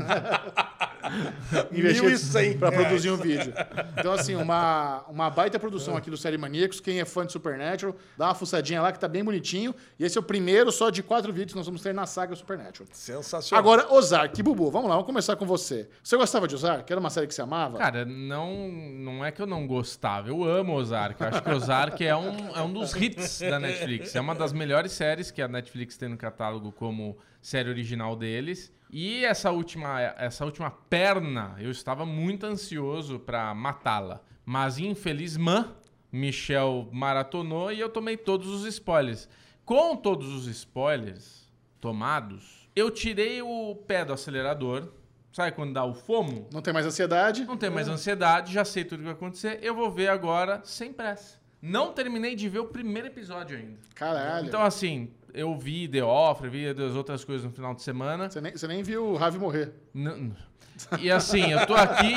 Mil e cem É, para reais. produzir um vídeo. Então, assim, uma, uma baita produção aqui do Série Maníacos. Quem é fã de Supernatural, dá uma fuçadinha lá que tá bem bonitinho. E esse é o primeiro só de quatro vídeos que nós vamos ter na saga Supernatural. Sensacional. Agora, Ozark e Bubu, vamos lá, vamos começar com você. Você gostava de Ozark? Era uma série que você amava? Cara, não, não é que eu não gostava. Eu amo Ozark. Eu acho que Ozark é um, é um dos hits da Netflix. É uma das melhores séries que a Netflix tem no catálogo como série original deles. E essa última, essa última perna, eu estava muito ansioso pra matá-la. Mas infeliz mã, Michel maratonou e eu tomei todos os spoilers. Com todos os spoilers tomados, eu tirei o pé do acelerador. Sabe quando dá o fomo? Não tem mais ansiedade? Então, Não tenho mais ansiedade, já sei tudo que vai acontecer. Eu vou ver agora sem pressa. Não terminei de ver o primeiro episódio ainda. Caralho. Então, assim, eu vi The Offer, vi as outras coisas no final de semana. Você nem, você nem viu o Ravi morrer. N- E assim, eu tô aqui.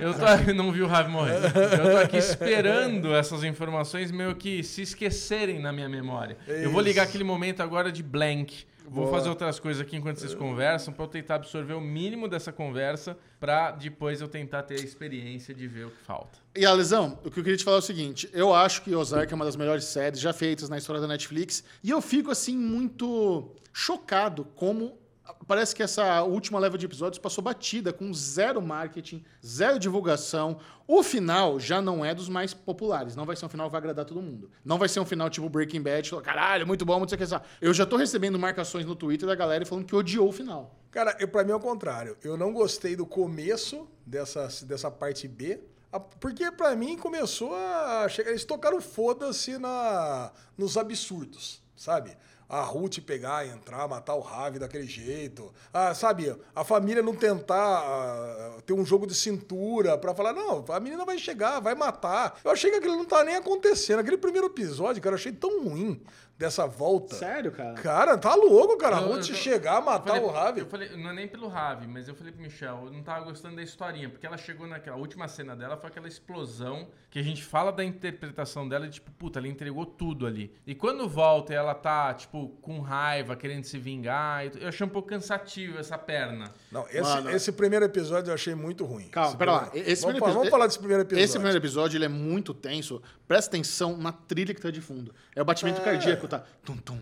Eu tô aqui- Não vi o Ravi morrer. Eu tô aqui esperando essas informações meio que se esquecerem na minha memória. Eu vou ligar aquele momento agora de blank. Vou fazer outras coisas aqui enquanto vocês conversam pra eu tentar absorver o mínimo dessa conversa pra depois eu tentar ter a experiência de ver o que falta. E a lesão, o que eu queria te falar é o seguinte: eu acho que Ozark é uma das melhores séries já feitas na história da Netflix, e eu fico assim muito chocado como ah, parece que essa última leva de episódios passou batida com zero marketing, zero divulgação. O final já não é dos mais populares, não vai ser um final que vai agradar todo mundo. Não vai ser um final tipo Breaking Bad, tipo, caralho, muito bom, muito sei o que sabe. Eu já tô recebendo marcações no Twitter da galera falando que odiou o final. Cara, eu, pra mim é o contrário. Eu não gostei do começo dessa, dessa parte B, a- porque pra mim começou a chegar. Eles tocaram foda-se na, nos absurdos, sabe? A Ruth pegar, entrar, matar o Ravi daquele jeito. Ah, sabe, a família não tentar ah, ter um jogo de cintura pra falar, não, a menina vai chegar, vai matar. Eu achei que aquilo não tá nem acontecendo. Aquele primeiro episódio, cara, eu achei tão ruim dessa volta. Sério, cara? Cara, tá louco, cara. A Eu- eu Ruth tô- chegar, Eu matar falei- Ah, tá o Ravi. Eu falei, não é nem pelo Ravi, mas eu falei pro Michel, eu não tava gostando da historinha, porque ela chegou naquela a última cena dela, foi aquela explosão que a gente fala da interpretação dela, e tipo, puta, ela entregou tudo ali. E quando volta e ela tá, tipo, com raiva, querendo se vingar, e tu- eu achei um pouco cansativo essa perna. Não, esse, Mano. esse primeiro episódio eu achei muito ruim. Calma, Esse pera lá. primeiro- Esse vamos, primeiro falar- vamos episo- falar desse primeiro episódio. Esse primeiro episódio ele é muito tenso. Presta atenção na trilha que tá de fundo. É o batimento cardíaco, tá? Tum tum,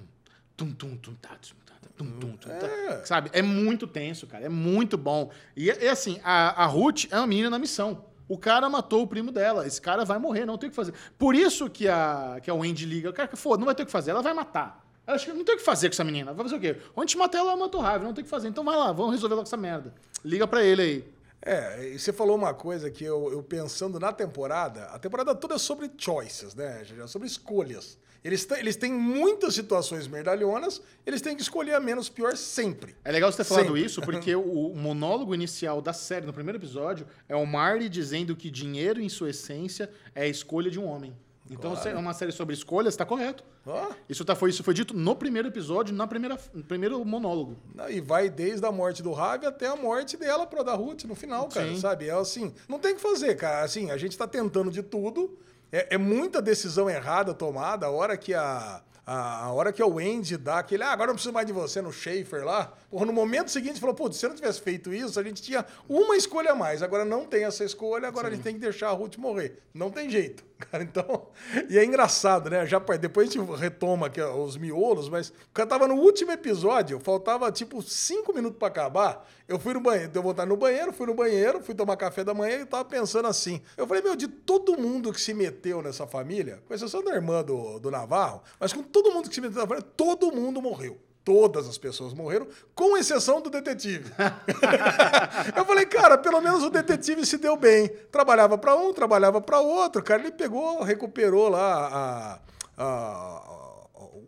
tum tum tum tá, tum tá, tum tum tum tá. Sabe? É muito tenso, cara. É muito bom. E, e assim, a, a Ruth é uma menina na missão. O cara matou o primo dela. Esse cara vai morrer, não tem o que fazer. Por isso que a, que a Wendy liga. O cara que foda, não vai ter o que fazer, ela vai matar. Ela acha que não tem o que fazer com essa menina. Vai fazer o quê? Onde te matar, ela mata o Raven. Não tem o que fazer. Então vai lá, vamos resolver logo essa merda. Liga pra ele aí. É, e você falou uma coisa que eu, eu pensando na temporada, a temporada toda é sobre choices, né? Gegel? Sobre escolhas. Eles, têm- eles têm muitas situações merdalhonas, eles têm que escolher a menos pior sempre. É legal você ter falado Sempre. isso, porque o o monólogo inicial da série, no primeiro episódio, é o Marley dizendo que dinheiro, em sua essência, é a escolha de um homem. Então, se é uma série sobre escolhas, tá correto. Ó, Isso, tá, foi, isso foi dito no primeiro episódio, na primeira, no primeiro monólogo. não, Né, e vai desde a morte do Ravi até a morte dela pro da Ruth no final, cara, Sim. sabe? É assim, não tem o que fazer, cara. Assim, a gente tá tentando de tudo. É, é muita decisão errada tomada a hora que a. A a hora que o Andy dá aquele, ah, agora eu não preciso mais de você no Schaefer lá. Porra, no momento seguinte, falou, putz, se eu não tivesse feito isso, a gente tinha uma escolha a mais. Agora não tem essa escolha, agora a gente tem que deixar a Ruth morrer. Não tem jeito. cara. Então, e é engraçado, né? Já, par- depois a gente retoma aqui ó, os miolos, mas o cara tava no último episódio, faltava tipo cinco minutos pra acabar. Eu fui no banheiro, deu vontade no banheiro, fui no banheiro, fui tomar café da manhã e tava pensando assim. Eu falei, meu, de todo mundo que se meteu nessa família, com exceção da irmã do, do Navarro, mas com todo mundo que se meteu na família, todo mundo morreu. Todas as pessoas morreram, com exceção do detetive. eu falei, cara, pelo menos o detetive se deu bem. Trabalhava para um, trabalhava para outro. Cara, ele pegou, recuperou lá a- a-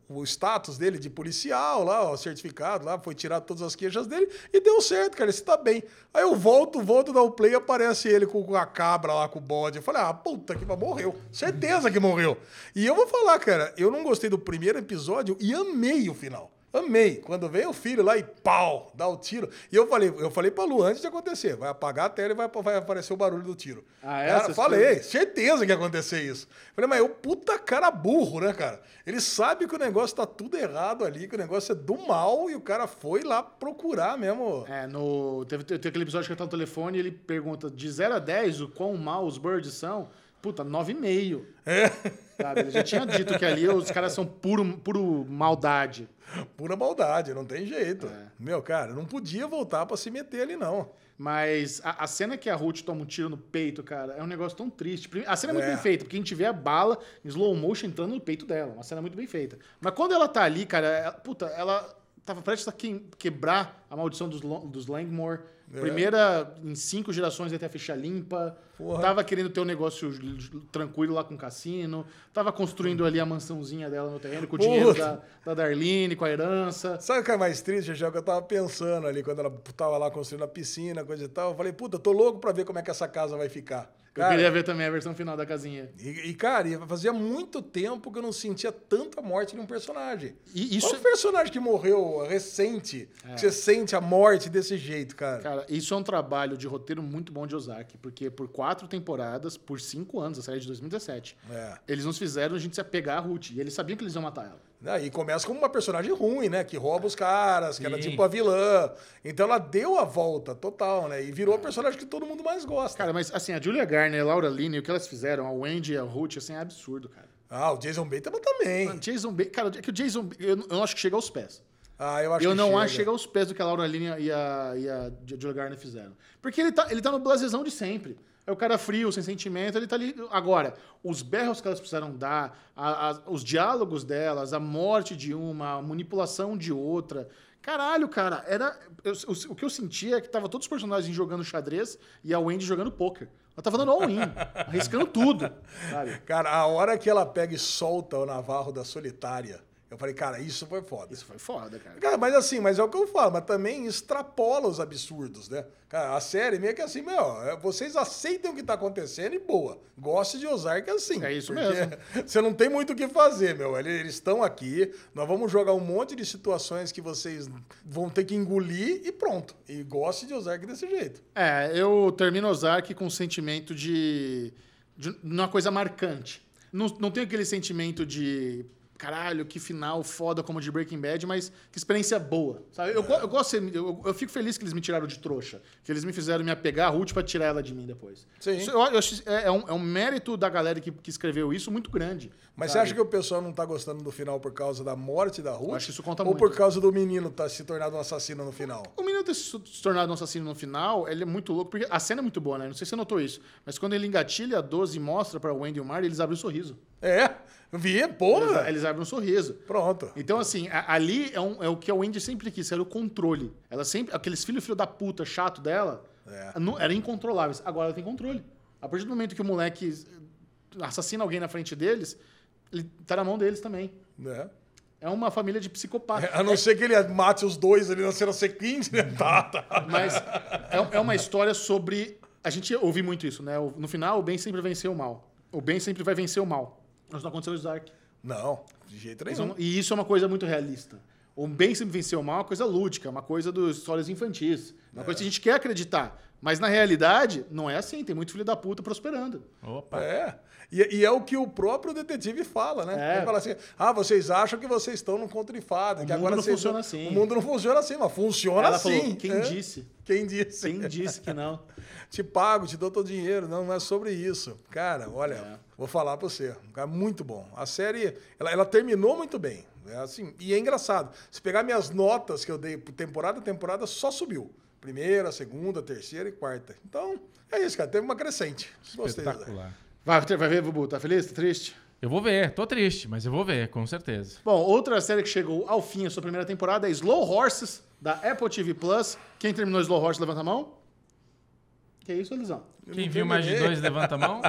o status dele de policial lá, o certificado lá, foi tirar todas as queixas dele e deu certo, cara, ele está bem. Aí eu volto, volto, dá o play, aparece ele com com a cabra lá, com o bode. Eu falei, ah, puta que pariu, morreu. Certeza que morreu. E eu vou falar, cara, eu não gostei do primeiro episódio e amei o final. Amei. Quando vem o filho lá e pau, dá o tiro. E eu falei, eu falei pra Lu antes de acontecer, vai apagar a tela e vai, vai aparecer o barulho do tiro. Ah, é? Cara, Vocês falei, certeza que ia acontecer isso. Falei, mas é o puta cara burro, né, cara? Ele sabe que o negócio tá tudo errado ali, que o negócio é do mal e o cara foi lá procurar mesmo. É, no, teve, teve aquele episódio que ele tá no telefone e ele pergunta de 0 a 10 o quão mal os birds são. Puta, 9,5. É, Sabe? Ele já tinha dito que ali os caras são puro, puro maldade. pura maldade, não tem jeito. É. Meu, cara, não podia voltar pra se meter ali, não. Mas a, a cena que a Ruth toma um tiro no peito, cara, é um negócio tão triste. Prime- A cena é muito É. bem feita, porque a gente vê a bala em slow motion entrando no peito dela. Uma cena muito bem feita. Mas quando ela tá ali, cara, ela- puta, ela tava prestes a que- quebrar a maldição dos, Lo- dos Langmore. É. Primeira em cinco gerações até a ficha limpa. Porra. Tava querendo ter um negócio j- tranquilo lá com o cassino. Tava construindo ali a mansãozinha dela no terreno com o dinheiro da, Puta. da Darlene, com a herança. Sabe o que é mais triste, Jajá? Que eu tava pensando ali quando ela tava lá construindo a piscina, coisa e tal. Eu falei, puta, eu tô louco pra ver como é que essa casa vai ficar. Eu queria ver também a versão final da casinha. E, e, cara, e fazia muito tempo que eu não sentia tanta morte de um personagem. E isso É. Qual o personagem que morreu recente? Que você sente a morte desse jeito, cara. Cara, isso é um trabalho de roteiro muito bom de Ozark, porque por quatro temporadas, por cinco anos, a série de 2017, É. eles nos fizeram a gente se apegar a Ruth. E eles sabiam que eles iam matar ela. Né? E começa como uma personagem ruim, né? Que rouba os caras, que era Sim. tipo a vilã. Então ela deu a volta total, né? E virou a personagem que todo mundo mais gosta. É. Cara, mas assim, a Julia Garner, a Laura Linney, o que elas fizeram, a Wendy e a Ruth, assim, é absurdo, cara. Ah, o Jason Bateman também. Jason Bateman, cara, é que o Jason, Ba- eu não, eu não acho que chega aos pés. Ah, eu acho eu que não chega. acho que chega aos pés do que a Laura Linney e a, e a Julia Garner fizeram. Porque ele tá, ele tá no blasezão de sempre. É o cara frio, sem sentimento, ele tá ali. Agora, os berros que elas precisaram dar, a- a- os diálogos delas, a morte de uma, a manipulação de outra. Caralho, cara, era. eu- o, o que eu sentia é que tava todos os personagens jogando xadrez e a Wendy jogando pôquer. Ela tava dando all-in, arriscando tudo. Sabe? Cara, a hora que ela pega e solta o Navarro da solitária, eu falei, cara, isso foi foda. Isso foi foda, cara. Cara, mas assim, mas é o que eu falo, mas também extrapola os absurdos, né? Cara, a série meio que assim, meu, é, vocês aceitem o que tá acontecendo e boa. Goste de Ozark assim. É isso porque mesmo. Você não tem muito o que fazer, meu. Ele- Eles estão aqui, nós vamos jogar um monte de situações que vocês vão ter que engolir e pronto. E goste de Ozark desse jeito. É, eu termino Ozark com um sentimento de, de uma coisa marcante. Não, não tenho aquele sentimento de caralho, que final foda como de Breaking Bad, mas que experiência boa. Sabe? Eu, go- eu gosto, de ser- eu, eu fico feliz que eles me tiraram de trouxa, que eles me fizeram me apegar a Ruth pra tirar ela de mim depois. Sim. Isso eu- eu acho- é, é um, é um mérito da galera que, que escreveu isso muito grande. Mas sabe? você acha que o pessoal não tá gostando do final por causa da morte da Ruth? acho que isso conta ou muito. por causa do menino tá se tornado um assassino no final? O menino ter se se tornado um assassino no final, ele é muito louco, porque a cena é muito boa, né? Não sei se você notou isso, mas quando ele engatilha a 12 e mostra pra Wendy e o Marty, eles abrem um sorriso. É, vi, Eles, porra! eles abrem um sorriso. Pronto. Então, assim, a- ali é, um- é o que a Wendy sempre quis, era o controle. Ela sempre. Aqueles filhos filho da puta chato dela É. não, eram incontroláveis. Agora ela tem controle. A partir do momento que o moleque assassina alguém na frente deles, ele tá na mão deles também. né? É uma família de psicopatas. A não ser que ele mate os dois ali na cena seguinte, né? Tá, tá. Mas é, é uma história sobre. A gente ouve muito isso, né? O- No final, o bem sempre venceu o mal. O bem sempre vai vencer o mal. Mas não aconteceu no Zark. Não, de jeito Isso é nenhum. uma- E isso é uma coisa muito realista. é O bem sempre venceu o mal é uma coisa lúdica, uma coisa dos histórias infantis. Uma coisa que a gente quer acreditar. Mas na realidade, não é assim. Tem muito filho da puta prosperando. Opa. É. E, e é o que o próprio detetive fala, né? É. Ele fala assim: ah, vocês acham que vocês estão num contrifado. O que mundo agora não vocês funciona assim. O mundo não funciona assim, mas funciona Ela assim. falou, quem É. disse? Quem disse? Quem disse que não? Te pago, te dou teu dinheiro. Não, não é sobre isso. Cara, olha, É. vou falar pra você. Um cara muito bom. A série, ela, ela terminou muito bem. É assim, e é engraçado. Se pegar minhas notas que eu dei por temporada, a temporada só subiu. Primeira, segunda, terceira e quarta. Então, é isso, cara. Teve uma crescente. Gostei. Zé. Espetacular. Vai, vai ver, Bubu, tá feliz? Tá triste? Eu vou ver, tô triste, mas eu vou ver, com certeza. Bom, outra série que chegou ao fim da sua primeira temporada é Slow Horses, da Apple TV Plus. Quem terminou Slow Horses, levanta a mão. Que isso, Elisão? Quem viu mais de dois, levanta a mão.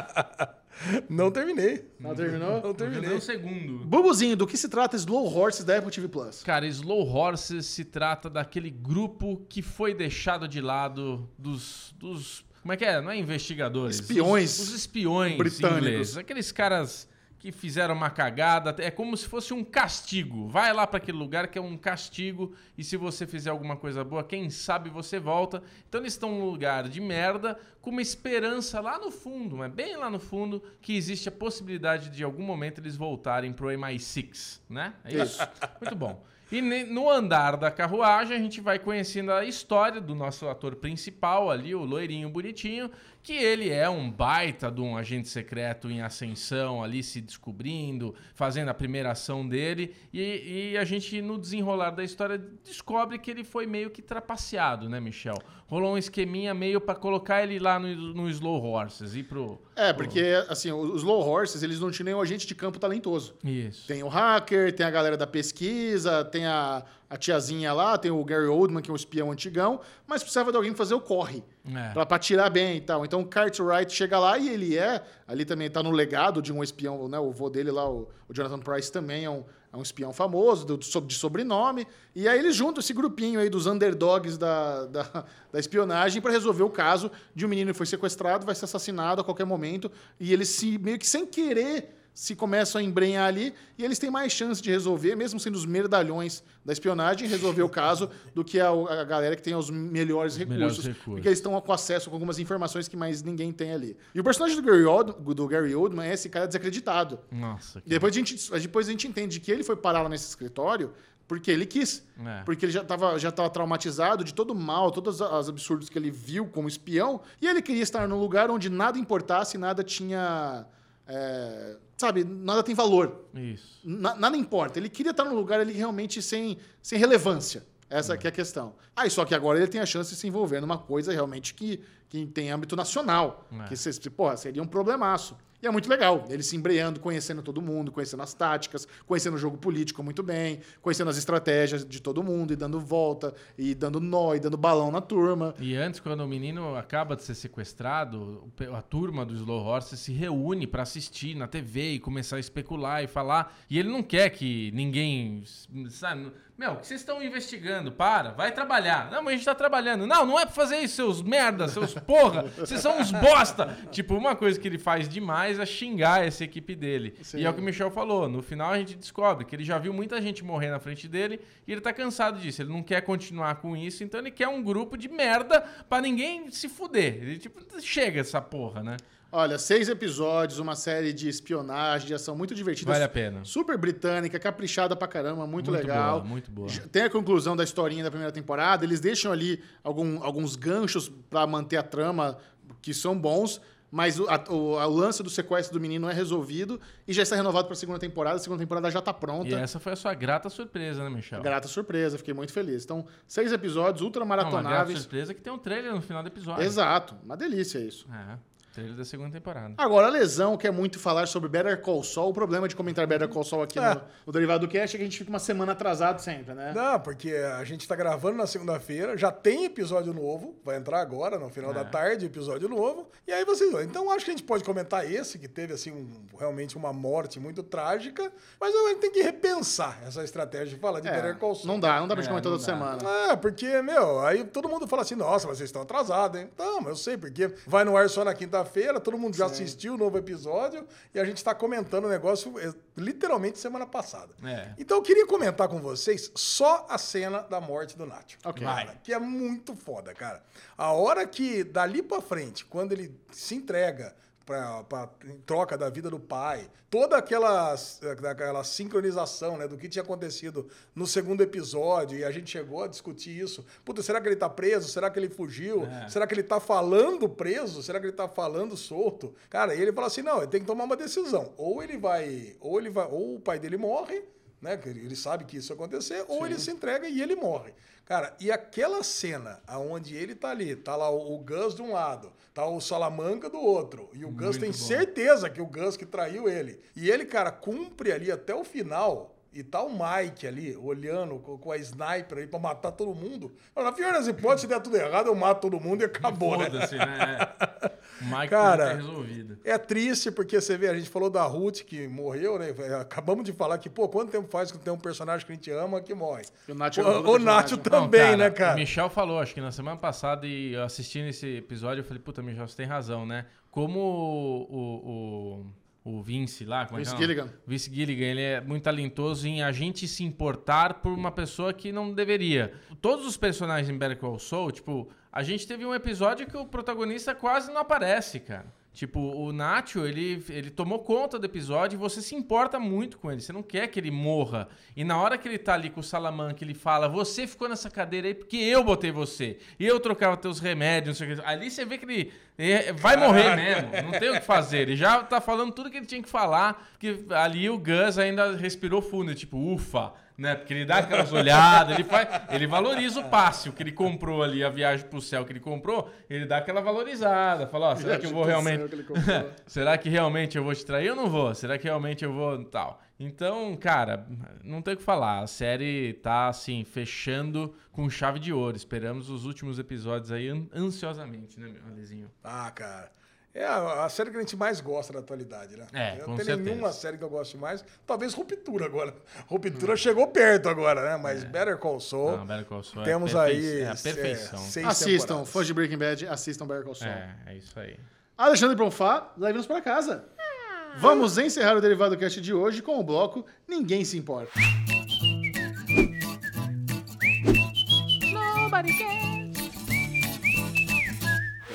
Não terminei. Não terminou? Não Eu dei um terminei. segundo. Bubuzinho, do que se trata Slow Horses da Apple TV Plus? Cara, Slow Horses se trata daquele grupo que foi deixado de lado dos. dos como é que é? Não é investigadores. Espiões. Os, os espiões Britânicos. ingleses. Aqueles caras que fizeram uma cagada. É como se fosse um castigo. Vai lá pra aquele lugar que é um castigo e se você fizer alguma coisa boa, quem sabe você volta. Então eles estão num lugar de merda com uma esperança lá no fundo, mas bem lá no fundo, que existe a possibilidade de em algum momento eles voltarem pro MI6, né? É isso. Muito bom. E ne- no andar da carruagem, a gente vai conhecendo a história do nosso ator principal ali, o loirinho bonitinho, que ele é um baita de um agente secreto em ascensão, ali se descobrindo, fazendo a primeira ação dele. E, e a gente, no desenrolar da história, descobre que ele foi meio que trapaceado, né, Michel? Rolou um esqueminha meio pra colocar ele lá no, no Slow Horses e pro. É, porque, assim, os Slow Horses, eles não tinham nenhum agente de campo talentoso. Isso. Tem o hacker, tem a galera da pesquisa, tem a, a tiazinha lá, tem o Gary Oldman, que é um espião antigão, mas precisava de alguém fazer o corre. É. Pra, pra tirar bem e tal. Então o Cartwright chega lá e ele é. Ali também tá no legado de um espião, né? O vô dele lá, o, o Jonathan Price, também é um, é um espião famoso, do- so- de sobrenome. E aí eles juntam esse grupinho aí dos underdogs da, da, da espionagem pra resolver o caso de um menino que foi sequestrado, vai ser assassinado a qualquer momento. E eles se meio que sem querer se começam a embrenhar ali e eles têm mais chance de resolver, mesmo sendo os merdalhões da espionagem, resolver o caso do que a, a galera que tem os melhores melhores recursos, recursos. Porque eles estão com acesso com algumas informações que mais ninguém tem ali. E o personagem do Gary, Old- do Gary Oldman é esse cara desacreditado. Nossa. E depois a, gente, depois a gente entende que ele foi parar lá nesse escritório porque ele quis. É. Porque ele já estava já tava traumatizado de todo o mal, todos os absurdos que ele viu como espião. E ele queria estar num lugar onde nada importasse, nada tinha. é, sabe, nada tem valor. Isso. Na- nada importa. Ele queria estar num lugar ali realmente sem, sem relevância. Essa que é a questão. Aí, só que agora ele tem a chance de se envolver numa coisa realmente que, que tem âmbito nacional. É. Que se- se- porra, seria um problemaço. E é muito legal. Ele se embreando, conhecendo todo mundo, conhecendo as táticas, conhecendo o jogo político muito bem, conhecendo as estratégias de todo mundo, e dando volta, e dando nó, e dando balão na turma. E antes, quando o menino acaba de ser sequestrado, o pe- a turma do Slow Horse se reúne pra assistir na TV e começar a especular e falar. E ele não quer que ninguém. Sabe? Meu, o que vocês estão investigando? Para, vai trabalhar. Não, mas a gente tá trabalhando. Não, não é pra fazer isso, seus merda, seus porra. Vocês são uns bosta. Tipo, uma coisa que ele faz demais é xingar essa equipe dele. E é o que o Michel falou. No final a gente descobre que ele já viu muita gente morrer na frente dele e ele tá cansado disso. Ele não quer continuar com isso, então ele quer um grupo de merda pra ninguém se fuder. Ele, tipo, chega essa porra, né? Olha, seis episódios, uma série de espionagem, de ação muito divertida. Vale a pena. Super britânica, caprichada pra caramba, muito, Muito legal. boa, muito boa. Já- Tem a conclusão da historinha da primeira temporada, eles deixam ali algum- alguns ganchos pra manter a trama, que são bons, mas o, a- o- a- o lance do sequestro do menino é resolvido e já está renovado pra segunda temporada. A segunda temporada já tá pronta. E é essa foi a sua grata surpresa, né, Michel? Grata surpresa, fiquei muito feliz. Então, seis episódios Não, uma grata ultramaratonáveis. surpresa que tem um trailer no final do episódio. Exato, uma delícia isso. É, trailer da segunda temporada. Ah. Agora, a Lesão quer muito falar sobre Better Call Saul. O problema de comentar Better Call Saul aqui no, no Derivado do Cast é que a gente fica uma semana atrasado sempre, né? Não, porque a gente tá gravando na segunda-feira, já tem episódio novo, vai entrar agora, no É. final da tarde, episódio novo. E aí vocês vão. Então acho que a gente pode comentar esse, que teve, assim, um- realmente uma morte muito trágica, mas a gente tem que repensar essa estratégia de falar de É, Better Call Saul. não dá, não dá pra gente É, comentar não toda dá. semana. É, porque, meu, aí todo mundo fala assim, nossa, mas vocês estão atrasados, hein? Então, eu sei, porque vai no ar só na sexta-feira, todo mundo já assistiu o novo episódio e a gente está comentando o negócio é, literalmente semana passada. É. Então eu queria comentar com vocês só a cena da morte do Nacho. Ok. Cara, Vai. que é muito foda, cara. A hora que, dali pra frente, quando ele se entrega pra, pra- em troca da vida do pai, toda aquela, aquela sincronização né, do que tinha acontecido no segundo episódio, e a gente chegou a discutir isso. Puta, será que ele tá preso? Será que ele fugiu? É. Será que ele tá falando preso? Será que ele tá falando solto? Cara, e ele fala assim: não, ele tem que tomar uma decisão. Ou ele vai, ou ele vai, ou o pai dele morre né? que Ele ele sabe que isso ia acontecer, ou ele se entrega e ele morre. Cara, e aquela cena aonde ele tá ali, tá lá o, o Gus de um lado, tá o Salamanca do outro, e o Gus tem certeza que o Gus que traiu ele. E ele, cara, cumpre ali até o final. E tá o Mike ali, olhando com com a sniper ali pra matar todo mundo. Na pior das hipóteses, se der tudo errado, eu mato todo mundo e acabou, né? Foda-se, né? É. O Mike Cara, tá resolvido. É triste porque você vê, a gente falou da Ruth que morreu, né? Acabamos de falar que, pô, quanto tempo faz que tem um personagem que a gente ama que morre? E o Nacho é um o, outro o Nacho personagem. também, Não, né, O cara? Michel falou, acho que na semana passada, e eu assistindo esse episódio, eu falei, puta, Michel, você tem razão, né? Como o, o, o, o Vince lá, como Vince é que é o nome? Gilligan. Vince Gilligan, ele é muito talentoso em a gente se importar por uma pessoa que não deveria. Todos os personagens em Better Call Saul, tipo, a gente teve um episódio que o protagonista quase não aparece, cara. Tipo, o Nacho, ele, ele tomou conta do episódio e você se importa muito com ele. Você não quer que ele morra. E na hora que ele tá ali com o Salamanca, ele fala: Você ficou nessa cadeira aí porque eu botei você. E eu trocava teus remédios, não sei o que. Ali você vê que ele é, vai morrer mesmo. Não tem o que fazer. Ele já tá falando tudo que ele tinha que falar. Porque ali o Gus ainda respirou fundo. Tipo, ufa. Né? Porque ele dá aquelas olhadas, ele, faz, ele valoriza o passe, o que ele comprou ali, a viagem pro céu que ele comprou, ele dá aquela valorizada. Fala, ó, será que eu vou Viagem pro realmente. céu que ele comprou. Será que realmente eu vou te trair ou não vou? Será que realmente eu vou tal? Então, cara, não tem o que falar. A série tá assim, fechando com chave de ouro. Esperamos os últimos episódios aí an- ansiosamente, né, meu Alezinho? Ah, cara. É a, a série que a gente mais gosta da atualidade, né? É, não com tem certeza. nenhuma série que eu goste mais. Talvez Ruptura agora. Ruptura chegou perto agora, né? Mas Better Call Saul. Ah, Better Call Saul é temos perfei- aí. é a perfeição. seis Assistam, temporadas. fãs de Breaking Bad, assistam Better Call Saul. É, é isso aí. Alexandre Bonfá, leve-nos para casa. Vamos encerrar o Derivado Cast de hoje com o bloco Ninguém Se Importa. Nobody cares.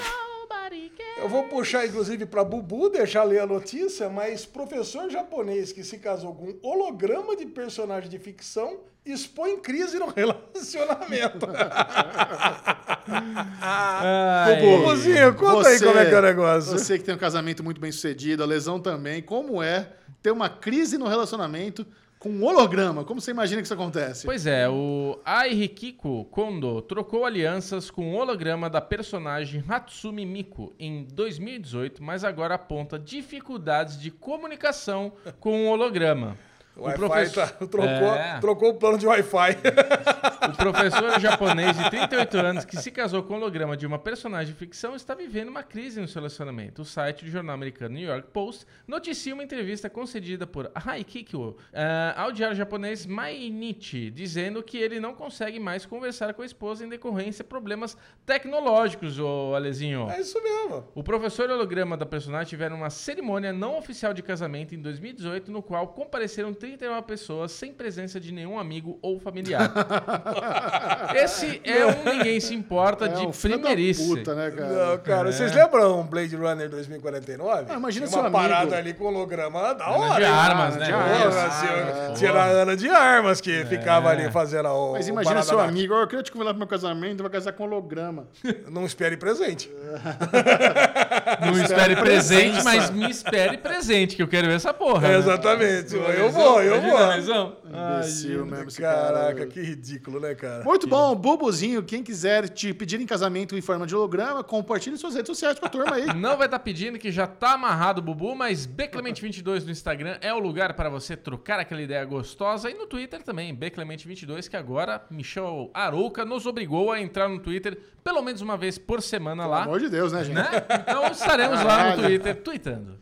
Nobody cares. Eu vou puxar, inclusive, para Bubu deixar ler a notícia, mas professor japonês que se casou com um holograma de personagem de ficção expõe crise no relacionamento. Bubuzinho, conta aí como é que é o negócio. Você que tem um casamento muito bem sucedido, a lesão também, como é ter uma crise no relacionamento com um holograma? Como você imagina que isso acontece? Pois é, o Aihikiko Kondo trocou alianças com o holograma da personagem Hatsumi Miku em 2018, mas agora aponta dificuldades de comunicação com o holograma. O Wi-Fi tá- trocou, É. trocou o plano de Wi-Fi. O professor japonês de 38 anos que se casou com o holograma de uma personagem de ficção está vivendo uma crise no seu relacionamento. O site do jornal americano New York Post noticia uma entrevista concedida por Haikikyo ah, ao diário japonês Mainichi, dizendo que ele não consegue mais conversar com a esposa em decorrência de problemas tecnológicos, ô Alezinho. É isso mesmo. O professor e o holograma da personagem tiveram uma cerimônia não oficial de casamento em 2018, no qual compareceram 39 pessoas sem presença de nenhum amigo ou familiar. Esse é um Ninguém Se Importa de um filho da primeiríssimo. puta, né, cara? Não, cara, vocês lembram um Blade Runner 2049? Ah, imagina Tinha uma seu amigo. parada ali com holograma da Ana hora. de hein? armas, né? de armas. Porra, assim, Ah, Tinha a Ana de Armas que É. ficava ali fazendo a Mas o imagina parada seu na- amigo, "Oh, eu queria te convidar pro meu casamento, vai casar com um holograma. Não espere presente. Não espere presente, mas me espere presente, que eu quero ver essa porra. né? Exatamente. Eu Lesão, vou, eu imagina vou. a lesão. Imbecil mesmo esse cara. Caraca, que ridículo, né, cara? Muito bom, Bubuzinho. Quem quiser te pedir em casamento em forma de holograma, compartilhe em suas redes sociais com a turma aí. Não vai estar pedindo que já tá amarrado o Bubu, mas Bclemente22 no Instagram é o lugar para você trocar aquela ideia gostosa e no Twitter também, Bclemente22, que agora Michel Arouca nos obrigou a entrar no Twitter pelo menos uma vez por semana Pelo lá. amor de Deus, né, gente? Né? Então estaremos lá no Twitter, tweetando.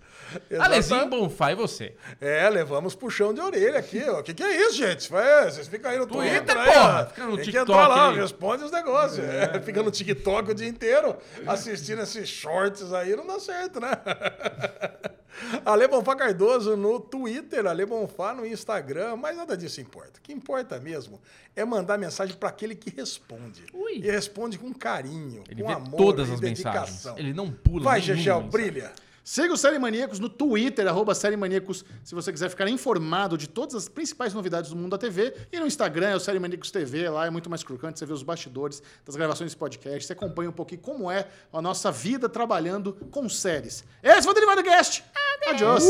Alezinho Bonfá e você. É, levamos puxão de orelha aqui. O que, que é isso, gente? Vai, vocês ficam aí no Twitter, Twitter, aí, porra. ó. Fica no Tem que TikTok entrar lá, aí. responde os negócios. É, fica no TikTok o dia inteiro assistindo esses shorts aí, não dá certo, né? Ale Bonfá Cardoso no Twitter, Ale Bonfá no Instagram, mas nada disso importa. O que importa mesmo é mandar mensagem para aquele que responde. Ui. E responde com carinho, Ele com vê amor todas e as mensagens. dedicação. Ele não pula Vai, nenhuma Chechel, mensagem. brilha. Siga o Série Maníacos no Twitter, arroba Série Maníacos, se você quiser ficar informado de todas as principais novidades do mundo da TV. E no Instagram é o Série Maníacos TV, lá é muito mais crocante, você vê os bastidores das gravações desse podcast, você acompanha um pouquinho como é Uh, a nossa vida trabalhando com séries. Esse foi o Derivado Guest. Adeus!